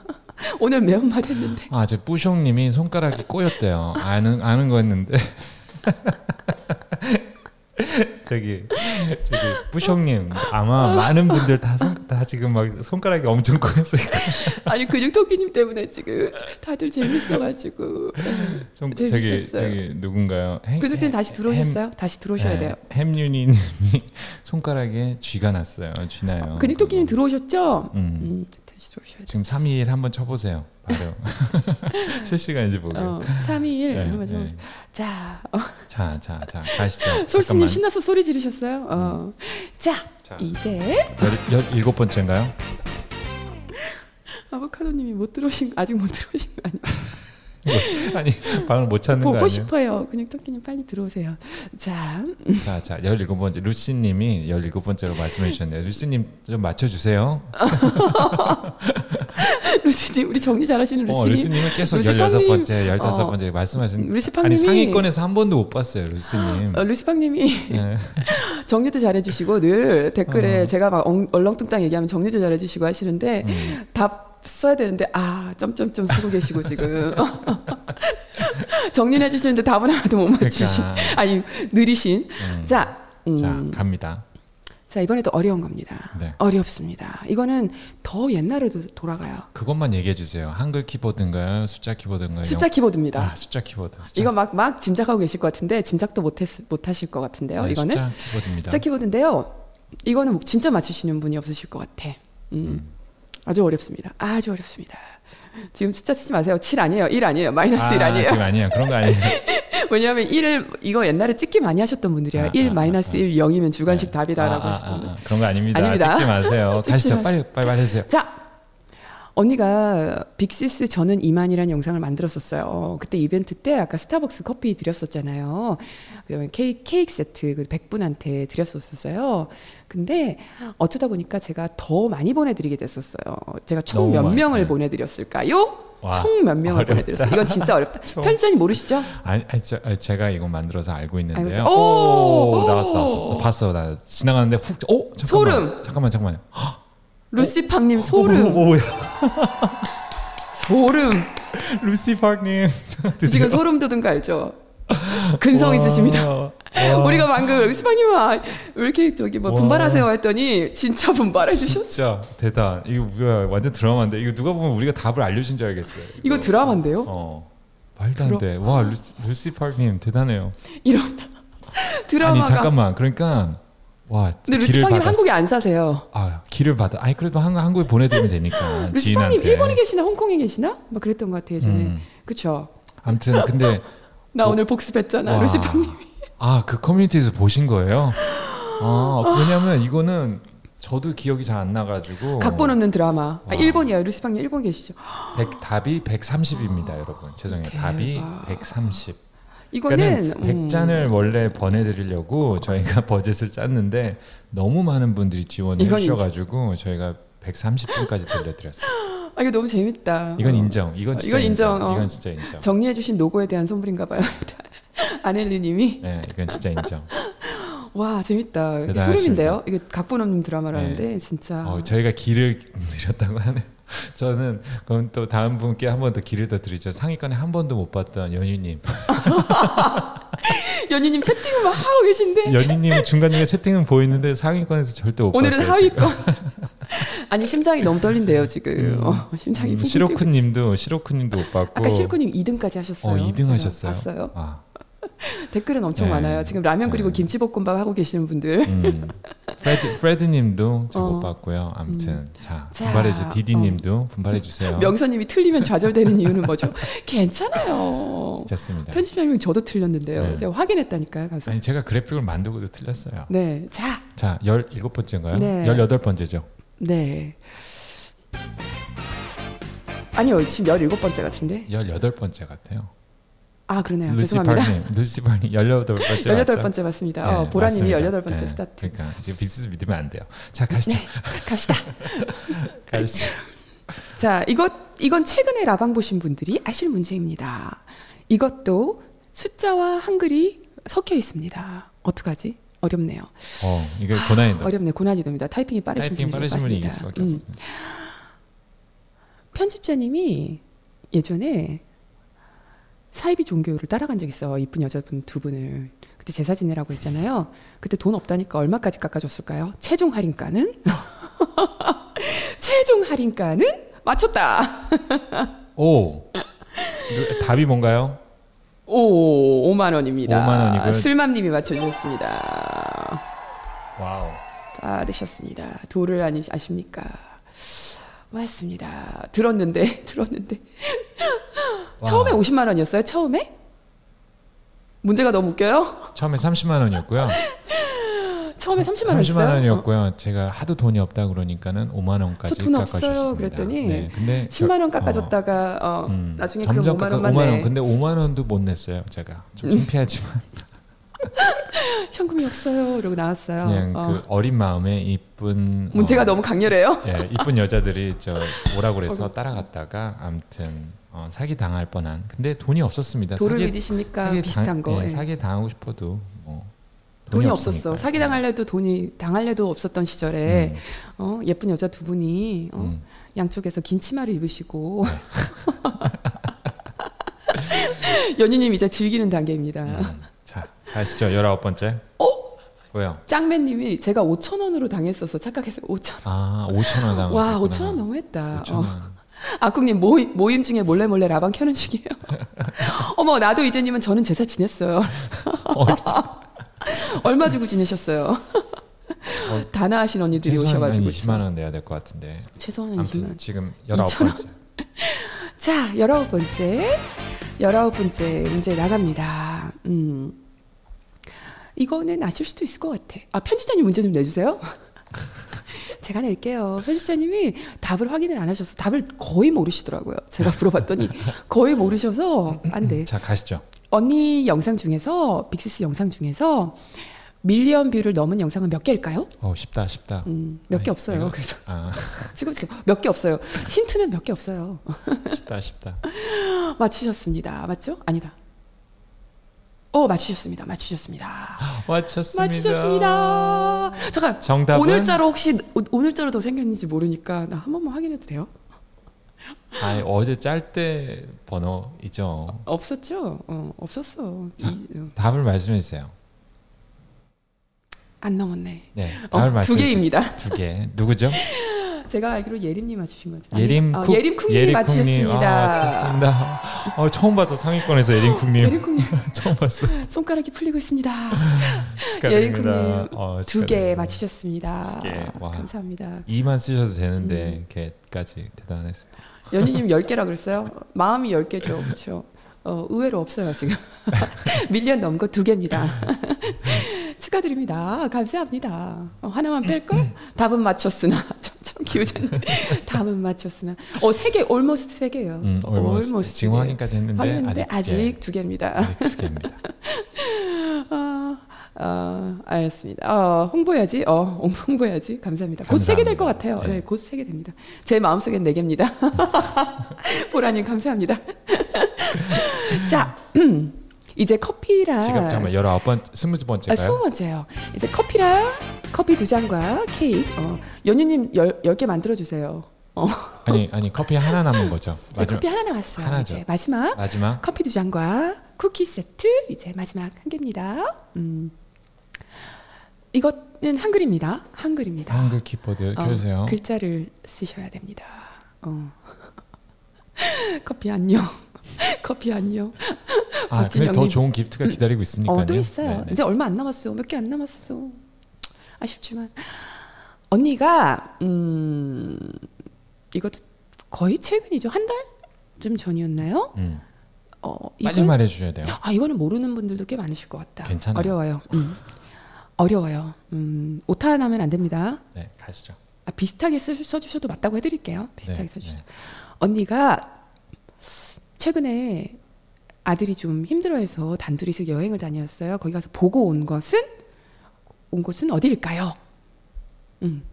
Speaker 1: 오늘 매운맛 했는데.
Speaker 2: 아, 제 뿌숑님이 손가락이 꼬였대요. 아는 아는 거였는데. 저기 저기 뿌숑님 아마 많은 분들 다, 손, 다 지금 막 손가락이 엄청 꼬였어요.
Speaker 1: 아니 근육 토끼님 때문에 지금 다들 재밌어가지고 네.
Speaker 2: 좀 저기
Speaker 1: 재밌었어요.
Speaker 2: 저기 누군가요? 햄-
Speaker 1: 근육토끼님 그 다시 들어오셨어요? 다시 들어오셔야
Speaker 2: 네,
Speaker 1: 돼요.
Speaker 2: 햄윤이님이 손가락에 쥐가 났어요. 쥐나요.
Speaker 1: 아, 근육토끼님 그 들어오셨죠?
Speaker 2: 음.
Speaker 1: 음, 다시 들어오셔야 돼요.
Speaker 2: 지금 3일 한번 쳐보세요. 바로 실시간인지 보게.
Speaker 1: 어, 3, 2, 1
Speaker 2: 네,
Speaker 1: 한번
Speaker 2: 네.
Speaker 1: 해보세요. 자, 어,
Speaker 2: 자, 자, 자, 가시죠.
Speaker 1: 솔씨님
Speaker 2: 잠깐만.
Speaker 1: 신나서 소리 지르셨어요.
Speaker 2: 음.
Speaker 1: 어. 자,
Speaker 2: 자.
Speaker 1: 이제
Speaker 2: 열, 열 일곱 번째인가요?
Speaker 1: 아보카도님이 못 들어오신 아직 못 들어오신 거 아니에요?
Speaker 2: 뭐, 아니 방을 못 찾는 거
Speaker 1: 보고
Speaker 2: 아니에요?
Speaker 1: 싶어요. 근육토끼님 빨리 들어오세요. 자,
Speaker 2: 자, 자, 열일곱 번째 루시님이 열일곱 번째로 말씀해 주셨네요. 루시님 좀 맞춰주세요.
Speaker 1: 아, 루시님 우리 정리 잘하시는
Speaker 2: 어,
Speaker 1: 루시님.
Speaker 2: 루시님은 계속
Speaker 1: 루시
Speaker 2: 열여섯
Speaker 1: 팡님.
Speaker 2: 번째, 열다섯
Speaker 1: 어.
Speaker 2: 번째 말씀하시는.
Speaker 1: 루시 팡님이
Speaker 2: 아니 상위권에서 한 번도 못 봤어요, 루시님.
Speaker 1: 어, 루시팡님이
Speaker 2: 네.
Speaker 1: 정리도 잘해주시고 늘 댓글에
Speaker 2: 어.
Speaker 1: 제가 막 엉- 얼렁뚱땅 얘기하면 정리도 잘해주시고 하시는데
Speaker 2: 음.
Speaker 1: 답 써야 되는데 아 점점점 쓰고 계시고 지금 정리해 주시는데 답은 하나도 못 맞추신
Speaker 2: 그러니까.
Speaker 1: 아니 느리신
Speaker 2: 음.
Speaker 1: 자, 음,
Speaker 2: 자,
Speaker 1: 자.
Speaker 2: 갑니다.
Speaker 1: 이번에도 어려운 겁니다.
Speaker 2: 네.
Speaker 1: 어렵습니다. 이거는 더 옛날로 돌아가요.
Speaker 2: 그것만 얘기해 주세요. 한글 키보드인가요? 숫자 키보드인가요?
Speaker 1: 숫자 키보드입니다.
Speaker 2: 아, 숫자 키보드. 숫자.
Speaker 1: 이거 막 막 짐작하고 계실 것 같은데 짐작도 못못 하실 것 같은데요.
Speaker 2: 네,
Speaker 1: 이거는
Speaker 2: 숫자 키보드입니다.
Speaker 1: 숫자 키보드인데요. 이거는 진짜 맞추시는 분이 없으실 것 같아. 음. 아주 어렵습니다. 아주 어렵습니다. 지금 숫자 쓰지 마세요. 7 아니에요. 1 아니에요. 마이너스 1 아니에요.
Speaker 2: 지금 아니에요. 그런 거 아니에요.
Speaker 1: 왜냐하면 1을 이거 옛날에 찍기 많이 하셨던 분들이야.
Speaker 2: 아,
Speaker 1: 1
Speaker 2: 아,
Speaker 1: 마이너스
Speaker 2: 아.
Speaker 1: 1 0이면 주관식 답이다라고
Speaker 2: 아, 아,
Speaker 1: 하셨던 분.
Speaker 2: 아, 아, 그런 거 아닙니다.
Speaker 1: 아닙니다.
Speaker 2: 찍지 마세요.
Speaker 1: 찍지
Speaker 2: 가시죠.
Speaker 1: 마세요.
Speaker 2: 빨리 빨리 빨리 해주세요.
Speaker 1: 자, 언니가 빅시스 저는 이만이라는 영상을 만들었었어요. 그때 이벤트 때 아까 스타벅스 커피 드렸었잖아요. 그다음에 케이크, 케이크 세트 그 100분한테 드렸었어요. 근데 어쩌다 보니까 제가 더 많이 보내드리게 됐었어요. 제가 총
Speaker 2: 너무
Speaker 1: 몇
Speaker 2: 많이,
Speaker 1: 명을
Speaker 2: 네.
Speaker 1: 보내드렸을까요?
Speaker 2: 와,
Speaker 1: 총 몇 명을
Speaker 2: 어렵다.
Speaker 1: 보내드렸어요. 이건 진짜 어렵다.
Speaker 2: 총.
Speaker 1: 편집자님 모르시죠?
Speaker 2: 아니, 아니 저, 아니, 제가 이거 만들어서 알고 있는데요.
Speaker 1: 알고 있어요. 오!
Speaker 2: 오, 나왔어 나왔어. 나 봤어 나 지나가는데 훅. 오 잠깐만.
Speaker 1: 소름!
Speaker 2: 잠깐만 잠깐만. 어,
Speaker 1: 루시팡님 소름,
Speaker 2: 뭐야? 어.
Speaker 1: 소름.
Speaker 2: 루시 파크님.
Speaker 1: 지금 소름 돋은 거 알죠? 근성 있으십니다.
Speaker 2: 우리가
Speaker 1: 우리가 방금 스파니와 왜 이렇게 저기 뭐
Speaker 2: 어. 와.
Speaker 1: 분발하세요 했더니 진짜 분발해 주셨어.
Speaker 2: 진짜 대단. 이거 뭐야? 완전 드라마인데 이거 누가 보면 우리가 답을 알려준 줄 알겠어요.
Speaker 1: 이거 드라마인데요?
Speaker 2: 어. 말도 안 돼. 와 루시, 루시 파크님 대단해요.
Speaker 1: 이런 드라마가.
Speaker 2: 아니 잠깐만 그러니까 와
Speaker 1: 근데
Speaker 2: 길을
Speaker 1: 루시팡님
Speaker 2: 받았어.
Speaker 1: 한국에 안 사세요.
Speaker 2: 아 길을 받아 아니 그래도 한, 한국에 보내드리면 되니까
Speaker 1: 루시팡님
Speaker 2: 지인한테
Speaker 1: 일본에 계시나 홍콩에 계시나? 막 그랬던 것 같아 예전에.
Speaker 2: 음.
Speaker 1: 그쵸?
Speaker 2: 아무튼 근데
Speaker 1: 나
Speaker 2: 어.
Speaker 1: 오늘 복습했잖아
Speaker 2: 와.
Speaker 1: 루시팡님.
Speaker 2: 아 그 커뮤니티에서 보신 거예요 아 왜냐면 이거는 저도 기억이 잘 안 나가지고
Speaker 1: 각본 없는 드라마. 아,
Speaker 2: 어. 와.
Speaker 1: 일본이에요. 루시팡님 일본 계시죠?
Speaker 2: 백- 답이 130입니다 여러분 죄송해요 답이
Speaker 1: 대박.
Speaker 2: 130
Speaker 1: 이거는
Speaker 2: 그러니까는
Speaker 1: 음,
Speaker 2: 100잔을 원래 보내드리려고 저희가 버젯을 짰는데 너무 많은 분들이 지원을
Speaker 1: 이건
Speaker 2: 해주셔가지고 저희가 130분까지 돌려드렸어요
Speaker 1: 아 이거 너무 재밌다.
Speaker 2: 이건
Speaker 1: 어.
Speaker 2: 인정 이건
Speaker 1: 어,
Speaker 2: 진짜
Speaker 1: 이건 인정, 어.
Speaker 2: 이건 진짜 인정
Speaker 1: 정리해 주신 노고에 대한 선물인가 봐요. 아넬리님이
Speaker 2: 네, 이건 진짜 인정.
Speaker 1: 와 재밌다
Speaker 2: 대단하십니다.
Speaker 1: 소름인데요 이거 각본 없는
Speaker 2: 네.
Speaker 1: 드라마라는데 진짜
Speaker 2: 어, 저희가 길을 드렸다고 하네요. 저는 그럼 또 다음 분께 한 번 더 길을 더 드리죠. 상위권에 한 번도 못 봤던 연유님.
Speaker 1: 연희님 채팅을 막 하고 계신데
Speaker 2: 연유님 중간 중에 채팅은 보이는데 상위권에서 절대 못
Speaker 1: 오늘은
Speaker 2: 봤어요. 음,
Speaker 1: 하위권 아니 심장이 너무 떨린대요
Speaker 2: 음.
Speaker 1: 지금 어, 심장이 핑
Speaker 2: 시로쿠님도 시로쿠님도 못 봤고.
Speaker 1: 아까 실코님 2등까지 하셨어요
Speaker 2: 어, 2등
Speaker 1: 제가
Speaker 2: 하셨어요.
Speaker 1: 봤어요
Speaker 2: 아,
Speaker 1: 댓글은 엄청
Speaker 2: 네.
Speaker 1: 많아요 지금 라면 그리고
Speaker 2: 네.
Speaker 1: 김치볶음밥 하고 계시는 분들
Speaker 2: 음. 프레드 프레드님도 잘 못
Speaker 1: 어.
Speaker 2: 봤고요. 아무튼 자
Speaker 1: 자, 어.
Speaker 2: 분발해 주세요. 디디님도 분발해 주세요.
Speaker 1: 명선님이 틀리면 좌절되는 이유는 뭐죠? 괜찮아요
Speaker 2: 괜찮습니다.
Speaker 1: 편집장님 저도 틀렸는데요
Speaker 2: 네.
Speaker 1: 제가 확인했다니까요 가서
Speaker 2: 아니 제가 그래픽을 만들고도 틀렸어요.
Speaker 1: 네자
Speaker 2: 자, 17번째인가요?
Speaker 1: 네.
Speaker 2: 18번째죠.
Speaker 1: 네. 아니요, 지금 17번째 같은데.
Speaker 2: 18번째 같아요.
Speaker 1: 아, 그러네요. 죄송합니다.
Speaker 2: 루시파님, 루시파님 18번째 네,
Speaker 1: 18번째 맞습니다. 어, 보라님이 18번째 스타트.
Speaker 2: 그러니까 지금 빅스 믿으면 안 돼요. 자, 가시죠.
Speaker 1: 네, 갑시다.
Speaker 2: 가시죠.
Speaker 1: 자, 이것, 이건 최근에 라방 보신 분들이 아실 문제입니다. 이것도 숫자와 한글이 섞여 있습니다. 어떡하지? 어렵네요.
Speaker 2: 어, 이게 고난이다.
Speaker 1: 어렵네. 고난이 됩니다. 타이핑이 빠르신
Speaker 2: 타이핑
Speaker 1: 분이 음.
Speaker 2: 빠르신 분이 이길 수밖에 없습니다.
Speaker 1: 편집자님이 예전에 사이비 종교를 따라간 적 있어. 이쁜 여자분 두 분을. 그때 제사 지내라고 했잖아요. 그때 돈 없다니까 얼마까지 깎아줬을까요? 최종 할인가는? 최종 할인가는 맞췄다.
Speaker 2: 오 답이 뭔가요?
Speaker 1: 오, 5만 원입니다.
Speaker 2: 5만 원이고요.
Speaker 1: 술맘님이 맞춰주셨습니다.
Speaker 2: 와우.
Speaker 1: 빠르셨습니다. 도를 아니, 아십니까? 맞습니다. 들었는데, 들었는데.
Speaker 2: 와.
Speaker 1: 처음에 50만 원이었어요? 처음에? 문제가 너무 웃겨요?
Speaker 2: 처음에 30만 원이었고요.
Speaker 1: 처음에 30만 아, 원이었어요?
Speaker 2: 30만 원이었고요. 제가 하도 돈이 없다 그러니까는 5만 원까지
Speaker 1: 저돈 없어요.
Speaker 2: 깎아주셨습니다. 네,
Speaker 1: 그랬더니
Speaker 2: 근데
Speaker 1: 10만 원
Speaker 2: 겨- 어,
Speaker 1: 깎아줬다가 어,
Speaker 2: 음,
Speaker 1: 나중에 그럼
Speaker 2: 점점
Speaker 1: 5만
Speaker 2: 깎아
Speaker 1: 원만
Speaker 2: 5만 원.
Speaker 1: 내. 음.
Speaker 2: 근데 5만 원도 못 냈어요. 제가 좀 창피하지만
Speaker 1: 현금이 없어요. 이러고 나왔어요.
Speaker 2: 그냥
Speaker 1: 어.
Speaker 2: 그 어린 마음에 이쁜
Speaker 1: 문제가
Speaker 2: 어,
Speaker 1: 너무 강렬해요.
Speaker 2: 예, 이쁜 여자들이 저 오라고 그래서 따라갔다가 아무튼 어, 사기 당할 뻔한. 근데 돈이 없었습니다.
Speaker 1: 도를
Speaker 2: 네, 사기-
Speaker 1: 믿으십니까?
Speaker 2: 사기
Speaker 1: 비슷한
Speaker 2: 당-
Speaker 1: 거.
Speaker 2: 예,
Speaker 1: 예.
Speaker 2: 사기 당하고 싶어도 뭐
Speaker 1: 돈이, 없었어.
Speaker 2: 없으니까요.
Speaker 1: 사기 당할래도 돈이 당할래도 없었던 시절에
Speaker 2: 음,
Speaker 1: 어, 예쁜 여자 두 분이 어,
Speaker 2: 음. 네.
Speaker 1: 양쪽에서 긴 치마를 입으시고 연희님 이제 즐기는 단계입니다.
Speaker 2: 음. 자 가시죠. 19번째.
Speaker 1: 어?
Speaker 2: 왜요?
Speaker 1: 짱맨님이 제가 5천 원으로 당했어서 착각했어요. 5천
Speaker 2: 아 5천 원 당하셨구나.
Speaker 1: 와 5천 원 너무했다. 어.
Speaker 2: 5천 원.
Speaker 1: 아국님 모임, 모임 중에 몰래 몰래 라방 켜는 중이에요. 어머 나도 이제님은 저는 제사 지냈어요.
Speaker 2: 어,
Speaker 1: 얼마 주고 지내셨어요?
Speaker 2: 어,
Speaker 1: 다나하신 언니들이
Speaker 2: 최소한 한
Speaker 1: 오셔가지고
Speaker 2: 20만 예, 원 내야 될 것 같은데.
Speaker 1: 최소한 20만
Speaker 2: 아무튼
Speaker 1: 원.
Speaker 2: 지금
Speaker 1: 2,000원.
Speaker 2: 19번째.
Speaker 1: 자, 열아홉 번째. 열아홉 번째 문제 나갑니다. 음. 이거는 아실 수도 있을 것 같아. 아, 편집자님 문제 좀 내주세요. 제가 낼게요. 편집자님이 답을 확인을 안 하셔서 답을 거의 모르시더라고요. 제가 물어봤더니 거의 모르셔서 안 돼.
Speaker 2: 자 가시죠.
Speaker 1: 언니 영상 중에서, 빅시스 영상 중에서 밀리언 뷰를 넘은 영상은 몇 개일까요?
Speaker 2: 어 쉽다 쉽다.
Speaker 1: 음, 몇 개
Speaker 2: 아이,
Speaker 1: 없어요.
Speaker 2: 이거-
Speaker 1: 그래서
Speaker 2: 아
Speaker 1: 지금 지금 몇 개 없어요. 힌트는 몇 개 없어요.
Speaker 2: 쉽다 쉽다.
Speaker 1: 어, 맞추셨습니다. 맞죠? 아니다. 어, 맞추셨습니다. 맞추셨습니다.
Speaker 2: 맞췄습니다.
Speaker 1: 맞추셨습니다. 잠깐.
Speaker 2: 정답은
Speaker 1: 오늘자로 혹시 오- 오늘자로 더 생겼는지 모르니까 나 한 번만 확인해도 돼요?
Speaker 2: 아 어제 짤 때 번호이죠.
Speaker 1: 없었죠? 어, 없었어. 이, 어,
Speaker 2: 답을 말씀해 주세요.
Speaker 1: 안 넘었네.
Speaker 2: 네.
Speaker 1: 어,
Speaker 2: 답을
Speaker 1: 두
Speaker 2: 말씀해 주세요.
Speaker 1: 개입니다.
Speaker 2: 두 개. 누구죠?
Speaker 1: 제가 알기로 예림님 맞추신 것 같아요.
Speaker 2: 예림
Speaker 1: 아,
Speaker 2: 쿡.
Speaker 1: 예림쿵님
Speaker 2: 님
Speaker 1: 맞추셨습니다.
Speaker 2: 아, 맞췄습니다. 어, 처음 봤어 상위권에서 예림쿵님.
Speaker 1: 예림쿵님
Speaker 2: 처음 봤어.
Speaker 1: 손가락이 풀리고 있습니다.
Speaker 2: 축하드립니다.
Speaker 1: 예림쿵님
Speaker 2: 어,
Speaker 1: 두 개
Speaker 2: 축하드립니다.
Speaker 1: 맞추셨습니다.
Speaker 2: 두 개. 와.
Speaker 1: 감사합니다.
Speaker 2: 이만 쓰셔도
Speaker 1: 음.
Speaker 2: 되는데 걔까지 대단했어요.
Speaker 1: 연희님 10개라 그랬어요? 마음이 10개죠. 그렇죠. 어, 의외로 없어요, 지금. 밀리언 넘은 거두 개입니다. 축하드립니다. 감사합니다. 어, 하나만 뺄걸? 답은 맞췄으나. 점점 기우자님. 답은 맞췄으나. 어, 세 개, almost 세 개예요.
Speaker 2: 음, almost. 지금 확인까지 했는데
Speaker 1: 확인했는데
Speaker 2: 아직 두 개.
Speaker 1: 아직 두 개입니다.
Speaker 2: 아직 두 개입니다.
Speaker 1: 아, 아, 알겠습니다. 어, 홍보해야지. 어, 홍보해야지. 감사합니다. 곧 세 개 될 것 같아요.
Speaker 2: 네.
Speaker 1: 네, 곧 세 개 됩니다. 제 마음속엔 네 개입니다. 보라님 감사합니다. 자, 이제 커피랑
Speaker 2: 지금 잠깐만 열아홉 번 스무 번째가요?
Speaker 1: 아, 스무 번째요. 이제 커피랑 커피 두 잔과 케이크. 어, 연유님 열열개 만들어 주세요. 어,
Speaker 2: 아니 아니 커피 하나 남은 거죠.
Speaker 1: 이제
Speaker 2: 마지막
Speaker 1: 네, 커피 하나 남았어요.
Speaker 2: 하나죠.
Speaker 1: 이제 마지막
Speaker 2: 마지막
Speaker 1: 커피 두 잔과 쿠키 세트 이제 마지막 한 개입니다. 음. 이것은 한글입니다. 한글입니다.
Speaker 2: 한글 키보드
Speaker 1: 어,
Speaker 2: 켜주세요.
Speaker 1: 글자를 쓰셔야 됩니다. 어. 커피 안녕. 커피 안녕.
Speaker 2: 아 근데 더
Speaker 1: 박진영님.
Speaker 2: 좋은 기프트가 기다리고 있으니까요.
Speaker 1: 어, 또 있어요.
Speaker 2: 네네.
Speaker 1: 이제 얼마 안 남았어. 몇 개 안 남았어. 아쉽지만 언니가 음 이것도 거의 최근이죠. 한 달? 좀 전이었나요?
Speaker 2: 음,
Speaker 1: 어,
Speaker 2: 빨리
Speaker 1: 이걸-
Speaker 2: 말해 주셔야 돼요.
Speaker 1: 아 이거는 모르는 분들도 꽤 많으실 것 같다.
Speaker 2: 괜찮아요.
Speaker 1: 어려워요. 음. 어려워요. 음, 오타 나면 안 됩니다.
Speaker 2: 네 가시죠.
Speaker 1: 아, 비슷하게 쓰- 써주셔도 맞다고 해드릴게요. 비슷하게
Speaker 2: 네,
Speaker 1: 써주셔도. 언니가 최근에 아들이 좀 힘들어해서 단둘이서 여행을 다녔어요. 거기 가서 보고 온 것은 온 곳은 어디일까요? 음.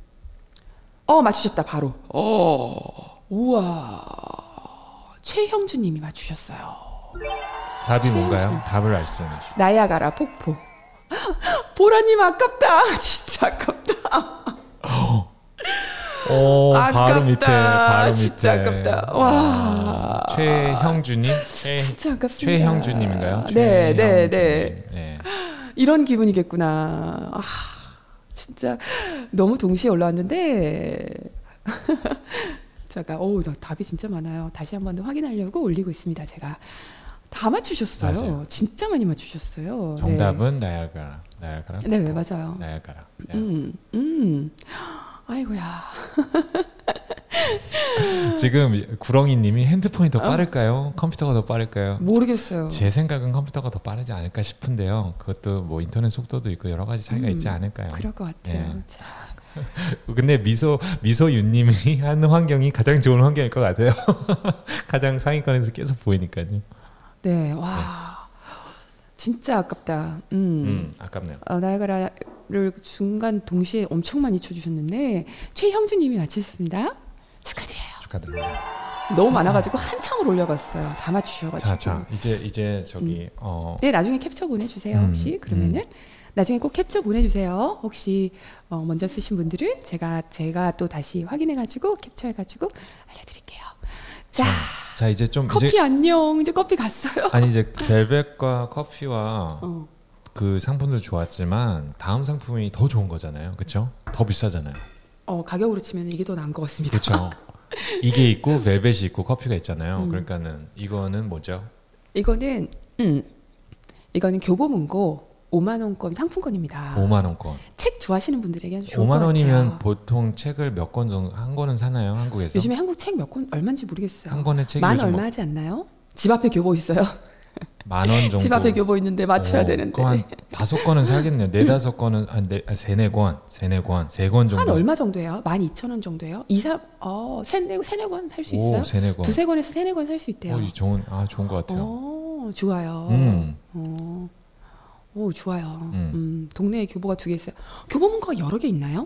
Speaker 1: 어 맞추셨다 바로. 어. 우와. 최형주님이 맞추셨어요.
Speaker 2: 답이 뭔가요?
Speaker 1: 최우선.
Speaker 2: 답을 말씀해 주세요.
Speaker 1: 나야가라 폭포. 보라님 아깝다. 진짜 아깝다.
Speaker 2: 오,
Speaker 1: 아깝다. 아,
Speaker 2: 바로 밑에 바로 밑에.
Speaker 1: 진짜 아깝다. 와.
Speaker 2: 아, 최형준님. 예, 최-
Speaker 1: 진짜 아깝습니다.
Speaker 2: 최형준님인가요?
Speaker 1: 네, 네,
Speaker 2: 최형준님.
Speaker 1: 네.
Speaker 2: 네.
Speaker 1: 이런 기분이겠구나. 아, 진- 진짜 너무 동시에 올라왔는데 제가 어우 나 답이 진짜 많아요. 다시 한 번 더 확인하려고 올리고 있습니다. 제가 다 맞추셨어요.
Speaker 2: 맞아요.
Speaker 1: 진짜 많이 맞추셨어요.
Speaker 2: 정답은 나야가라. 나야가라.
Speaker 1: 네, 네 맞아요.
Speaker 2: 나야가라. 네.
Speaker 1: 음, 음. 아이고야.
Speaker 2: 지금 구렁이님이 핸드폰이
Speaker 1: 어?
Speaker 2: 더 빠를까요? 컴퓨터가 더 빠를까요?
Speaker 1: 모르겠어요.
Speaker 2: 제 생각은 컴퓨터가 더 빠르지 않을까 싶은데요. 그것도 뭐 인터넷 속도도 있고 여러 가지 차이가
Speaker 1: 음,
Speaker 2: 있지 않을까요?
Speaker 1: 그럴 것 같아요.
Speaker 2: 네.
Speaker 1: 자,
Speaker 2: 근데 미소 미소윤님이 하는 환경이 가장 좋은 환경일 것 같아요. 가장 상위권에서 계속 보이니까요.
Speaker 1: 네, 와. 진짜 아깝다. 음.
Speaker 2: 음, 아깝네요.
Speaker 1: 어, 나야가라를 중간 동시에 엄청 많이 쳐주셨는데 최형주님이 맞추셨습니다. 축하드려요.
Speaker 2: 축하드립니다.
Speaker 1: 너무 많아가지고 한창을 올려봤어요. 다 맞추셔가지고.
Speaker 2: 자, 자, 이제 이제 저기 어
Speaker 1: 네, 나중에 캡처 보내주세요. 혹시
Speaker 2: 음,
Speaker 1: 그러면은 나중에 꼭 캡처 보내주세요. 혹시 어, 먼저 쓰신 분들은 제가 제가 또 다시 확인해가지고 캡처해가지고 알려드릴게요. 자,
Speaker 2: 자 이제 좀
Speaker 1: 커피
Speaker 2: 이제
Speaker 1: 안녕. 이제 커피 갔어요.
Speaker 2: 아니 이제 벨벳과 커피와
Speaker 1: 어,
Speaker 2: 그 상품도 좋았지만 다음 상품이 더 좋은 거잖아요. 그렇죠? 더 비싸잖아요.
Speaker 1: 어, 가격으로 치면 이게 더 나은 것 같습니다.
Speaker 2: 그렇죠. 이게 있고 벨벳이 있고 커피가 있잖아요.
Speaker 1: 음.
Speaker 2: 그러니까는 이거는 뭐죠?
Speaker 1: 이거는 음, 이거는 교보문고 5만 원권 상품권입니다.
Speaker 2: 5만 원권.
Speaker 1: 책 좋아하시는 분들에게 아주 좋을
Speaker 2: 5만
Speaker 1: 것
Speaker 2: 원이면 뭐
Speaker 1: 같아요.
Speaker 2: 보통 책을 몇 권 정도 한 권은 사나요? 한국에서?
Speaker 1: 요즘에 한국 책 몇 권 얼마인지 모르겠어요.
Speaker 2: 한 권의 책이
Speaker 1: 만
Speaker 2: 요즘 뭐
Speaker 1: 얼마 하지 않나요? 집 앞에 교보 있어요.
Speaker 2: 만원 정도.
Speaker 1: 집 앞에 교보 있는데 맞춰야
Speaker 2: 어,
Speaker 1: 되는데
Speaker 2: 그거 한 다섯 권은 사겠네요. 네 다섯 권은 한 네, 아, 세네 권, 세네 권, 세 권 정도.
Speaker 1: 한 얼마 정도예요? 12,000원 정도예요? 2, 3, 어, 세네, 세네 권 살 수 있어요?
Speaker 2: 오, 세네 권.
Speaker 1: 두세 권에서 세네 권 살 수 있대요.
Speaker 2: 어, 이 좋은 아 좋은 것 같아요.
Speaker 1: 어, 좋아요.
Speaker 2: 음.
Speaker 1: 어, 오, 좋아요.
Speaker 2: 음.
Speaker 1: 음. 동네에 교보가 두 개 있어요. 교보문고가 여러 개 있나요?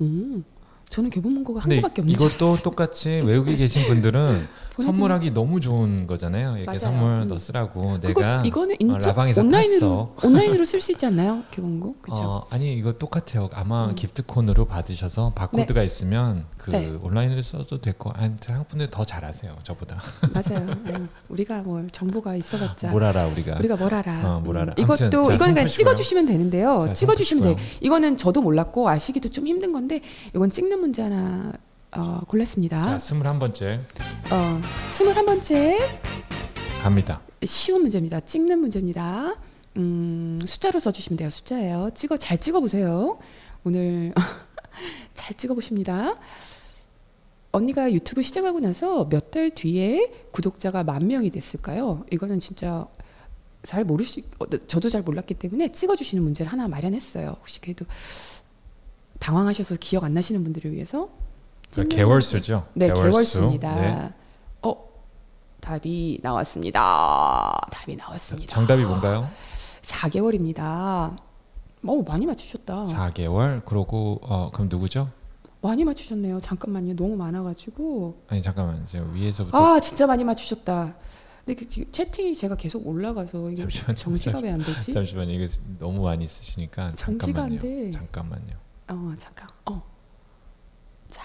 Speaker 1: 음, 저는 교보문고가 한
Speaker 2: 근데
Speaker 1: 개밖에 없는 줄
Speaker 2: 네, 이것도 똑같이 외국에 계신 분들은
Speaker 1: 보내드려-
Speaker 2: 선물하기 너무 좋은 거잖아요. 이렇게
Speaker 1: 맞아요.
Speaker 2: 선물
Speaker 1: 음.
Speaker 2: 너 쓰라고
Speaker 1: 그거
Speaker 2: 내가
Speaker 1: 이거는
Speaker 2: 어,
Speaker 1: 인증
Speaker 2: 라방에서
Speaker 1: 온라인으로
Speaker 2: 탔어.
Speaker 1: 온라인으로 쓸 수 있지 않나요? 교보문고 그렇죠? 음.
Speaker 2: 어, 아니 이거 똑같아요. 아마 기프트콘으로 받으셔서 바코드가 있으면 그
Speaker 1: 네.
Speaker 2: 온라인으로 써도 될거 아무튼 한국분들 더 잘하세요. 저보다
Speaker 1: 맞아요. 예. 우리가 뭘 정보가 있어봤자
Speaker 2: 뭘 알아 우리가.
Speaker 1: 우리가 뭘 알아?
Speaker 2: 어, 뭘 알아.
Speaker 1: 음,
Speaker 2: 아무튼
Speaker 1: 이것도
Speaker 2: 자,
Speaker 1: 이거는 그냥
Speaker 2: 손 푸시고요.
Speaker 1: 찍어주시면 되는데요.
Speaker 2: 자, 손
Speaker 1: 찍어주시면 돼.
Speaker 2: 푸시고요.
Speaker 1: 요 이거는 저도 몰랐고 아시기도 좀 힘든 건데 이건 찍는 문제 하나 어,
Speaker 2: 자
Speaker 1: 골랐습니다.
Speaker 2: 스물한 번째
Speaker 1: 어, 21번째
Speaker 2: 갑니다.
Speaker 1: 쉬운 문제입니다. 찍는 문제입니다. 음, 숫자로 써주시면 돼요. 숫자예요. 찍어 잘 찍어보세요. 오늘 잘 찍어보십니다. 언니가 유튜브 시작하고 나서 몇 달 뒤에 구독자가 만 명이 됐을까요? 이거는 진짜 잘 모를 수, 어, 저도 잘 몰랐기 때문에 찍어주시는 문제를 하나 마련했어요. 혹시 그래도 당황하셔서 기억 안 나시는 분들을 위해서
Speaker 2: 자,
Speaker 1: 찍는
Speaker 2: 그 개월수죠.
Speaker 1: 네,
Speaker 2: 개월수.
Speaker 1: 개월수입니다.
Speaker 2: 네.
Speaker 1: 어, 답이 나왔습니다. 답이 나왔습니다.
Speaker 2: 정답이 뭔가요?
Speaker 1: 4개월입니다. 어, 많이 맞추셨다.
Speaker 2: 4개월. 그러고 어, 그럼 누구죠?
Speaker 1: 많이 맞추셨네요. 잠깐만요. 너무 많아가지고.
Speaker 2: 아니 잠깐만 이제 위에서부터
Speaker 1: 아, 진짜 많이 맞추셨다. 근데 그- 그 채팅이 제가 계속 올라가서 이게
Speaker 2: 잠시만요.
Speaker 1: 정지가 왜 안 되지?
Speaker 2: 잠시만요. 이게 너무 많이 쓰시니까
Speaker 1: 정지가 안 돼.
Speaker 2: 잠깐만요. 잠깐만요.
Speaker 1: 어, 잠깐. 어. 자,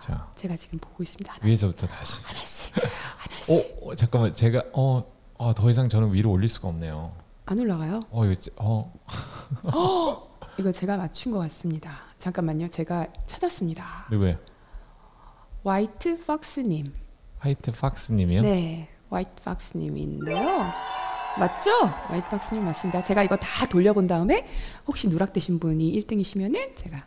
Speaker 2: 자
Speaker 1: 제가 지금 보고 있습니다. 하나,
Speaker 2: 위에서부터 다시.
Speaker 1: 하나씩, 하나씩.
Speaker 2: 어, 어 잠깐만 제가 어, 어, 더 이상 저는 위로 올릴 수가 없네요.
Speaker 1: 안 올라가요?
Speaker 2: 어 이거 찌- 어
Speaker 1: 이거 제가 맞춘 것 같습니다. 잠깐만요. 제가 찾았습니다.
Speaker 2: 누구예요?
Speaker 1: 화이트 팍스님.
Speaker 2: 화이트 팍스님이요?
Speaker 1: 네, 화이트 팍스님인데요. 맞죠? 화이트 팍스님 맞습니다. 제가 이거 다 돌려본 다음에 혹시 누락되신 분이 1등이시면은 제가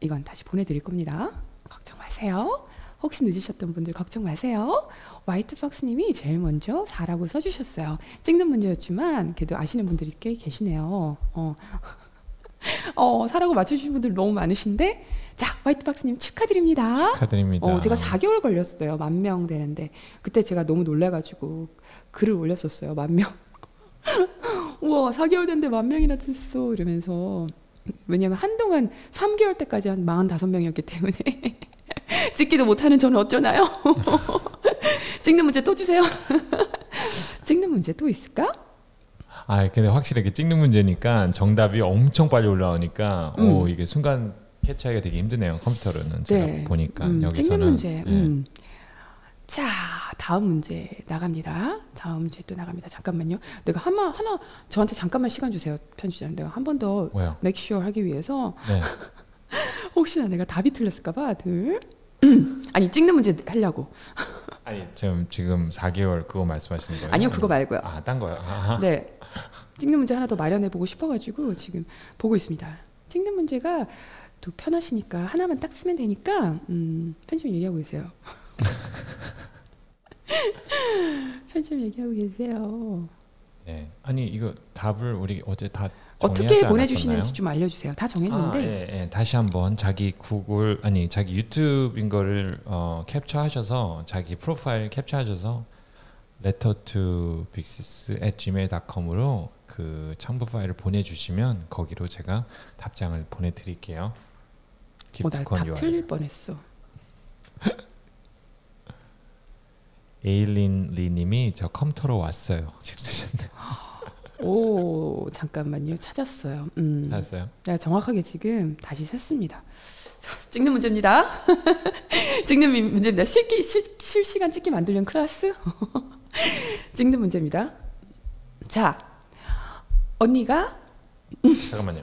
Speaker 1: 이건 다시 보내드릴 겁니다. 걱정 마세요. 혹시 늦으셨던 분들 걱정 마세요. 화이트 팍스님이 제일 먼저 4라고 써주셨어요. 찍는 문제였지만 그래도 아시는 분들이 꽤 계시네요. 어. 어, 4라고 맞춰주신 분들 너무 많으신데 자, 화이트 팍스님 축하드립니다.
Speaker 2: 축하드립니다.
Speaker 1: 어, 제가 4개월 걸렸어요. 만 명 되는데. 그때 제가 너무 놀래가지고 글을 올렸었어요. 만 명. 우와, 4개월 됐는데 만 명이나 됐어. 이러면서. 왜냐면 한동안 3개월 때까지 한 45명이었기 때문에. 찍기도 못하는 저는 어쩌나요? 찍는 문제 또 주세요. 찍는 문제 또 있을까?
Speaker 2: 아 근데 확실히 이렇게 찍는 문제니까 정답이 엄청 빨리 올라오니까
Speaker 1: 음.
Speaker 2: 오 이게 순간 캐치하기가 되게 힘드네요 컴퓨터로는 예. 제가 보니까
Speaker 1: 음,
Speaker 2: 여기서는
Speaker 1: 찍는 문제.
Speaker 2: 네.
Speaker 1: 음. 자, 다음 문제 나갑니다. 다음 문제 또 나갑니다. 잠깐만요. 내가 하나, 하나, 저한테 잠깐만 시간 주세요. 편집자님. 내가 한 번 더
Speaker 2: 뭐야?
Speaker 1: 맥슈어 하기 위해서
Speaker 2: 네.
Speaker 1: 혹시나 내가 답이 틀렸을까봐 늘. 아니, 찍는 문제 하려고.
Speaker 2: 아니 지금 지금 4개월 그거 말씀하시는 거예요?
Speaker 1: 아니요, 그거 말고요.
Speaker 2: 아딴 거요. 아,
Speaker 1: 네. 찍는 문제 하나 더 마련해 보고 싶어가지고 지금 보고 있습니다. 찍는 문제가 또 편하시니까 하나만 딱 쓰면 되니까 음, 편집 얘기하고 계세요. 편집 얘기하고 계세요.
Speaker 2: 네. 아니 이거 답을 우리 어제 다
Speaker 1: 어떻게
Speaker 2: 정리하지
Speaker 1: 보내주시는지
Speaker 2: 않았었나요?
Speaker 1: 좀 알려주세요. 다 정했는데
Speaker 2: 아, 예, 예. 다시 한번 자기 구글 아니 자기 유튜브인 거를 어, 캡처하셔서 자기 프로파일 캡처하셔서 letter to bigsis at gmail.com으로 그 첨부 파일을 보내주시면 거기로 제가 답장을 보내드릴게요.
Speaker 1: 어, 나답
Speaker 2: 기프트콘 URL.
Speaker 1: 틀릴 뻔했어.
Speaker 2: 에일린 리님이 저 컴퓨터로 왔어요. 지금 쓰셨네.
Speaker 1: 오 잠깐만요. 찾았어요. 음.
Speaker 2: 알았어요.
Speaker 1: 내가 정확하게 지금 다시 셌습니다. 자, 찍는 문제입니다. 찍는 미- 문제입니다. 실기, 실, 실시간 찍기 만들려는 클래스? 찍는 문제입니다. 자, 언니가
Speaker 2: 잠깐만요.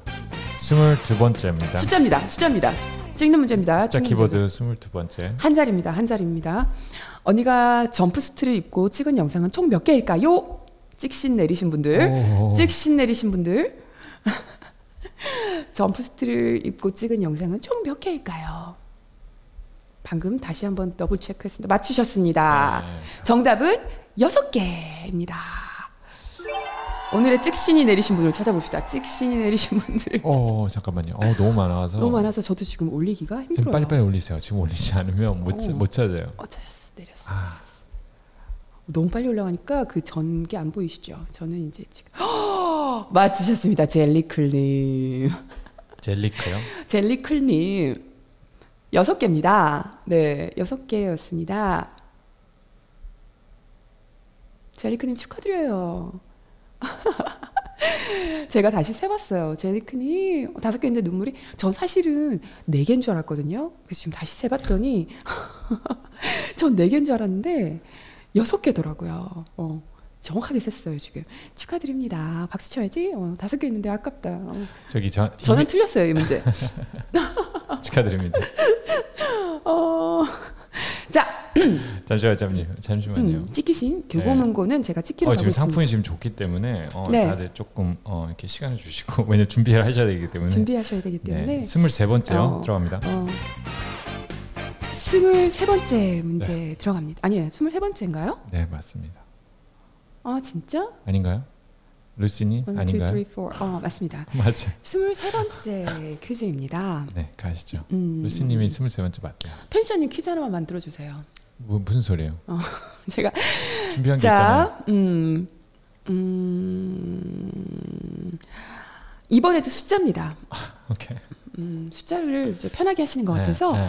Speaker 2: 22번째입니다. 숫자,
Speaker 1: 숫자입니다. 숫자입니다. 찍는 문제입니다. 찍는 문제입니다.
Speaker 2: 키보드 22번째.
Speaker 1: 한 자리입니다. 한 자리입니다. 언니가 점프수트를 입고 찍은 영상은 총 몇 개일까요? 찍신 내리신 분들.
Speaker 2: 오. 네.
Speaker 1: 찍신 내리신 분들 점프스트를 입고 찍은 영상은 총 몇 개일까요? 방금 다시 한번 더블 체크했습니다. 맞추셨습니다.
Speaker 2: 네, 자,
Speaker 1: 정답은 여섯 개입니다. 오늘의 찍신이 내리신 분을 찾아봅시다. 찍신이 내리신 분들
Speaker 2: 어 잠깐만요. 어 너무 많아서
Speaker 1: 너무 많아서 저도 지금 올리기가 힘들어요.
Speaker 2: 지금 빨리빨리 올리세요. 지금 올리지 않으면 못,
Speaker 1: 어.
Speaker 2: 찾- 못 찾아요.
Speaker 1: 어 찾았어 내렸어.
Speaker 2: 아,
Speaker 1: 너무 빨리 올라가니까 그 전개 안 보이시죠? 저는 이제 지금 맞추셨습니다. 젤리클님.
Speaker 2: 젤리크요?
Speaker 1: 젤리클님 여섯 개입니다. 네, 여섯 개였습니다. 젤리클님 축하드려요. 제가 다시 세봤어요. 젤리클님 다섯 개인데 눈물이 전 사실은 네 개인 줄 알았거든요. 그래서 지금 다시 세봤더니 전 네 개인 줄 알았는데 여섯 개더라고요. 어, 정확하게 셌어요 지금 축하드립니다. 박수 쳐야지. 어, 다섯 개 있는데 아깝다. 어,
Speaker 2: 저기 저,
Speaker 1: 저는 틀렸어요 이 문제.
Speaker 2: 이미 축하드립니다.
Speaker 1: 어... 자,
Speaker 2: 잠시만요. 잠시만요. 잠시만요. 네.
Speaker 1: 음, 찍기신 교보문고는 제가 찍기로
Speaker 2: 어,
Speaker 1: 가고
Speaker 2: 지금
Speaker 1: 있습니다.
Speaker 2: 상품이 지금 좋기 때문에 어,
Speaker 1: 네.
Speaker 2: 다들 조금 어, 이렇게 시간을 주시고 왜냐 면 준비를 하셔야 되기 때문에
Speaker 1: 준비하셔야 되기 때문에
Speaker 2: 네, 23번째요.
Speaker 1: 어.
Speaker 2: 들어갑니다.
Speaker 1: 어, 23번째 문제 들어갑니다. 아니에요. 23번째인가요?
Speaker 2: 네, 맞습니다.
Speaker 1: 아, 진짜?
Speaker 2: 아닌가요? 루시니
Speaker 1: 1, 2, 3,
Speaker 2: 아닌가요?
Speaker 1: 4. 어, 맞습니다.
Speaker 2: 맞아요.
Speaker 1: 23번째 퀴즈입니다.
Speaker 2: 네, 가시죠.
Speaker 1: 음,
Speaker 2: 루시님이 23번째 맞대요.
Speaker 1: 편집자님 퀴즈 하나만 만들어 주세요.
Speaker 2: 뭐, 무슨 소리예요?
Speaker 1: 제가
Speaker 2: 준비한 게 있잖아요.
Speaker 1: 어. 자, 음. 음. 이번에도 숫자입니다.
Speaker 2: 오케이.
Speaker 1: 음, 숫자를 좀 편하게 하시는 것
Speaker 2: 네,
Speaker 1: 같아서
Speaker 2: 네, 네.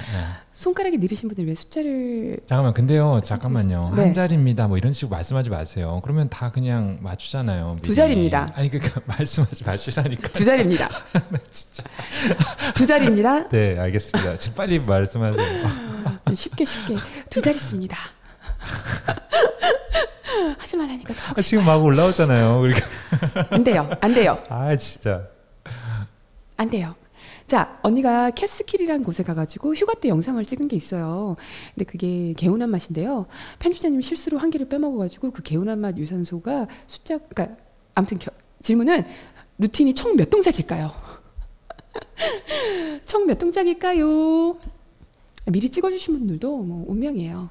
Speaker 1: 손가락이 느리신 분들 왜 숫자를
Speaker 2: 잠깐만 근데요 잠깐만요
Speaker 1: 네.
Speaker 2: 한 자리입니다 뭐 이런 식으로 말씀하지 마세요 그러면 다 그냥 맞추잖아요
Speaker 1: 두 자리입니다.
Speaker 2: 아니 그러니까 말씀하지 마시라니까
Speaker 1: 두 자리입니다.
Speaker 2: 진짜
Speaker 1: 두 자리입니다. 네,
Speaker 2: 네 알겠습니다 지금 빨리 말씀하세요
Speaker 1: 쉽게 쉽게 두 자리입니다. 하지 말라니까 더 하고
Speaker 2: 아, 지금 막 올라오잖아요 그러니까
Speaker 1: 싶- 안 돼요. 안 돼요.
Speaker 2: 아 진짜
Speaker 1: 안 돼요. 자, 언니가 캐스킬이라는 곳에 가가지고 휴가 때 영상을 찍은 게 있어요. 근데 그게 개운한 맛인데요. 편집자님이 실수로 한 개를 빼먹어가지고 그 개운한 맛 유산소가 숫자, 그러니까 아무튼 겨- 질문은 루틴이 총 몇 동작일까요? 총 몇 동작일까요? 미리 찍어주신 분들도 뭐 운명이에요.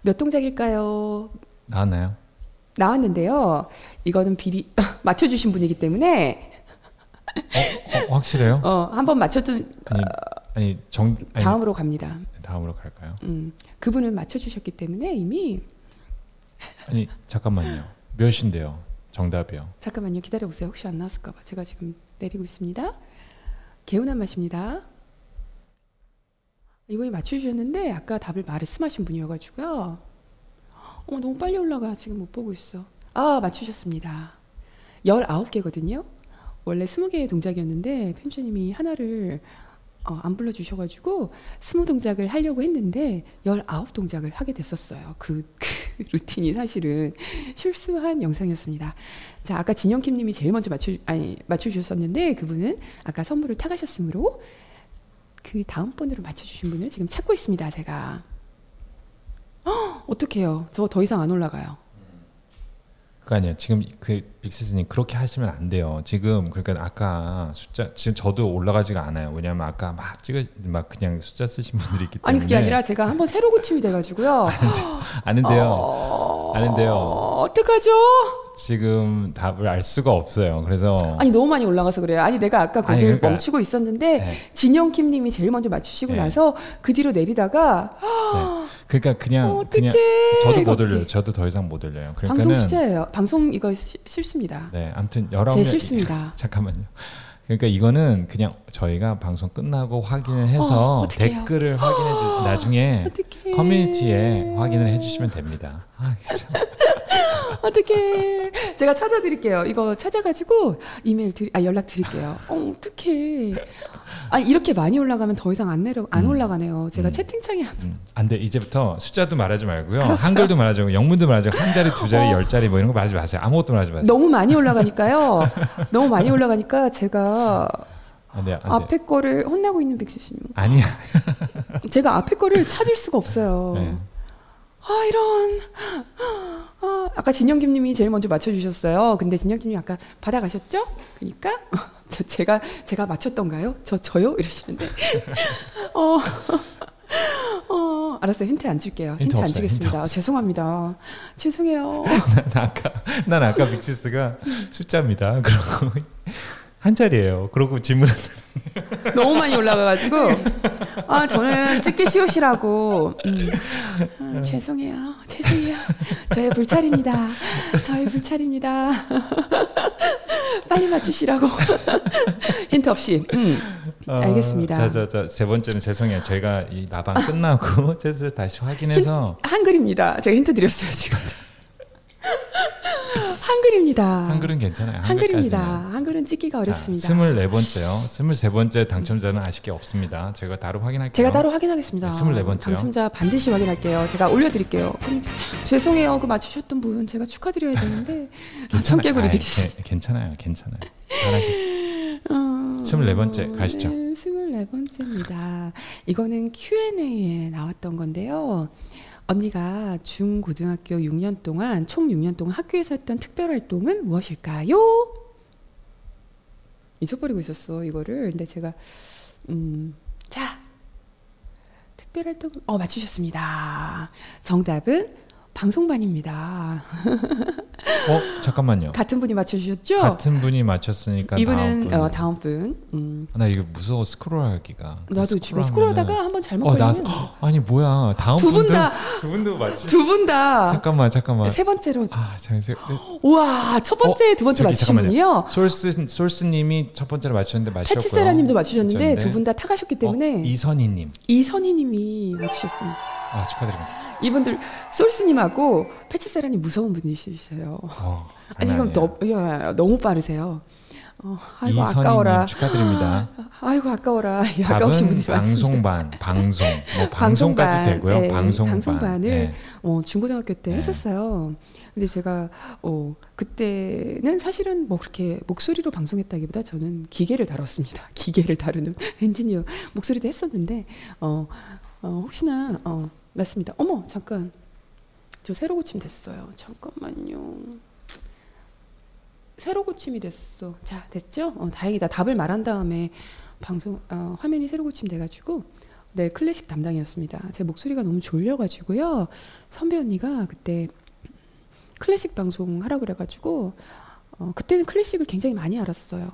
Speaker 1: 몇 동작일까요?
Speaker 2: 나왔나요
Speaker 1: 나왔는데요. 이거는 비리 맞춰주신 분이기 때문에
Speaker 2: 어, 어, 확실해요
Speaker 1: 어, 한번 맞춰준
Speaker 2: 아니 아니 정 아니,
Speaker 1: 다음으로 갑니다.
Speaker 2: 다음으로 갈까요
Speaker 1: 음, 그분을 맞춰주셨기 때문에 이미
Speaker 2: 아니 잠깐만요 몇인데요 정답이요
Speaker 1: 잠깐만요 기다려 보세요 혹시 안 나왔을까봐 제가 지금 내리고 있습니다 개운한 맛입니다 이번에 맞춰주셨는데 아까 답을 말씀하신 분이어가지고요 어머 너무 빨리 올라가 지금 못 보고 있어 아 맞추셨습니다 19개거든요 원래 20개의 동작이었는데 편집자님이 하나를 어, 안 불러주셔가지고 스무 동작을 하려고 했는데 19 동작을 하게 됐었어요. 그, 그 루틴이 사실은 실수한 영상이었습니다. 자, 아까 진영킴님이 제일 먼저 맞추, 아니, 맞추셨었는데 그분은 아까 선물을 타가셨으므로 그 다음 번으로 맞춰주신 분을 지금 찾고 있습니다, 제가. 헉, 어떡해요. 저거 더 이상 안 올라가요.
Speaker 2: 그거 아니야. 지금 그 빅스님 그렇게 하시면 안 돼요. 지금 그러니까 아까 숫자 지금 저도 올라가지가 않아요. 왜냐하면 아까 막 찍어 막 그냥 숫자 쓰신 분들이 있기 때문에
Speaker 1: 아니, 그게 아니라 제가 한번 새로 고침이 돼가지고요.
Speaker 2: 네. 아는데요.
Speaker 1: 어,
Speaker 2: 아는데요.
Speaker 1: 어떡하죠?
Speaker 2: 지금 답을 알 수가 없어요. 그래서
Speaker 1: 아니 너무 많이 올라가서 그래요. 아니 내가 아까
Speaker 2: 아니,
Speaker 1: 거기를
Speaker 2: 그러니까-
Speaker 1: 멈추고 있었는데
Speaker 2: 네.
Speaker 1: 진영킴님이 제일 먼저 맞추시고
Speaker 2: 네.
Speaker 1: 나서 그 뒤로 내리다가
Speaker 2: 그러니까 그냥
Speaker 1: 어떡해
Speaker 2: 그냥 저도
Speaker 1: 이거
Speaker 2: 못
Speaker 1: 어떡해.
Speaker 2: 올려요. 저도 더 이상 못 올려요.
Speaker 1: 방송
Speaker 2: 그러니까는
Speaker 1: 숙제예요. 방송 이거 시- 실수입니다.
Speaker 2: 네, 아무튼 열아홉
Speaker 1: 제
Speaker 2: 명
Speaker 1: 실수입니다.
Speaker 2: 잠깐만요. 그러니까 이거는 그냥 저희가 방송 끝나고 확인을 해서
Speaker 1: 어, 어떡해요.
Speaker 2: 댓글을 확인해 주 나중에
Speaker 1: 어떡해.
Speaker 2: 네. 커뮤니티에 확인을 해 주시면 됩니다. 아, 참.
Speaker 1: 어떻게 제가 찾아드릴게요. 이거 찾아가지고 이메일 드리, 아 연락 드릴게요. 어, 어떻게? 아 이렇게 많이 올라가면 더 이상 안 내려 안
Speaker 2: 음.
Speaker 1: 올라가네요. 제가
Speaker 2: 음.
Speaker 1: 채팅창이 안
Speaker 2: 음, 안 돼. 이제부터 숫자도 말하지 말고요.
Speaker 1: 알았어요.
Speaker 2: 한글도 말하지 말고 영문도 말하지 말고 한 자리, 두 자리,
Speaker 1: 어.
Speaker 2: 열 자리 뭐 이런 거 말하지 마세요. 아무것도 말하지 마세요.
Speaker 1: 너무 많이 올라가니까요. 너무 많이 올라가니까 제가
Speaker 2: 안 돼요. 안 돼요.
Speaker 1: 앞에 거를 혼나고 있는 백수님.
Speaker 2: 아니야.
Speaker 1: 제가 앞에 거를 찾을 수가 없어요.
Speaker 2: 네.
Speaker 1: 아 이런. 아, 아까 진영김님이 제일 먼저 맞춰주셨어요. 근데 진영김님 아까 받아가셨죠? 그러니까 저, 제가 제가 맞췄던가요? 저 저요? 이러시는데. 어. 어, 알았어요. 힌트 안 줄게요. 힌트,
Speaker 2: 힌트
Speaker 1: 안
Speaker 2: 없어요. 힌트
Speaker 1: 주겠습니다. 죄송합니다. 죄송해요.
Speaker 2: 난 아까 난 아까 빅시스가 숫자입니다. 그러고 한 자리예요. 그러고 질문
Speaker 1: 너무 많이 올라가가지고 아 저는 찍기 쉬우시라고 음. 아, 죄송해요 죄송해요 저의 불찰입니다 저의 불찰입니다 빨리 맞추시라고 힌트 없이 음. 알겠습니다.
Speaker 2: 어, 아, 자자자세 번째는 죄송해요. 저희가 이 라방 끝나고 제가 다시 확인해서
Speaker 1: 한글입니다 제가 힌트 드렸어요 지금 한글입니다
Speaker 2: 한글은 괜찮아요.
Speaker 1: 한글입니다
Speaker 2: 한글까지는.
Speaker 1: 한글은 찍기가 어렵습니다
Speaker 2: 자, 24번째요. 23번째 당첨자는 아쉽게 없습니다. 제가 따로 확인할게요.
Speaker 1: 제가 따로 확인하겠습니다.
Speaker 2: 네, 24번째요.
Speaker 1: 당첨자 반드시 확인할게요. 제가 올려드릴게요. 그럼 죄송해요. 그 맞추셨던 분 제가 축하드려야 되는데 아,
Speaker 2: 괜찮아요.
Speaker 1: 청개구리
Speaker 2: 아이, 네.
Speaker 1: 빅스.
Speaker 2: 게- 괜찮아요. 괜찮아요. 잘하셨어요.
Speaker 1: 어,
Speaker 2: 24번째 가시죠.
Speaker 1: 네, 24번째입니다. 이거는 Q&A에 나왔던 건데요. 언니가 중고등학교 6년 동안 총 6년 동안 학교에서 했던 특별 활동은 무엇일까요? 잊어버리고 있었어 이거를. 근데 제가 음, 자 특별 활동 어 맞추셨습니다. 정답은 방송반입니다.
Speaker 2: 어, 잠깐만요.
Speaker 1: 같은 분이 맞춰주셨죠?
Speaker 2: 같은 분이 맞췄으니까 다음
Speaker 1: 이분은
Speaker 2: 분.
Speaker 1: 어, 다음 분. 음.
Speaker 2: 나 이거 무서워 스크롤하기가.
Speaker 1: 나도 지금 스크롤하다가 한번 잘못
Speaker 2: 어, 나
Speaker 1: 걸리면
Speaker 2: 헉, 아니 뭐야. 다음
Speaker 1: 두 분
Speaker 2: 분도
Speaker 1: 다-
Speaker 2: 두 분도 맞히
Speaker 1: 두 분 다
Speaker 2: 잠깐만 잠깐만.
Speaker 1: 세 번째로
Speaker 2: 아, 잠깐 세, 세,
Speaker 1: 우와 첫 번째 두 번째
Speaker 2: 저기
Speaker 1: 맞추신
Speaker 2: 잠깐만요.
Speaker 1: 분이요
Speaker 2: 솔스 솔스님이 첫 번째로 맞추셨는데 맞추셨고요.
Speaker 1: 패치세라님도 맞추셨는데
Speaker 2: 맞췄는데
Speaker 1: 두 분 다 타가셨기
Speaker 2: 어,
Speaker 1: 때문에
Speaker 2: 이선희님
Speaker 1: 이선희님이 맞추셨습니다
Speaker 2: 아 축하드립니다.
Speaker 1: 이분들 솔스님하고 패치세라님 무서운 분이시세요
Speaker 2: 어,
Speaker 1: 아니
Speaker 2: 장난
Speaker 1: 지금
Speaker 2: 아니에요.
Speaker 1: 너, 야, 너무 빠르세요 어, 아이고
Speaker 2: 이선희님
Speaker 1: 아까워라
Speaker 2: 축하드립니다.
Speaker 1: 아이고 아까워라 이 아까우신
Speaker 2: 답은
Speaker 1: 분들이 많습니다
Speaker 2: 방송반 방송 뭐 방송까지
Speaker 1: 방송반,
Speaker 2: 되고요.
Speaker 1: 네,
Speaker 2: 방송반
Speaker 1: 방송반을
Speaker 2: 네.
Speaker 1: 어, 중고등학교 때
Speaker 2: 네.
Speaker 1: 했었어요. 근데 제가 어, 그때는 사실은 뭐 그렇게 목소리로 방송했다기보다 저는 기계를 다뤘습니다. 기계를 다루는 엔지니어 목소리도 했었는데 어, 어, 혹시나 어, 맞습니다. 어머 잠깐 저 새로 고침 됐어요. 잠깐만요. 새로 고침이 됐어. 자 됐죠? 어, 다행이다. 답을 말한 다음에 방송 어, 화면이 새로 고침돼가지고 네 클래식 담당이었습니다. 제 목소리가 너무 졸려가지고요. 선배 언니가 그때 클래식 방송 하라 그래가지고 어, 그때는 클래식을 굉장히 많이 알았어요.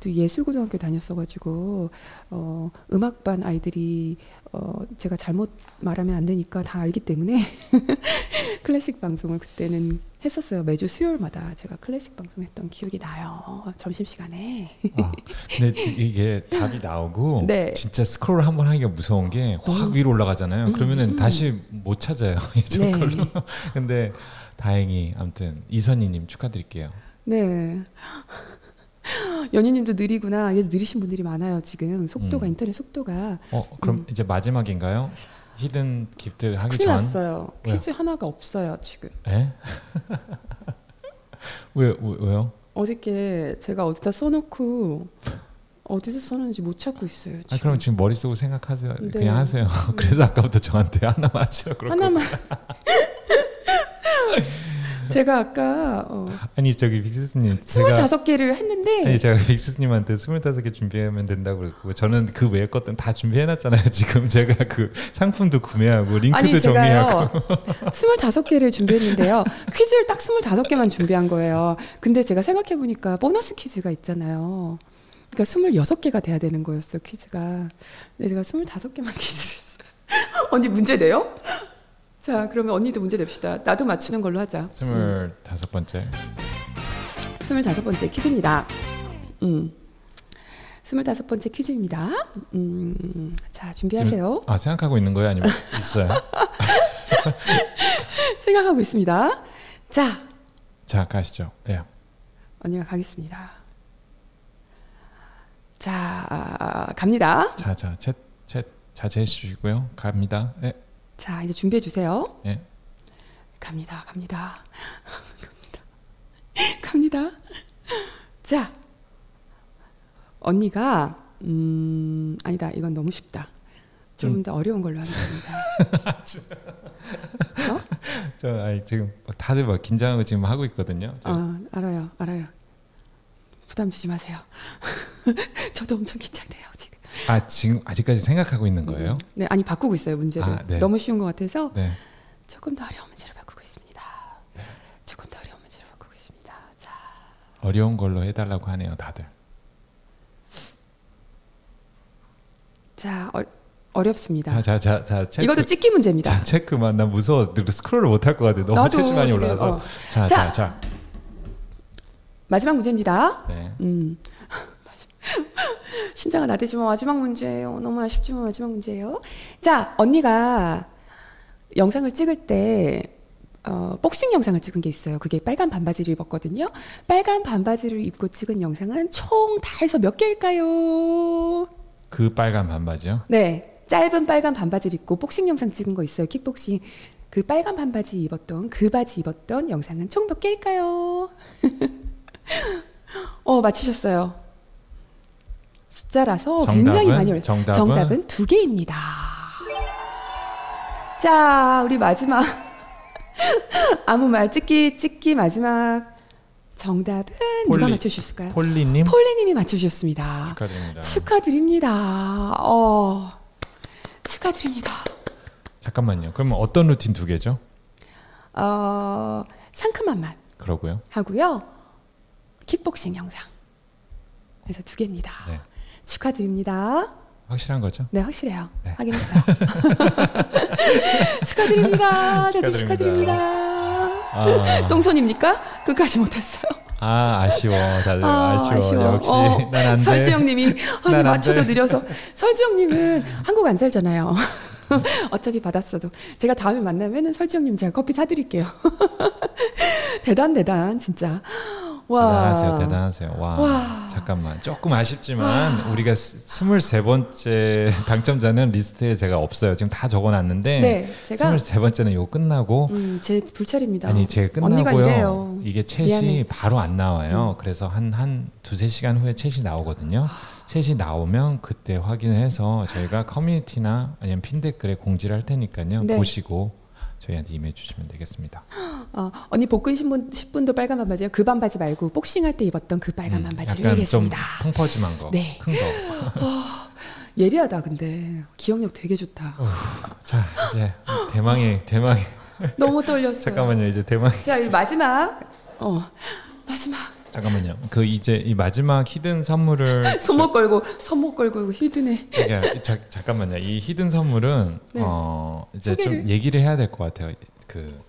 Speaker 1: 또 예술고등학교 다녔어가지고 어, 음악반 아이들이 어, 제가 잘못 말하면 안 되니까 다 알기 때문에 클래식 방송을 그때는 했었어요. 매주 수요일마다 제가 클래식 방송했던 기억이 나요. 점심시간에.
Speaker 2: 어, 근데 이게 답이 나오고
Speaker 1: 네. 음.
Speaker 2: 진짜 스크롤 한 번 하기가 무서운 게 확 위로 올라가잖아요. 그러면은 다시 못 찾아요. 예전
Speaker 1: 네.
Speaker 2: 걸로. 근데 다행히 아무튼 이선희님 축하드릴게요.
Speaker 1: 네. 연희님도 느리구나. 이게 느리신 분들이 많아요 지금 속도가
Speaker 2: 음.
Speaker 1: 인터넷 속도가
Speaker 2: 어 그럼 이제 마지막인가요? 히든 깁들 하기
Speaker 1: 음. 큰일
Speaker 2: 전.
Speaker 1: 났어요.
Speaker 2: 왜요?
Speaker 1: 퀴즈 하나가 없어요 지금.
Speaker 2: 에? 왜, 왜 왜요?
Speaker 1: 어저께 제가 어디다 써놓고 어디서 써놨는지 못 찾고 있어요. 지금.
Speaker 2: 아, 그럼 지금 머릿속으로 생각하세요.
Speaker 1: 그렇죠. 네.
Speaker 2: 그냥 하세요. 그래서 아까부터 저한테 하나만 하시라고 그러고.
Speaker 1: 하나만. 제가 아까 어,
Speaker 2: 아니 저기 빅스님 제가
Speaker 1: 25개를 했는데
Speaker 2: 아니 제가 빅스님한테 25개 준비하면 된다고 그랬고 저는 그 외의 것들은 다 준비해놨잖아요. 지금 제가 그 상품도 구매하고 링크도
Speaker 1: 아니
Speaker 2: 정리하고
Speaker 1: 제가요 음. 25개를 준비했는데요 퀴즈를 딱 25개만 준비한 거예요 근데 제가 생각해보니까 보너스 퀴즈가 있잖아요 그러니까 26개가 돼야 되는 거였어 퀴즈가 근데 제가 25개만 퀴즈를 했어요 언니 문제 내요? 자 그러면 언니도 문제 냅시다 나도 맞추는 걸로 하자 음,
Speaker 2: 25번째
Speaker 1: 25번째 퀴즈입니다. 음. 25번째 퀴즈입니다. 음. 자, 준비하세요.
Speaker 2: 아 생각하고 있는 거예요? 아니면 있어요?
Speaker 1: 생각하고 있습니다. 자,
Speaker 2: 자 가시죠. 예.
Speaker 1: 언니가 가겠습니다. 자, 아, 갑니다.
Speaker 2: 자자 챗챗 자제해 주시고요. 갑니다. 예.
Speaker 1: 자, 이제 준비해 주세요.
Speaker 2: 예.
Speaker 1: 갑니다. 갑니다. 갑니다. 갑니다. 자. 언니가 음, 아니다. 이건 너무 쉽다.
Speaker 2: 음.
Speaker 1: 조금 더 어려운 걸로 하겠습니다.
Speaker 2: 네.
Speaker 1: 어?
Speaker 2: 저 아니 지금 막 다들 막 긴장하고 지금 하고 있거든요. 저-
Speaker 1: 아, 알아요. 알아요. 부담 주지 마세요. 저도 엄청 긴장돼요, 지금.
Speaker 2: 아 지금 아직까지 생각하고 있는 거예요?
Speaker 1: 네, 아니 바꾸고 있어요, 문제를.
Speaker 2: 아, 네.
Speaker 1: 너무 쉬운 것 같아서
Speaker 2: 네.
Speaker 1: 조금 더 어려운 문제로 바꾸고 있습니다. 조금 더 어려운 문제로 바꾸고 있습니다. 자,
Speaker 2: 어려운 걸로 해달라고 하네요, 다들.
Speaker 1: 자 어, 어렵습니다.
Speaker 2: 자자자자 체크.
Speaker 1: 이것도 찍기 문제입니다.
Speaker 2: 자 체크만 나 무서워. 늘 스크롤을 못 할 것 같아. 너무
Speaker 1: 나도
Speaker 2: 체심만이
Speaker 1: 지금,
Speaker 2: 올라가서.
Speaker 1: 어.
Speaker 2: 자
Speaker 1: 자.
Speaker 2: 자 자.
Speaker 1: 마지막 문제입니다.
Speaker 2: 네.
Speaker 1: 음. 심장은 나대지만 마지막 문제예요. 너무 아쉽지만 마지막 문제예요. 자, 언니가 영상을 찍을 때 어, 복싱 영상을 찍은 게 있어요. 그게 빨간 반바지를 입었거든요. 빨간 반바지를 입고 찍은 영상은 총 다 해서 몇 개일까요?
Speaker 2: 그 빨간 반바지요.
Speaker 1: 네. 짧은 빨간 반바지를 입고 복싱 영상 찍은 거 있어요. 킥복싱. 그 빨간 반바지 입었던 그 바지 입었던 영상은 총 몇 개일까요? 어, 맞추셨어요. 숫자라서 굉장히 많이 올.
Speaker 2: 정답은
Speaker 1: 정답은 두 개입니다. 자, 우리 마지막 아무 말 찍기 찍기 마지막 정답은 누가
Speaker 2: 폴리.
Speaker 1: 맞춰 주실까요?
Speaker 2: 폴리님
Speaker 1: 네. 폴리 님이 맞춰 주셨습니다. 그러니까.
Speaker 2: 축하드립니다.
Speaker 1: 축하드립니다. 어, 축하드립니다.
Speaker 2: 잠깐만요. 그러면 어떤 루틴 두 개죠?
Speaker 1: 어, 상큼한 맛
Speaker 2: 그러고요.
Speaker 1: 하고요. 킥복싱 영상. 그래서 두 개입니다.
Speaker 2: 네.
Speaker 1: 축하드립니다.
Speaker 2: 확실한 거죠?
Speaker 1: 네, 확실해요.
Speaker 2: 네.
Speaker 1: 확인했어요. 축하드립니다. 다들
Speaker 2: 축하드립니다.
Speaker 1: 축하드립니다.
Speaker 2: 아,
Speaker 1: 똥손입니까? 끝까지 못했어요.
Speaker 2: 아 아쉬워 다들
Speaker 1: 아,
Speaker 2: 아, 쉬워 역시
Speaker 1: 어,
Speaker 2: 난 안 돼.
Speaker 1: 설지영님이
Speaker 2: 난안
Speaker 1: 아니 맞춰도
Speaker 2: 돼.
Speaker 1: 느려서 설지영님은 한국 안 살잖아요. 어차피 받았어도 제가 다음에 만나면은 설지영님 제가 커피 사드릴게요. 대단 대단 진짜 와
Speaker 2: 대단하세요, 대단하세요. 와,
Speaker 1: 와.
Speaker 2: 잠깐만. 조금 아쉽지만 우리가 스- 23번째 당첨자는 리스트에 제가 없어요. 지금 다 적어놨는데
Speaker 1: 네 제가
Speaker 2: 23번째는 이거 끝나고
Speaker 1: 음, 제 불찰입니다.
Speaker 2: 아니 제가
Speaker 1: 언니가
Speaker 2: 끝나고요.
Speaker 1: 이래요.
Speaker 2: 이게 챗이
Speaker 1: 미안해. 음.
Speaker 2: 바로 안 나와요. 그래서 한 한 두세 시간 후에 챗이 나오거든요.
Speaker 1: 아.
Speaker 2: 챗이 나오면 그때 확인을 해서 저희가 커뮤니티나 아니면 핀 댓글에 공지를 할 테니까요.
Speaker 1: 네.
Speaker 2: 보시고 저희한테 임해 주시면 되겠습니다.
Speaker 1: 어, 언니 복근 10분, 10분도 빨간 반바지요. 그 반바지 말고 복싱할 때 입었던 그 빨간
Speaker 2: 음,
Speaker 1: 반바지를
Speaker 2: 약간 좀
Speaker 1: 얘기했습니다.
Speaker 2: 펑퍼짐한 거,
Speaker 1: 네.
Speaker 2: 큰 거.
Speaker 1: 예리하다 근데 기억력 되게 좋다.
Speaker 2: 어. 자 이제 대망의 대망의
Speaker 1: 너무 떨렸어요.
Speaker 2: 잠깐만요 이제 대망
Speaker 1: 자, 이 마지막. 어. 마지막.
Speaker 2: 잠깐만요 그 이제 이 마지막 히든 선물을
Speaker 1: 손목 걸고 손목 걸고 히드네.
Speaker 2: 그러니까 자, 잠깐만요 이 히든 선물은
Speaker 1: 네.
Speaker 2: 어 이제
Speaker 1: 소개를.
Speaker 2: 좀 얘기를 해야 될 것 같아요 그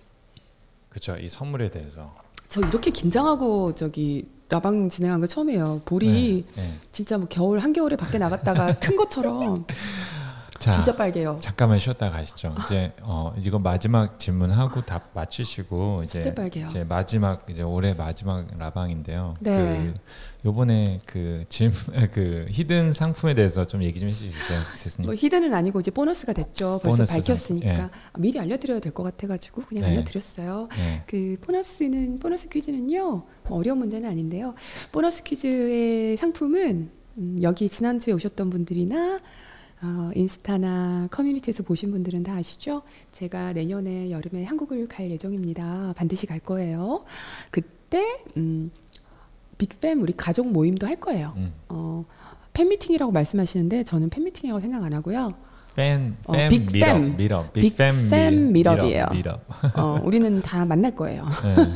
Speaker 2: 그쵸 이 선물에 대해서
Speaker 1: 저 이렇게 긴장하고 저기 라방 진행한 거 처음이에요. 볼이
Speaker 2: 네, 네.
Speaker 1: 진짜 뭐 겨울 한겨울에 밖에 나갔다가 튼 것처럼
Speaker 2: 자,
Speaker 1: 진짜 빨개요.
Speaker 2: 잠깐만 쉬었다 가시죠. 이제 어 이거 마지막 질문하고 답 맞추시고 이제
Speaker 1: 진짜 빨개요.
Speaker 2: 이제 마지막 이제 올해 마지막 라방인데요.
Speaker 1: 네.
Speaker 2: 그 요번에 그 질문 그 히든 상품에 대해서 좀 얘기 좀 해주시겠어요, 스님?
Speaker 1: 뭐 히든은 아니고 이제 보너스가 됐죠. 벌써
Speaker 2: 보너스
Speaker 1: 밝혔으니까
Speaker 2: 상품,
Speaker 1: 아, 미리 알려드려야 될 것 같아가지고 그냥
Speaker 2: 예. 네.
Speaker 1: 알려드렸어요.
Speaker 2: 네.
Speaker 1: 그 보너스는 보너스 퀴즈는요 뭐 어려운 문제는 아닌데요. 보너스 퀴즈의 상품은 음, 여기 지난주에 오셨던 분들이나 어, 인스타나 커뮤니티에서 보신 분들은 다 아시죠? 제가 내년에 여름에 한국을 갈 예정입니다. 반드시 갈 거예요. 그때 음, 빅팸 우리 가족 모임도 할 거예요.
Speaker 2: 음.
Speaker 1: 어, 팬미팅이라고 말씀하시는데 저는 팬미팅이라고 생각 안 하고요.
Speaker 2: 팬,
Speaker 1: 어,
Speaker 2: 팬
Speaker 1: 빅
Speaker 2: 미럽,
Speaker 1: 팬.
Speaker 2: 미럽,
Speaker 1: 빅 팬
Speaker 2: 미럽,
Speaker 1: 미럽이에요.
Speaker 2: 미럽.
Speaker 1: 어, 우리는 다 만날 거예요.
Speaker 2: 네.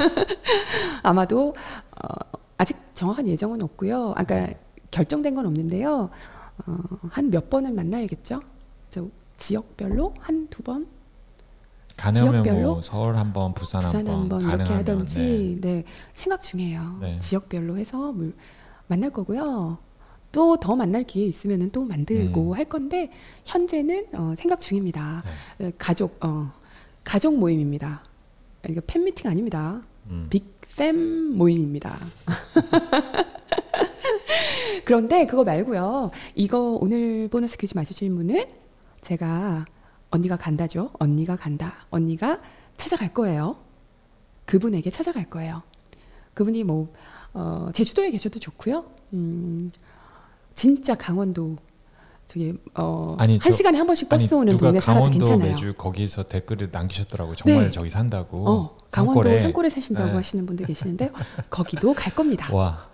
Speaker 1: 아마도 어, 아직 정확한 예정은 없고요. 아까 결정된 건 없는데요. 어, 한 몇 번은 만나야겠죠. 저 지역별로 한 두 번,
Speaker 2: 가능하면 뭐
Speaker 1: 지역별로?
Speaker 2: 서울 한번, 부산,
Speaker 1: 부산 한 번 이렇게
Speaker 2: 가능하면,
Speaker 1: 하든지 네. 생각 중이에요.
Speaker 2: 네.
Speaker 1: 지역별로 해서 물- 만날 거고요. 또 더 만날 기회 있으면은 또 만들고
Speaker 2: 음.
Speaker 1: 할 건데 현재는 어, 생각 중입니다.
Speaker 2: 네.
Speaker 1: 어, 가족 어, 가족 모임입니다. 이거 팬 미팅 아닙니다.
Speaker 2: 음.
Speaker 1: 빅팸 모임입니다. 그런데 그거 말고요. 이거 오늘 보너스 퀴즈 맞춰주신 분은 제가 언니가 간다죠. 언니가 간다. 언니가 찾아갈 거예요. 그분에게 찾아갈 거예요. 그분이 뭐 어, 제주도에 계셔도 좋고요. 음, 진짜 강원도 저기 어,
Speaker 2: 아니,
Speaker 1: 한
Speaker 2: 저-
Speaker 1: 시간에 한 번씩
Speaker 2: 아니,
Speaker 1: 버스 오는
Speaker 2: 누가
Speaker 1: 동네 살아도
Speaker 2: 강원도
Speaker 1: 괜찮아요.
Speaker 2: 매주 거기서 댓글을 남기셨더라고. 정말
Speaker 1: 네.
Speaker 2: 저기 산다고.
Speaker 1: 어, 강원도
Speaker 2: 산골에.
Speaker 1: 산골에 사신다고
Speaker 2: 네.
Speaker 1: 하시는 분들 계시는데 거기도 갈 겁니다.
Speaker 2: 와.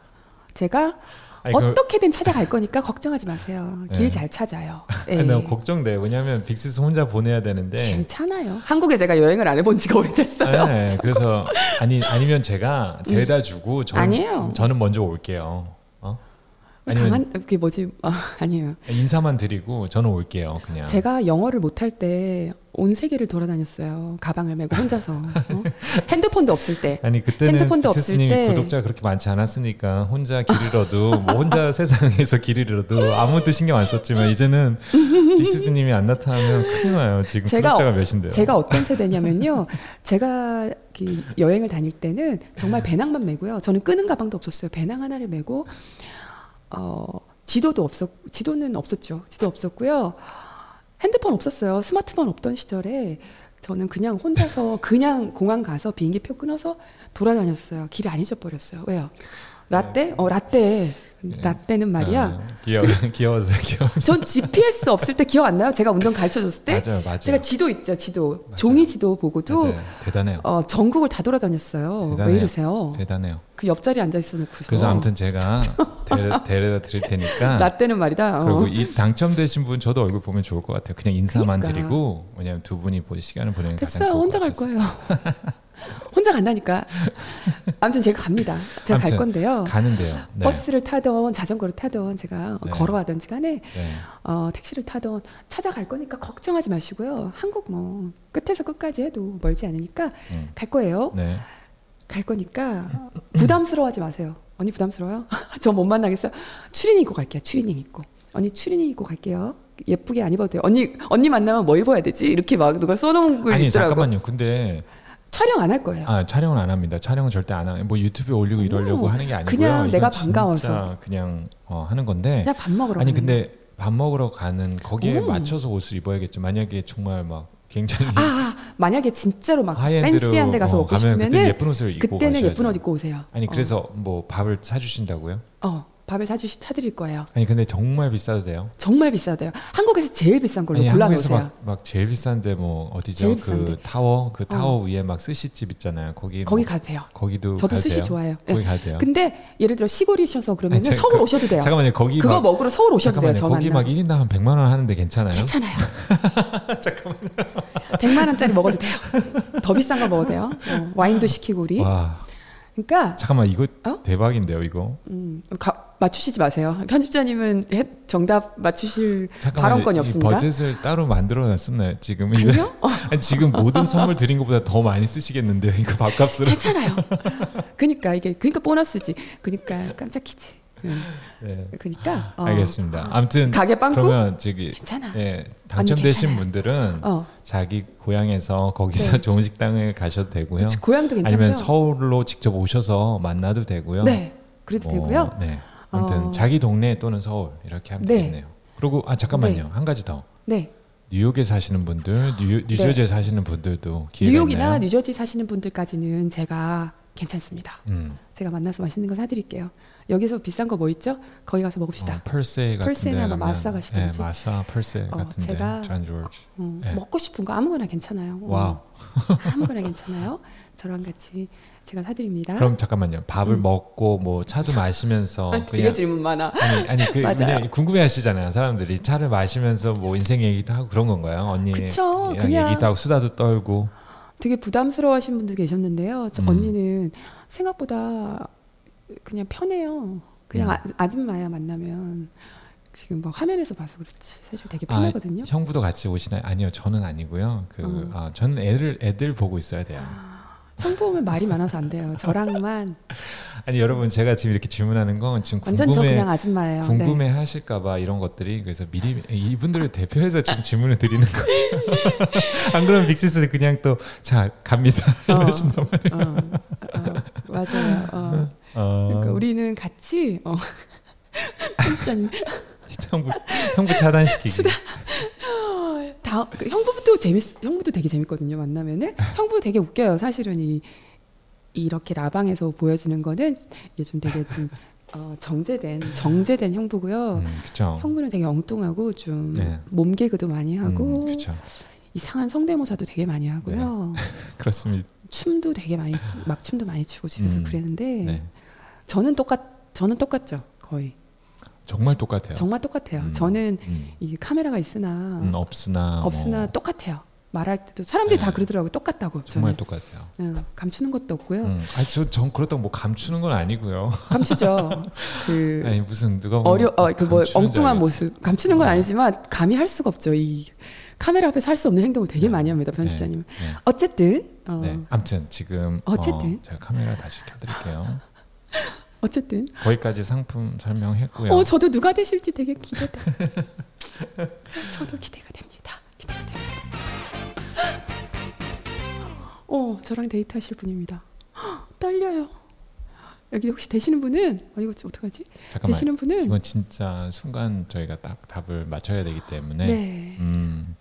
Speaker 1: 제가
Speaker 2: 아니, 그-
Speaker 1: 어떻게든 찾아갈 거니까 걱정하지 마세요.
Speaker 2: 네.
Speaker 1: 길 잘 찾아요. 예.
Speaker 2: 나 걱정돼. 네. 왜냐면 빅스스 혼자 보내야 되는데.
Speaker 1: 괜찮아요. 한국에 제가 여행을 안 해본 지가 오래됐어요.
Speaker 2: 네, 그래서 아니 아니면 제가 데려다 주고 저는
Speaker 1: 아니에요.
Speaker 2: 저는 먼저 올게요. 어? 아니면
Speaker 1: 강한 그게 뭐지? 아, 아니에요.
Speaker 2: 인사만 드리고 저는 올게요. 그냥.
Speaker 1: 제가 영어를 못할 때 온 세계를 돌아다녔어요. 가방을 메고 혼자서 어? 핸드폰도 없을 때.
Speaker 2: 아니 그때는
Speaker 1: 핸드폰도 없을
Speaker 2: 빅스스님이
Speaker 1: 때.
Speaker 2: 구독자 그렇게 많지 않았으니까 혼자 길 잃어도 뭐 혼자 세상에서 길 잃어도 아무것도 신경 안 썼지만 이제는 빅스스님이 안 나타나면 큰일 나요. 지금
Speaker 1: 제가
Speaker 2: 구독자가 몇인데요?
Speaker 1: 제가 어떤 세대냐면요. 제가 그 여행을 다닐 때는 정말 배낭만 메고요. 저는 끄는 가방도 없었어요. 배낭 하나를 메고 어, 지도도 없었 지도는 없었죠. 지도 없었고요. 핸드폰 없었어요. 스마트폰 없던 시절에 저는 그냥 혼자서 그냥 공항 가서 비행기표 끊어서 돌아다녔어요. 길이 안 잊어버렸어요. 왜요? 라떼? 어, 라떼. 라떼는 말이야.
Speaker 2: 아, 귀여워 귀여워서 귀여워.
Speaker 1: 전 GPS 없을 때 기억 안 나요? 제가 운전 가르쳐 줬을 때?
Speaker 2: 맞아요, 맞아요.
Speaker 1: 네? 제가 지도 있죠, 지도.
Speaker 2: 맞아요.
Speaker 1: 종이 지도 보고도
Speaker 2: 맞아요. 대단해요.
Speaker 1: 어, 전국을 다 돌아다녔어요.
Speaker 2: 대단해요.
Speaker 1: 왜 이러세요?
Speaker 2: 대단해요.
Speaker 1: 그 옆자리에 앉아 있어 놓고서.
Speaker 2: 그래서 아무튼 제가 데려, 데려다 드릴 테니까
Speaker 1: 라떼는 말이다. 어.
Speaker 2: 그리고 이 당첨되신 분 저도 얼굴 보면 좋을 것 같아요. 그냥 인사만
Speaker 1: 그러니까.
Speaker 2: 드리고 왜냐면 두 분이 보- 시간을 보내는 게 가장
Speaker 1: 됐어요.
Speaker 2: 좋을
Speaker 1: 혼자
Speaker 2: 것
Speaker 1: 갈
Speaker 2: 같아서.
Speaker 1: 거예요. 혼자 간다니까. 아무튼 제가 갑니다. 제가 갈
Speaker 2: 아무튼
Speaker 1: 건데요.
Speaker 2: 가는데요. 네.
Speaker 1: 버스를 타던 자전거를 타던 제가
Speaker 2: 네.
Speaker 1: 걸어가든지 간에
Speaker 2: 네.
Speaker 1: 어, 택시를 타던 찾아갈 거니까 걱정하지 마시고요. 한국 뭐 끝에서 끝까지 해도 멀지 않으니까
Speaker 2: 음.
Speaker 1: 갈 거예요.
Speaker 2: 네.
Speaker 1: 갈 거니까 부담스러워하지 마세요. 언니 부담스러워요? 저 못 만나겠어요. 추리닝 입고 갈게요. 추리닝 입고. 언니 추리닝 입고 갈게요. 예쁘게 안 입어도 돼요. 언니 언니 만나면 뭐 입어야 되지? 이렇게 막 누가 써놓은 걸
Speaker 2: 아니
Speaker 1: 있더라고. 네.
Speaker 2: 잠깐만요. 근데
Speaker 1: 촬영 안 할 거예요.
Speaker 2: 아, 촬영은 안 합니다. 촬영은 절대 안 하고 뭐 유튜브에 올리고 이러려고
Speaker 1: 음,
Speaker 2: 하는 게 아니고요.
Speaker 1: 그냥
Speaker 2: 이건
Speaker 1: 내가
Speaker 2: 진짜
Speaker 1: 반가워서.
Speaker 2: 그냥 어, 하는 건데.
Speaker 1: 그냥 밥 먹으러.
Speaker 2: 아니
Speaker 1: 가는 거예요.
Speaker 2: 근데 밥 먹으러 가는 거기에
Speaker 1: 음.
Speaker 2: 맞춰서 옷을 입어야겠죠. 만약에 정말 막 굉장히
Speaker 1: 아, 아, 만약에 진짜로 막
Speaker 2: 하이엔드로
Speaker 1: 팬시한 데 가서
Speaker 2: 어,
Speaker 1: 오고
Speaker 2: 가면 그때
Speaker 1: 싶으면은
Speaker 2: 예쁜 옷을 입고
Speaker 1: 그때는 예쁜 옷
Speaker 2: 가셔야죠.
Speaker 1: 입고 오세요.
Speaker 2: 아니
Speaker 1: 어.
Speaker 2: 그래서 뭐 밥을 사주신다고요?
Speaker 1: 어, 밥을 사주시 사드릴 거예요.
Speaker 2: 아니 근데 정말 비싸도 돼요?
Speaker 1: 정말 비싸대요. 한국에서 제일 비싼 걸로
Speaker 2: 아니
Speaker 1: 골라
Speaker 2: 한국에서
Speaker 1: 놓으세요.
Speaker 2: 막, 막 제일 비싼데 뭐 어디죠?
Speaker 1: 제일
Speaker 2: 그
Speaker 1: 비싼데. 어.
Speaker 2: 타워 그 타워 위에 막 스시집 있잖아요. 거기
Speaker 1: 거기
Speaker 2: 뭐,
Speaker 1: 가세요.
Speaker 2: 거기도
Speaker 1: 저도
Speaker 2: 가야
Speaker 1: 스시
Speaker 2: 돼요?
Speaker 1: 좋아해요. 예.
Speaker 2: 거기 가야 돼요.
Speaker 1: 근데 예를 들어 시골이셔서 그러면
Speaker 2: 아니,
Speaker 1: 은
Speaker 2: 저-
Speaker 1: 서울
Speaker 2: 그-
Speaker 1: 오셔도 돼요.
Speaker 2: 잠깐만요. 거기
Speaker 1: 그거
Speaker 2: 막
Speaker 1: 먹으러 서울 오셔도 돼요.
Speaker 2: 잠깐만요.
Speaker 1: 저
Speaker 2: 거기
Speaker 1: 만나.
Speaker 2: 막 1인당 한 100만 원 하는데 괜찮아요?
Speaker 1: 괜찮아요. 잠깐만요. 100만 원짜리 먹어도 돼요. 더 비싼 거 먹어도 돼요. 어, 와인도 시키고 우리.
Speaker 2: 와.
Speaker 1: 그러니까
Speaker 2: 잠깐만 이거
Speaker 1: 어?
Speaker 2: 대박인데요, 이거.
Speaker 1: 음, 가- 맞추시지 마세요. 편집자님은 해- 정답 맞추실
Speaker 2: 잠깐만요.
Speaker 1: 발언권이
Speaker 2: 이
Speaker 1: 없습니다.
Speaker 2: 버젯을 따로 만들어 놨었나요? 지금 이거
Speaker 1: 아니요? 어,
Speaker 2: 아니, 지금 모든 선물 드린 것보다 더 많이 쓰시겠는데요. 이거 밥값으로.
Speaker 1: 괜찮아요. 그러니까 이게 그러니까 보너스지. 그러니까 깜짝이지.
Speaker 2: 네.
Speaker 1: 그러니까 어,
Speaker 2: 알겠습니다. 아무튼
Speaker 1: 가게 빵꾸
Speaker 2: 그러면 저기
Speaker 1: 괜찮아.
Speaker 2: 예, 당첨되신
Speaker 1: 괜찮아요.
Speaker 2: 분들은
Speaker 1: 어,
Speaker 2: 자기 고향에서 거기서
Speaker 1: 네.
Speaker 2: 좋은 식당을 가셔도 되고요.
Speaker 1: 그치, 고향도 괜찮아요.
Speaker 2: 아니면 서울로 직접 오셔서 만나도 되고요.
Speaker 1: 네, 그래도
Speaker 2: 뭐,
Speaker 1: 되고요.
Speaker 2: 네. 아무튼
Speaker 1: 어.
Speaker 2: 자기 동네 또는 서울 이렇게 하면
Speaker 1: 네.
Speaker 2: 되겠네요. 그리고 아 잠깐만요. 한 가지 더.
Speaker 1: 네,
Speaker 2: 뉴욕에 사시는 분들, 뉴, 뉴저지에 사시는 분들도 기회가
Speaker 1: 뉴욕이나
Speaker 2: 있나요?
Speaker 1: 뉴저지 사시는 분들까지는 제가 괜찮습니다.
Speaker 2: 음.
Speaker 1: 제가 만나서 맛있는 거 사드릴게요. 여기서 비싼 거 뭐 있죠? 거기 가서 먹읍시다.
Speaker 2: 어, 펄세 같은데
Speaker 1: 펄세나 뭐 마사 가시든지.
Speaker 2: 네, 마사 펄세
Speaker 1: 어,
Speaker 2: 같은데
Speaker 1: 제가-
Speaker 2: 잔 조지.
Speaker 1: 음,
Speaker 2: 네.
Speaker 1: 먹고 싶은 거 아무거나 괜찮아요. 음,
Speaker 2: 와우.
Speaker 1: 아무거나 괜찮아요. 저랑 같이 제가 사드립니다.
Speaker 2: 그럼 잠깐만요. 밥을 먹고 뭐 차도 마시면서
Speaker 1: 아, 되게
Speaker 2: 그냥
Speaker 1: 질문 음. 많아.
Speaker 2: 아니 아니 그
Speaker 1: 맞아요.
Speaker 2: 그냥 궁금해하시잖아요. 사람들이 차를 마시면서 뭐 인생 얘기도 하고 그런 건가요? 언니
Speaker 1: 그쵸, 그냥-
Speaker 2: 얘기도 하고 수다도 떨고.
Speaker 1: 되게 부담스러워하신 분들 계셨는데요. 저
Speaker 2: 음.
Speaker 1: 언니는 생각보다 그냥 편해요. 그냥
Speaker 2: 음.
Speaker 1: 아, 아줌마야 만나면 지금 뭐 화면에서 봐서 그렇지 사실 되게
Speaker 2: 아,
Speaker 1: 편하거든요.
Speaker 2: 형부도 같이 오시나요? 아니요, 저는 아니고요. 그
Speaker 1: 음.
Speaker 2: 아, 저는 애를 애들 보고 있어야 돼요.
Speaker 1: 형 보면 말이 많아서 안 돼요. 저랑만
Speaker 2: 아니 여러분 제가 지금 이렇게 질문하는 건 지금
Speaker 1: 완전 저
Speaker 2: 궁금해
Speaker 1: 그냥 아줌마예요. 네.
Speaker 2: 궁금해 하실까봐 이런 것들이 그래서 미리 이분들을 대표해서 지금 질문을 드리는 거예요. 안 그러면 빅시스 그냥 또 자 갑니다
Speaker 1: 어.
Speaker 2: 이러신단 말이에요.
Speaker 1: 네. 어, 어, 맞아요. 어.
Speaker 2: 어,
Speaker 1: 그러니까 우리는 같이 어. 편집자님
Speaker 2: 형부 형부 차단시키기.
Speaker 1: 다 그 형부도 재밌 형부도 되게 재밌거든요 만나면은 형부 되게 웃겨요 사실은 이 이렇게 라방에서 보여지는 거는 이게 좀 되게 좀 어, 정제된 정제된 형부고요
Speaker 2: 음, 그쵸.
Speaker 1: 형부는 되게 엉뚱하고 좀
Speaker 2: 네.
Speaker 1: 몸개그도 많이
Speaker 2: 음,
Speaker 1: 하고
Speaker 2: 그쵸. 네.
Speaker 1: 이상한 성대모사도 되게 많이 하고요
Speaker 2: 그렇습니다.
Speaker 1: 춤도 되게 많이 막 춤도 많이 추고 집에서
Speaker 2: 음,
Speaker 1: 그랬는데
Speaker 2: 네.
Speaker 1: 저는 똑같 저는 똑같죠 거의
Speaker 2: 정말 똑같아요.
Speaker 1: 정말 똑같아요
Speaker 2: 음,
Speaker 1: 저는
Speaker 2: 음,
Speaker 1: 이 카메라가 있으나
Speaker 2: 음, 없으나
Speaker 1: 없으나
Speaker 2: 뭐,
Speaker 1: 똑같아요. 말할 때도 사람들이
Speaker 2: 네.
Speaker 1: 다 그러더라고요. 똑같다고.
Speaker 2: 정말
Speaker 1: 저는.
Speaker 2: 똑같아요.
Speaker 1: 응, 감추는 것도 없고요.
Speaker 2: 음. 아니 저전 그렇다고 뭐 감추는 건 아니고요.
Speaker 1: 감추죠. 그
Speaker 2: 아니 무슨 누가 보면
Speaker 1: 어려 어그뭐
Speaker 2: 네, 감추는 줄
Speaker 1: 엉뚱한
Speaker 2: 알겠어요.
Speaker 1: 모습 감추는 건
Speaker 2: 어.
Speaker 1: 아니지만 감히 할 수가 없죠. 이 카메라 앞에서 할 수 없는 행동을 되게 많이 합니다. 편집자님. 은
Speaker 2: 네.
Speaker 1: 어쨌든 어,
Speaker 2: 네. 아무튼 지금
Speaker 1: 어쨌든.
Speaker 2: 어, 제가 카메라 다시 켜드릴게요.
Speaker 1: 어쨌든
Speaker 2: 거기까지 상품 설명했고요.
Speaker 1: 어 저도 누가 되실지 되게 기대돼. 저도 기대가 됩니다. 기대가 됩니다. 어 저랑 데이트하실 분입니다. 떨려요. 여기 혹시 되시는 분은 아 이거 어떡하지?
Speaker 2: 잠깐만.
Speaker 1: 되시는 분은
Speaker 2: 이건 진짜 순간 저희가 딱 답을 맞춰야 되기 때문에
Speaker 1: 네. 어.
Speaker 2: 음,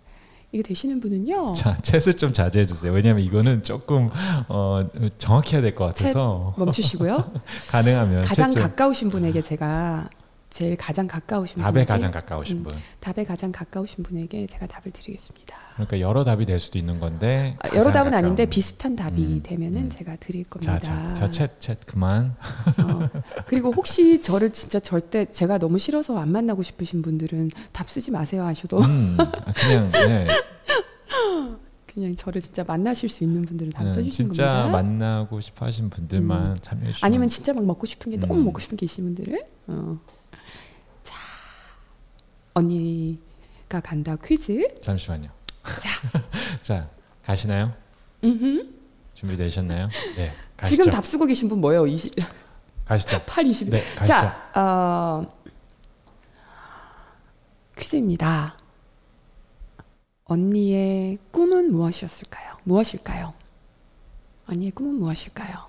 Speaker 1: 이게 되시는 분은요.
Speaker 2: 자 챗을 좀 자제해 주세요. 왜냐하면 이거는 조금 어, 정확해야 될 것 같아서
Speaker 1: 멈추시고요.
Speaker 2: 가능하면
Speaker 1: 가장
Speaker 2: 챗 좀-
Speaker 1: 가까우신 분에게 제가 제일 가장 가까우신
Speaker 2: 답에
Speaker 1: 분에게
Speaker 2: 가장 가까우신
Speaker 1: 음.
Speaker 2: 분.
Speaker 1: 답에 가장 가까우신 분에게 제가 답을 드리겠습니다.
Speaker 2: 그러니까 여러 답이 될 수도 있는 건데
Speaker 1: 아,
Speaker 2: 가장
Speaker 1: 여러 답은
Speaker 2: 가까운
Speaker 1: 아닌데
Speaker 2: 분.
Speaker 1: 비슷한 답이
Speaker 2: 음,
Speaker 1: 되면은
Speaker 2: 음.
Speaker 1: 제가 드릴 겁니다.
Speaker 2: 자, 자, 자, 챗, 챗 그만.
Speaker 1: 어, 그리고 혹시 저를 진짜 절대 제가 너무 싫어서 안 만나고 싶으신 분들은 답 쓰지 마세요 하셔도
Speaker 2: 음, 아, 그냥 네,
Speaker 1: 그냥 저를 진짜 만나실 수 있는 분들은 답
Speaker 2: 음,
Speaker 1: 써주시는
Speaker 2: 진짜
Speaker 1: 겁니다. 음.
Speaker 2: 만나고 싶어하신 분들만 참여해 주시면
Speaker 1: 아니면 진짜 막 먹고 싶은 게 너무
Speaker 2: 음.
Speaker 1: 먹고 싶은 게 있으신 분들은 어. 자 언니가 간다 퀴즈
Speaker 2: 잠시만요. 자, 가시나요?
Speaker 1: 음흠.
Speaker 2: 준비되셨나요? 네, 가시죠.
Speaker 1: 지금 답 쓰고 계신 분 뭐예요? 20,
Speaker 2: 가시죠.
Speaker 1: 8, 20.
Speaker 2: 네, 가시죠.
Speaker 1: 자 어, 퀴즈입니다. 언니의 꿈은 무엇이었을까요? 무엇일까요? 언니의 꿈은 무엇일까요?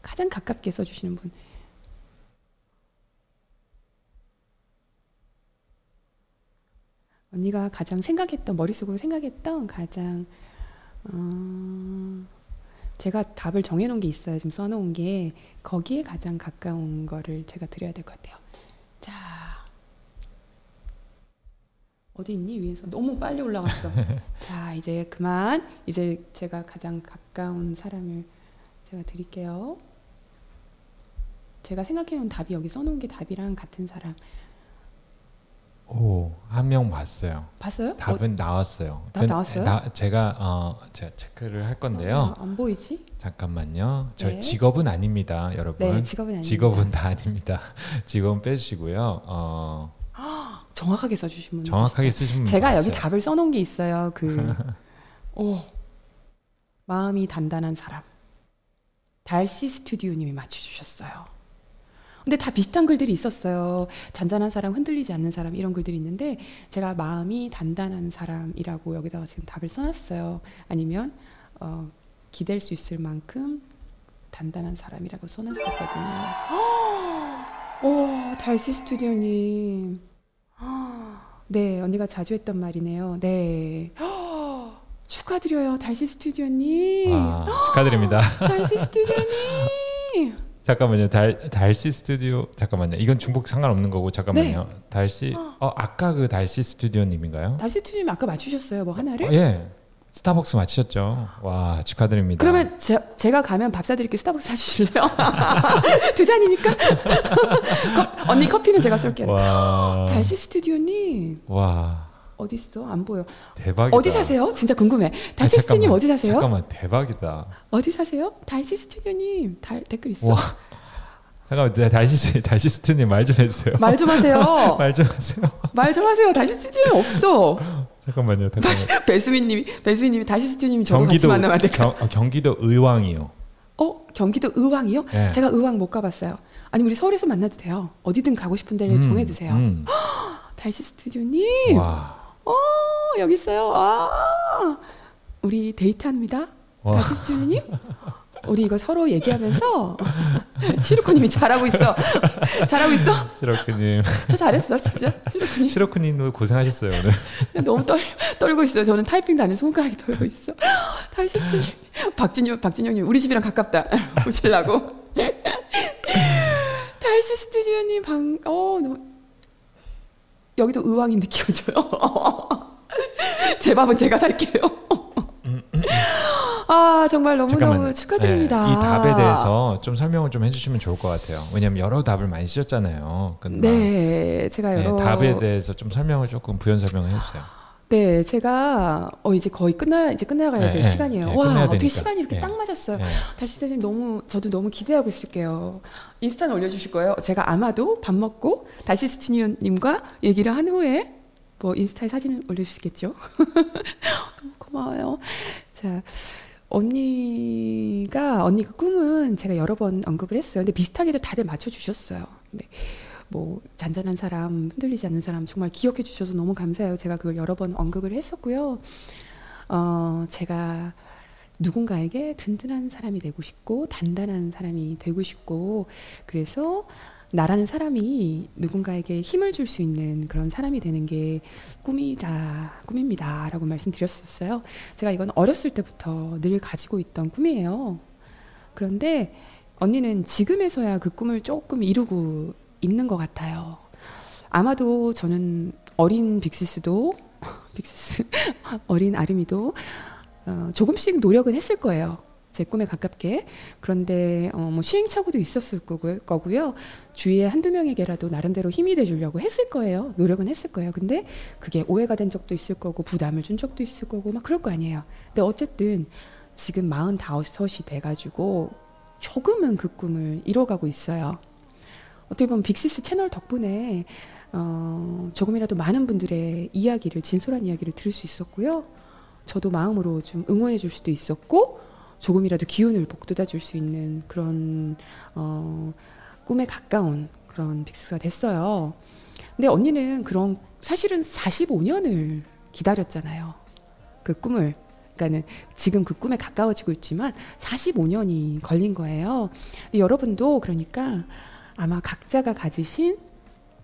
Speaker 1: 가장 가깝게 써주시는 분. 언니가 가장 생각했던 머릿속으로 생각했던 가장 어, 제가 답을 정해놓은 게 있어요. 지금 써놓은 게 거기에 가장 가까운 거를 제가 드려야 될 것 같아요. 자 어디 있니 위에서 너무 빨리 올라갔어. 자 이제 그만 이제 제가 가장 가까운 사람을 제가 드릴게요. 제가 생각해놓은 답이 여기 써놓은 게 답이랑 같은 사람
Speaker 2: 오, 한 명 봤어요.
Speaker 1: 봤어요? 뭐,
Speaker 2: 답은 나왔어요.
Speaker 1: 답
Speaker 2: 그-
Speaker 1: 나왔어요?
Speaker 2: 나- 제가 어, 제가 체크를 할 건데요.
Speaker 1: 아, 안 보이지?
Speaker 2: 잠깐만요. 저
Speaker 1: 네.
Speaker 2: 직업은 아닙니다, 여러분.
Speaker 1: 네, 직업은 아니에요.
Speaker 2: 직업은 다 아닙니다. 직업은 빼주시고요. 어,
Speaker 1: 정확하게 써주신 분.
Speaker 2: 정확하게 쓰신 분
Speaker 1: 음, 제가
Speaker 2: 봤어요.
Speaker 1: 여기 답을 써놓은 게 있어요. 그, 어, 오, 마음이 단단한 사람. 달씨 스튜디오님이 맞춰주셨어요. 근데 다 비슷한 글들이 있었어요. 잔잔한 사람, 흔들리지 않는 사람 이런 글들이 있는데 제가 마음이 단단한 사람이라고 여기다가 지금 답을 써놨어요. 아니면 어, 기댈 수 있을 만큼 단단한 사람이라고 써놨었거든요. 오, 어, 달시 스튜디오님. 네, 언니가 자주 했던 말이네요. 네. 축하드려요, 달시 스튜디오님.
Speaker 2: 아, 축하드립니다.
Speaker 1: 달시 스튜디오님.
Speaker 2: 잠깐만요. 달 달씨 스튜디오 잠깐만요. 이건 중복 상관없는 거고 잠깐만요.
Speaker 1: 네.
Speaker 2: 달씨 어 아까 그 달씨 스튜디오님인가요?
Speaker 1: 달시 스튜디오님 아까 맞추셨어요, 뭐 하나를?
Speaker 2: 어, 예. 스타벅스 마치셨죠. 와 축하드립니다.
Speaker 1: 그러면 제, 제가 가면 밥 사드릴게 스타벅스 사주실래요? 두 잔이니까? 컵- 언니 커피는 제가 쏠게요.
Speaker 2: 와,
Speaker 1: 달시 스튜디오님
Speaker 2: 와
Speaker 1: 어딨어? 안 보여.
Speaker 2: 대박이다.
Speaker 1: 어디 사세요? 진짜 궁금해.
Speaker 2: 아,
Speaker 1: 달시 스튜디오님
Speaker 2: 잠깐만,
Speaker 1: 어디 사세요?
Speaker 2: 잠깐만 대박이다.
Speaker 1: 어디 사세요? 달시 스튜디오님 달, 댓글 있어.
Speaker 2: 와 잠깐만 네, 달씨 달씨 스튜디오님 말 좀 해주세요.
Speaker 1: 말 좀 하세요.
Speaker 2: 말 좀 하세요.
Speaker 1: 말 좀 하세요. 달시 스튜디오님 없어.
Speaker 2: 잠깐만요. 잠깐만.
Speaker 1: 배수민님이 배수민님이 달시 스튜디오님 저도 같이 만나면 안 될까?
Speaker 2: 네. 경, 어, 경기도 의왕이요.
Speaker 1: 어 경기도 의왕이요?
Speaker 2: 예.
Speaker 1: 제가 의왕 못 가봤어요. 아니 우리 서울에서 만나도 돼요. 어디든 가고 싶은 데를
Speaker 2: 음,
Speaker 1: 정해주세요.
Speaker 2: 음.
Speaker 1: 달시 스튜디오님.
Speaker 2: 와
Speaker 1: 어 여기 있어요. 아 우리 데이트합니다.
Speaker 2: 와.
Speaker 1: 다시 스튜디님 우리 이거 서로 얘기하면서 시루코님이 잘하고 있어. 잘하고 있어.
Speaker 2: 시로크님
Speaker 1: 저 잘했어 진짜 시루코님.
Speaker 2: 시로크님도 고생하셨어요 오늘.
Speaker 1: 나 너무 떨, 떨고 있어요. 저는 타이핑도 안 해서 손가락이 떨고 있어. 다시 스튜디님 박진영 박진영님 우리 집이랑 가깝다 오실라고. 다시 스튜디오님 방 어 너무 여기도 의왕인데 키워줘요. 제 밥은 제가 살게요. 아 정말
Speaker 2: 잠깐만요.
Speaker 1: 너무너무 축하드립니다.
Speaker 2: 네, 이 답에 대해서 좀 설명을 좀 해주시면 좋을 것 같아요. 왜냐하면 여러 답을 많이 쓰셨잖아요. 근데
Speaker 1: 네 제가
Speaker 2: 네,
Speaker 1: 여러
Speaker 2: 답에 대해서 좀 설명을 조금 부연 설명을 해주세요.
Speaker 1: 네, 제가 어 이제 거의 끝나 이제 끝나가야
Speaker 2: 네,
Speaker 1: 될
Speaker 2: 네,
Speaker 1: 시간이에요.
Speaker 2: 네,
Speaker 1: 와
Speaker 2: 끝내야
Speaker 1: 어떻게
Speaker 2: 되니까.
Speaker 1: 시간이 이렇게
Speaker 2: 네.
Speaker 1: 딱 맞았어요.
Speaker 2: 네.
Speaker 1: 다시 선생님 너무 저도 너무 기대하고 있을게요. 인스타는 올려주실 거예요. 제가 아마도 밥 먹고 다시 스튜디오님과 얘기를 한 후에 뭐 인스타에 사진을 올려주시겠죠. 너무 고마워요. 자. 언니가 언니 그 꿈은 제가 여러 번 언급을 했어요. 근데 비슷하게도 다들 맞춰 주셨어요. 근데 뭐 잔잔한 사람, 흔들리지 않는 사람 정말 기억해 주셔서 너무 감사해요. 제가 그걸 여러 번 언급을 했었고요. 어, 제가 누군가에게 든든한 사람이 되고 싶고 단단한 사람이 되고 싶고 그래서 나라는 사람이 누군가에게 힘을 줄 수 있는 그런 사람이 되는 게 꿈이다, 꿈입니다라고 말씀드렸었어요. 제가 이건 어렸을 때부터 늘 가지고 있던 꿈이에요. 그런데 언니는 지금에서야 그 꿈을 조금 이루고 있는 것 같아요. 아마도 저는 어린 빅시스도 빅시스 어린 아름이도 어, 조금씩 노력은 했을 거예요. 제 꿈에 가깝게. 그런데 어, 뭐 시행착오도 있었을 거고요, 거고요. 주위에 한두 명에게라도 나름대로 힘이 돼 주려고 했을 거예요. 노력은 했을 거예요. 근데 그게 오해가 된 적도 있을 거고 부담을 준 적도 있을 거고 막 그럴 거 아니에요. 근데 어쨌든 지금 45이 돼 가지고 조금은 그 꿈을 이뤄가고 있어요. 어떻게 보면 빅시스 채널 덕분에 어, 조금이라도 많은 분들의 이야기를 진솔한 이야기를 들을 수 있었고요. 저도 마음으로 좀 응원해 줄 수도 있었고 조금이라도 기운을 북돋아 줄 수 있는 그런 어, 꿈에 가까운 그런 빅스가 됐어요. 근데 언니는 그런 사실은 45년을 기다렸잖아요. 그 꿈을. 그러니까는 지금 그 꿈에 가까워지고 있지만 45년이 걸린 거예요. 근데 여러분도 그러니까 아마 각자가 가지신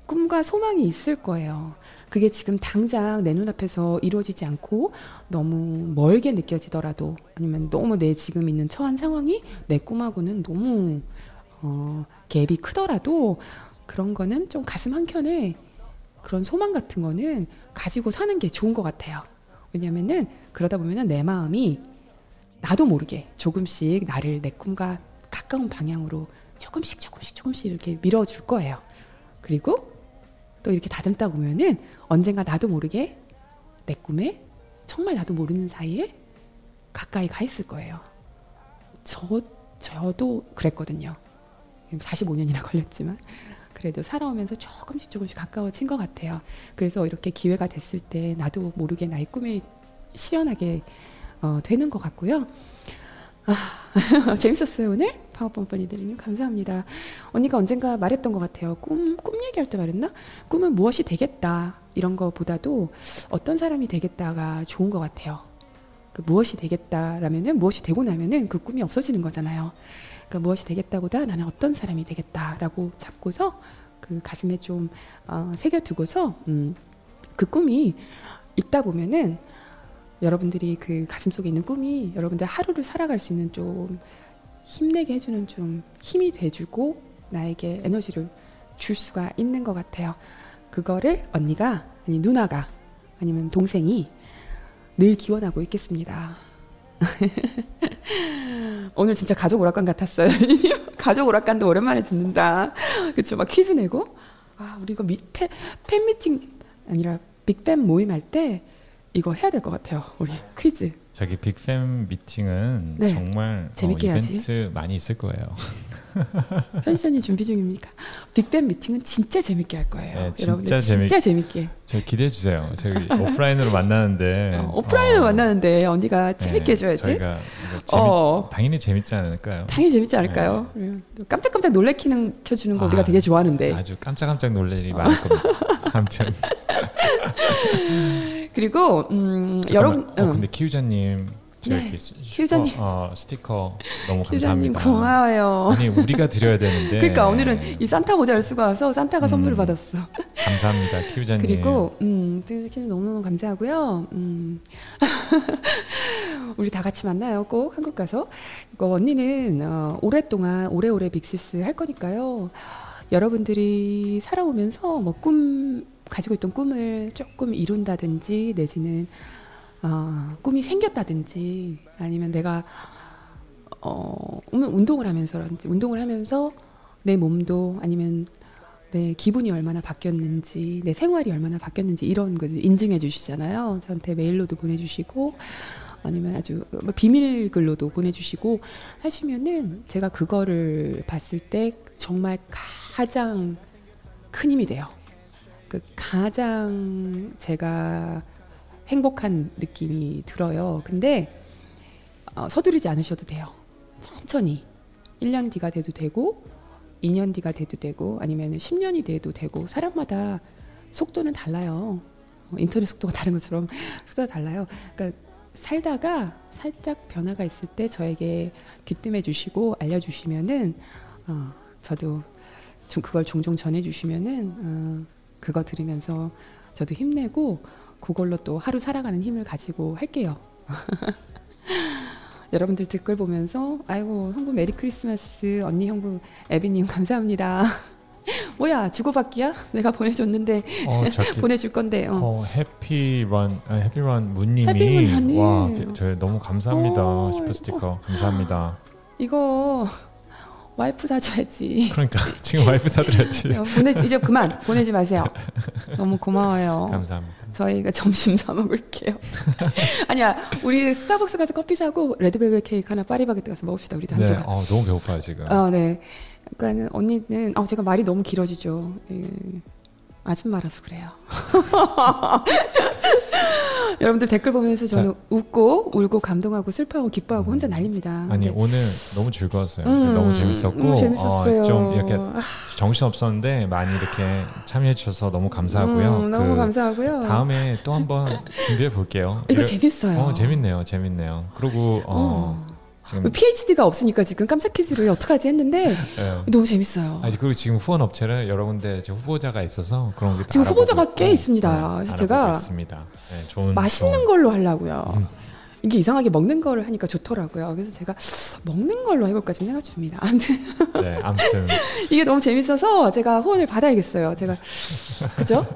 Speaker 1: 꿈과 소망이 있을 거예요. 그게 지금 당장 내 눈앞에서 이루어지지 않고 너무 멀게 느껴지더라도 아니면 너무 내 지금 있는 처한 상황이 내 꿈하고는 너무 어, 갭이 크더라도 그런 거는 좀 가슴 한켠에 그런 소망 같은 거는 가지고 사는 게 좋은 것 같아요. 왜냐면은 그러다 보면은 내 마음이 나도 모르게 조금씩 나를 내 꿈과 가까운 방향으로 조금씩 조금씩 조금씩 이렇게 밀어줄 거예요. 그리고 또 이렇게 다듬다 보면은 언젠가 나도 모르게 내 꿈에 정말 나도 모르는 사이에 가까이 가 있을 거예요. 저 저도 그랬거든요. 45년이나 걸렸지만 그래도 살아오면서 조금씩 조금씩 가까워진 것 같아요. 그래서 이렇게 기회가 됐을 때 나도 모르게 나의 꿈이 실현하게 어, 되는 것 같고요. 재밌었어요 오늘 파워펌퍼니 대리님 감사합니다. 언니가 언젠가 말했던 것 같아요. 꿈, 꿈 얘기할 때 말했나? 꿈은 무엇이 되겠다 이런 거보다도 어떤 사람이 되겠다가 좋은 것 같아요. 그 무엇이 되겠다라면은 무엇이 되고 나면은 그 꿈이 없어지는 거잖아요. 그러니까 무엇이 되겠다보다 나는 어떤 사람이 되겠다라고 잡고서 그 가슴에 좀 어, 새겨두고서 음, 그 꿈이 있다 보면은 여러분들이 그 가슴 속에 있는 꿈이 여러분들 하루를 살아갈 수 있는 좀 힘내게 해주는 좀 힘이 돼주고 나에게 에너지를 줄 수가 있는 것 같아요. 그거를 언니가 아니 누나가 아니면 동생이 늘 기원하고 있겠습니다. 오늘 진짜 가족 오락관 같았어요. 가족 오락관도 오랜만에 듣는다. 그쵸? 막 퀴즈 내고. 아, 우리 이거 미, 팬, 팬미팅 아니라 빅팬 모임할 때 이거 해야 될 것 같아요. 우리 퀴즈.
Speaker 2: 저기 빅팸 미팅은
Speaker 1: 네.
Speaker 2: 정말
Speaker 1: 재밌게
Speaker 2: 어,
Speaker 1: 해야지.
Speaker 2: 이벤트 많이 있을 거예요.
Speaker 1: 편집자님 준비 중입니까? 빅팬 미팅은 진짜 재밌게 할 거예요.
Speaker 2: 네, 진짜
Speaker 1: 여러분들 진짜 재밌게.
Speaker 2: 저 기대해 주세요. 저희 오프라인으로 만나는데
Speaker 1: 어, 오프라인을
Speaker 2: 어,
Speaker 1: 만나는데 언니가
Speaker 2: 네,
Speaker 1: 재밌게 해줘야지.
Speaker 2: 저희가 이거 재미,
Speaker 1: 어.
Speaker 2: 당연히 재밌지 않을까요?
Speaker 1: 당연히 재밌지 않을까요? 깜짝깜짝 놀래키는 켜주는 거 우리가
Speaker 2: 아,
Speaker 1: 되게 좋아하는데.
Speaker 2: 아주 깜짝깜짝 놀랄 일이 많을 겁니다. 아무튼
Speaker 1: 그리고 음, 여러분,
Speaker 2: 여러분 어, 근데 키우자님 저
Speaker 1: 네,
Speaker 2: 이렇게 스-
Speaker 1: 키우자님.
Speaker 2: 어, 어, 스티커 너무
Speaker 1: 기자님
Speaker 2: 감사합니다.
Speaker 1: 고마워요.
Speaker 2: 아니 우리가 드려야 되는데
Speaker 1: 그러니까 오늘은 이 산타 모자를 쓰고 와서 산타가 선물을
Speaker 2: 음.
Speaker 1: 받았어.
Speaker 2: 감사합니다 키우자님
Speaker 1: 그리고 음, 핑크키즈 너무너무 감사하고요. 음. 우리 다 같이 만나요. 꼭 한국 가서. 이거 언니는 어, 오랫동안 오래오래 빅시스 할 거니까요. 여러분들이 살아오면서 뭐 꿈 가지고 있던 꿈을 조금 이룬다든지 내지는 어, 꿈이 생겼다든지 아니면 내가 어, 음, 운동을 하면서라든지 운동을 하면서 내 몸도 아니면 내 기분이 얼마나 바뀌었는지 내 생활이 얼마나 바뀌었는지 이런 걸 인증해 주시잖아요. 저한테 메일로도 보내주시고 아니면 아주 뭐 비밀 글로도 보내주시고 하시면은 제가 그거를 봤을 때 정말 가장 큰 힘이 돼요. 그 가장 제가 행복한 느낌이 들어요. 근데 어, 서두르지 않으셔도 돼요. 천천히 1년 뒤가 돼도 되고 2년 뒤가 돼도 되고 아니면 10년이 돼도 되고 사람마다 속도는 달라요. 어, 인터넷 속도가 다른 것처럼 속도가 달라요. 그러니까 살다가 살짝 변화가 있을 때 저에게 귀뜸해 주시고 알려주시면은 어, 저도 좀 그걸 종종 전해주시면은 어, 그거 들으면서 저도 힘내고 그걸로 또 하루 살아가는 힘을 가지고 할게요. 여러분들 댓글 보면서 아이고 형부 메리 크리스마스 언니 형부 에비님 감사합니다. 뭐야 주고받기야? 내가 보내줬는데
Speaker 2: 어, 저기,
Speaker 1: 보내줄 건데. 어.
Speaker 2: 어, 해피런 아, 해피런 문님이
Speaker 1: 해피런 문님.
Speaker 2: 와 게- 저희 너무 감사합니다
Speaker 1: 어,
Speaker 2: 슈퍼 스티커 감사합니다
Speaker 1: 이거 와이프 사줘야지.
Speaker 2: 그러니까 지금 와이프 사드렸지
Speaker 1: 어, 보내 이제 그만 보내지 마세요. 너무 고마워요.
Speaker 2: 감사합니다
Speaker 1: 저희가 점심 사 먹을게요. 아니야, 우리 스타벅스 가서 커피 사고 레드벨벳 케이크 하나 파리바게뜨 가서 먹읍시다. 우리도 한
Speaker 2: 네
Speaker 1: 조각.
Speaker 2: 어, 너무 배고파요 지금
Speaker 1: 아, 네. 그러니까 언니는 아, 제가 말이 너무 길어지죠. 예. 아줌마라서 그래요. 여러분들 댓글 보면서 저는 웃고 울고 감동하고 슬퍼하고 기뻐하고 혼자 날립니다.
Speaker 2: 아니
Speaker 1: 근데-
Speaker 2: 오늘 너무 즐거웠어요
Speaker 1: 네. 음,
Speaker 2: 너무 재밌었고
Speaker 1: 음, 재밌었어요.
Speaker 2: 어, 좀 이렇게
Speaker 1: 아,
Speaker 2: 정신 없었는데 많이 이렇게 참여해 주셔서 너무 감사하고요
Speaker 1: 음, 너무
Speaker 2: 그
Speaker 1: 감사하고요.
Speaker 2: 다음에 또 한번 준비해 볼게요
Speaker 1: 이거
Speaker 2: 이래-
Speaker 1: 재밌어요.
Speaker 2: 어, 재밌네요 재밌네요 그리고 어, 지금
Speaker 1: 그 PhD가 없으니까 지금 깜짝 퀴즈를 어떡하지 했는데
Speaker 2: 예.
Speaker 1: 너무 재밌어요.
Speaker 2: 아니 그리고 지금 후원 업체를 여러 군데 지금 후보자가 있어서 그런 게
Speaker 1: 지금
Speaker 2: 알아보고
Speaker 1: 후보자가 꽤
Speaker 2: 있고, 예,
Speaker 1: 있습니다. 그래서
Speaker 2: 알아보고
Speaker 1: 제가
Speaker 2: 있습니다. 네, 좋은
Speaker 1: 맛있는 걸로 하려고요. 이게 이상하게 먹는 거를 하니까 좋더라고요. 그래서 제가 먹는 걸로 해볼까 지금 생각 중입니다. 아무튼
Speaker 2: 좋은, 네, 아무튼
Speaker 1: 이게 너무 재밌어서 제가 후원을 받아야겠어요. 제가 그죠?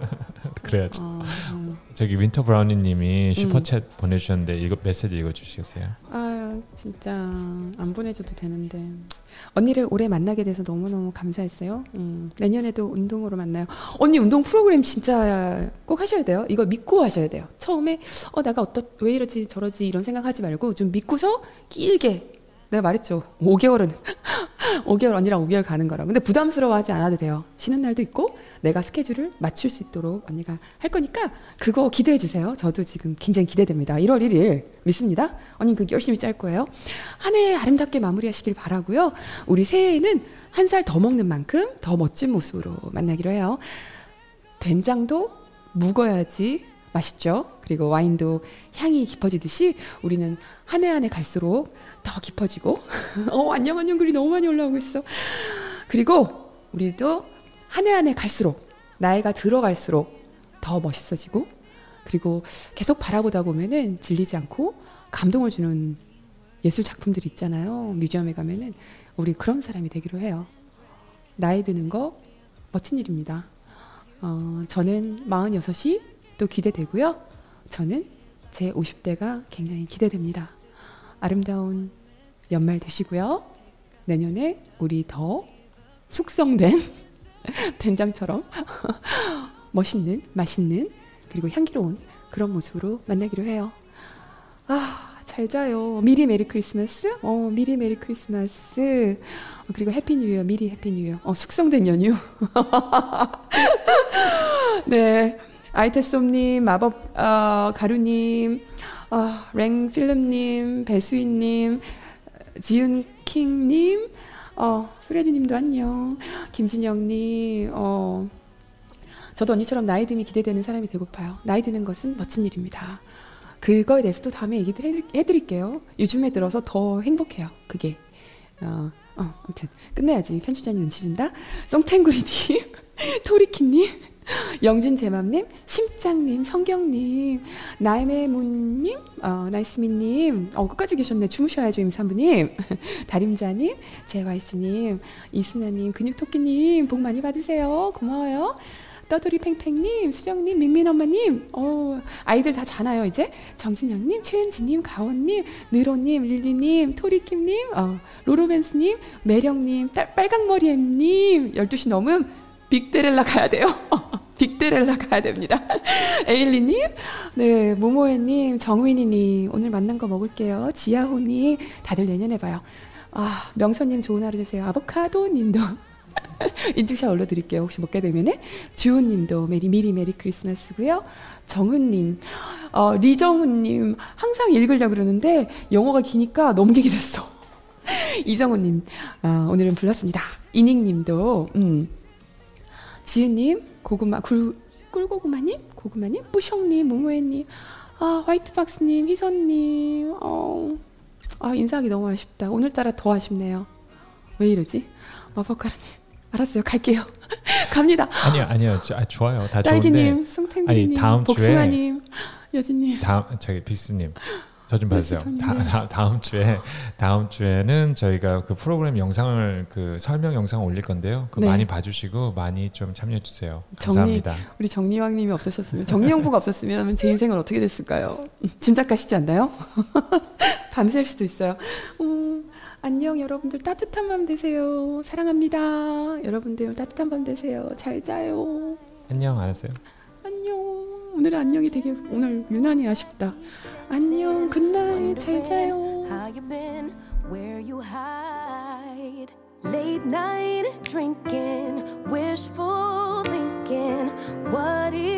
Speaker 2: 그래야죠.
Speaker 1: 어, 음.
Speaker 2: 저기 윈터 브라우니님이 슈퍼챗 보내주셨는데 이거 메시지 읽어주시겠어요?
Speaker 1: 아 진짜 안 보내줘도 되는데 언니를 올해 만나게 돼서 너무 너무 감사했어요. 음, 내년에도 운동으로 만나요. 언니 운동 프로그램 진짜 꼭 하셔야 돼요. 이거 믿고 하셔야 돼요. 처음에 어 내가 어떠 왜 이러지 저러지 이런 생각하지 말고 좀 믿고서 길게 내가 말했죠. 5개월은 5개월 언니랑 5개월 가는 거라. 근데 부담스러워하지 않아도 돼요. 쉬는 날도 있고 내가 스케줄을 맞출 수 있도록 언니가 할 거니까 그거 기대해 주세요. 저도 지금 굉장히 기대됩니다. 1월 1일 믿습니다. 언니 그 열심히 짤 거예요. 한 해 아름답게 마무리하시길 바라고요. 우리 새해에는 한 살 더 먹는 만큼 더 멋진 모습으로 만나기로 해요. 된장도 묵어야지 맛있죠. 그리고 와인도 향이 깊어지듯이 우리는 한 해 한 해 갈수록 더 깊어지고 어 안녕 안녕 글이 너무 많이 올라오고 있어. 그리고 우리도 한 해 한 해 갈수록 나이가 들어갈수록 더 멋있어지고 그리고 계속 바라보다 보면은 질리지 않고 감동을 주는 예술 작품들 있잖아요. 뮤지엄에 가면은 우리 그런 사람이 되기로 해요. 나이 드는 거 멋진 일입니다. 어, 저는 46이 또 기대되고요. 저는 제 50대가 굉장히 기대됩니다. 아름다운 연말 되시고요. 내년에 우리 더 숙성된 된장처럼 멋있는, 맛있는, 그리고 향기로운 그런 모습으로 만나기로 해요. 아, 잘 자요. 미리 메리 크리스마스? 어, 미리 메리 크리스마스. 어, 그리고 해피 뉴 이어, 미리 해피 뉴 이어. 어, 숙성된 연휴. 네. 아이테솜님, 마법, 어, 가루님, 어, 랭필름님, 배수인님, 지은킹님, 어, 프레디님도 안녕. 김진영님, 어, 저도 언니처럼 나이 듦이 기대되는 사람이 되고파요. 나이 드는 것은 멋진 일입니다. 그거에 대해서 또 다음에 얘기를 해드릴, 해드릴게요. 요즘에 들어서 더 행복해요. 그게. 어, 어, 아무튼 끝내야지. 편집자님 눈치 준다. 썽탱구리님, 토리키님, 영진제맘님, 심장님, 성경님, 나이메문님, 어, 나이스미님, 어, 끝까지 계셨네. 주무셔야죠, 임산부님. 다림자님, 제와이스님, 이순아님, 근육토끼님, 복 많이 받으세요. 고마워요. 떠돌이 팽팽님, 수정님, 민민엄마님, 어, 아이들 다 자나요, 이제? 정순영님, 최은지님, 가원님, 느로님, 릴리님, 토리킴님, 어, 로로벤스님, 매령님, 딸, 빨강머리엠님, 12시 넘음, 빅데렐라 가야 돼요. 빅데렐라 가야 됩니다. 에일리님, 네, 모모애님, 정윈이님, 오늘 만난 거 먹을게요. 지아호님, 다들 내년에 봐요. 아, 명선님 좋은 하루 되세요. 아보카도님도 인증샷 올려드릴게요. 혹시 먹게 되면은 주은님도 메리 미리 메리 크리스마스고요. 정은님, 어, 리정은님 항상 읽으려 그러는데 영어가 기니까 넘기게 됐어. 이정우님, 아, 오늘은 불렀습니다. 이닝님도, 음, 지은님, 고구마, 굴, 꿀고구마님, 고구마님, 뿌숑님, 모모애님, 아, 화이트박스님, 희선님, 어, 아, 인사하기 너무 아쉽다. 오늘따라 더 아쉽네요. 왜 이러지? 마법카르님, 알았어요. 갈게요. 갑니다.
Speaker 2: 아니요, 아니요. 저- 아, 좋아요. 다
Speaker 1: 딸기님,
Speaker 2: 좋은데 아니,
Speaker 1: 송탱구리님,
Speaker 2: 다음 주에-
Speaker 1: 복숭아님, 여진님.
Speaker 2: 다음 저기 빅스님 저 좀 봐주세요.
Speaker 1: 네,
Speaker 2: 다, 다, 다음 주에 다음 주에는 저희가 그 프로그램 영상을 그 설명 영상 올릴 건데요. 그
Speaker 1: 네.
Speaker 2: 많이 봐주시고 많이 좀 참여해 주세요.
Speaker 1: 정리-
Speaker 2: 감사합니다.
Speaker 1: 우리 정리왕님이 없으셨으면 정리영부가 없었으면 제 인생은 어떻게 됐을까요? 짐작 가시지 않나요? 밤샐 수도 있어요. 음, 안녕 여러분들 따뜻한 밤 되세요. 사랑합니다. 여러분들 따뜻한 밤 되세요. 잘 자요.
Speaker 2: 안녕, 안녕하세요.
Speaker 1: 안녕. 오늘 안녕이 되게 오늘 유난히 아쉽다. 안녕. 굿나잇. 잘 자요.
Speaker 3: How you been? Where you hide? Late night drinking, wishful thinking. What if?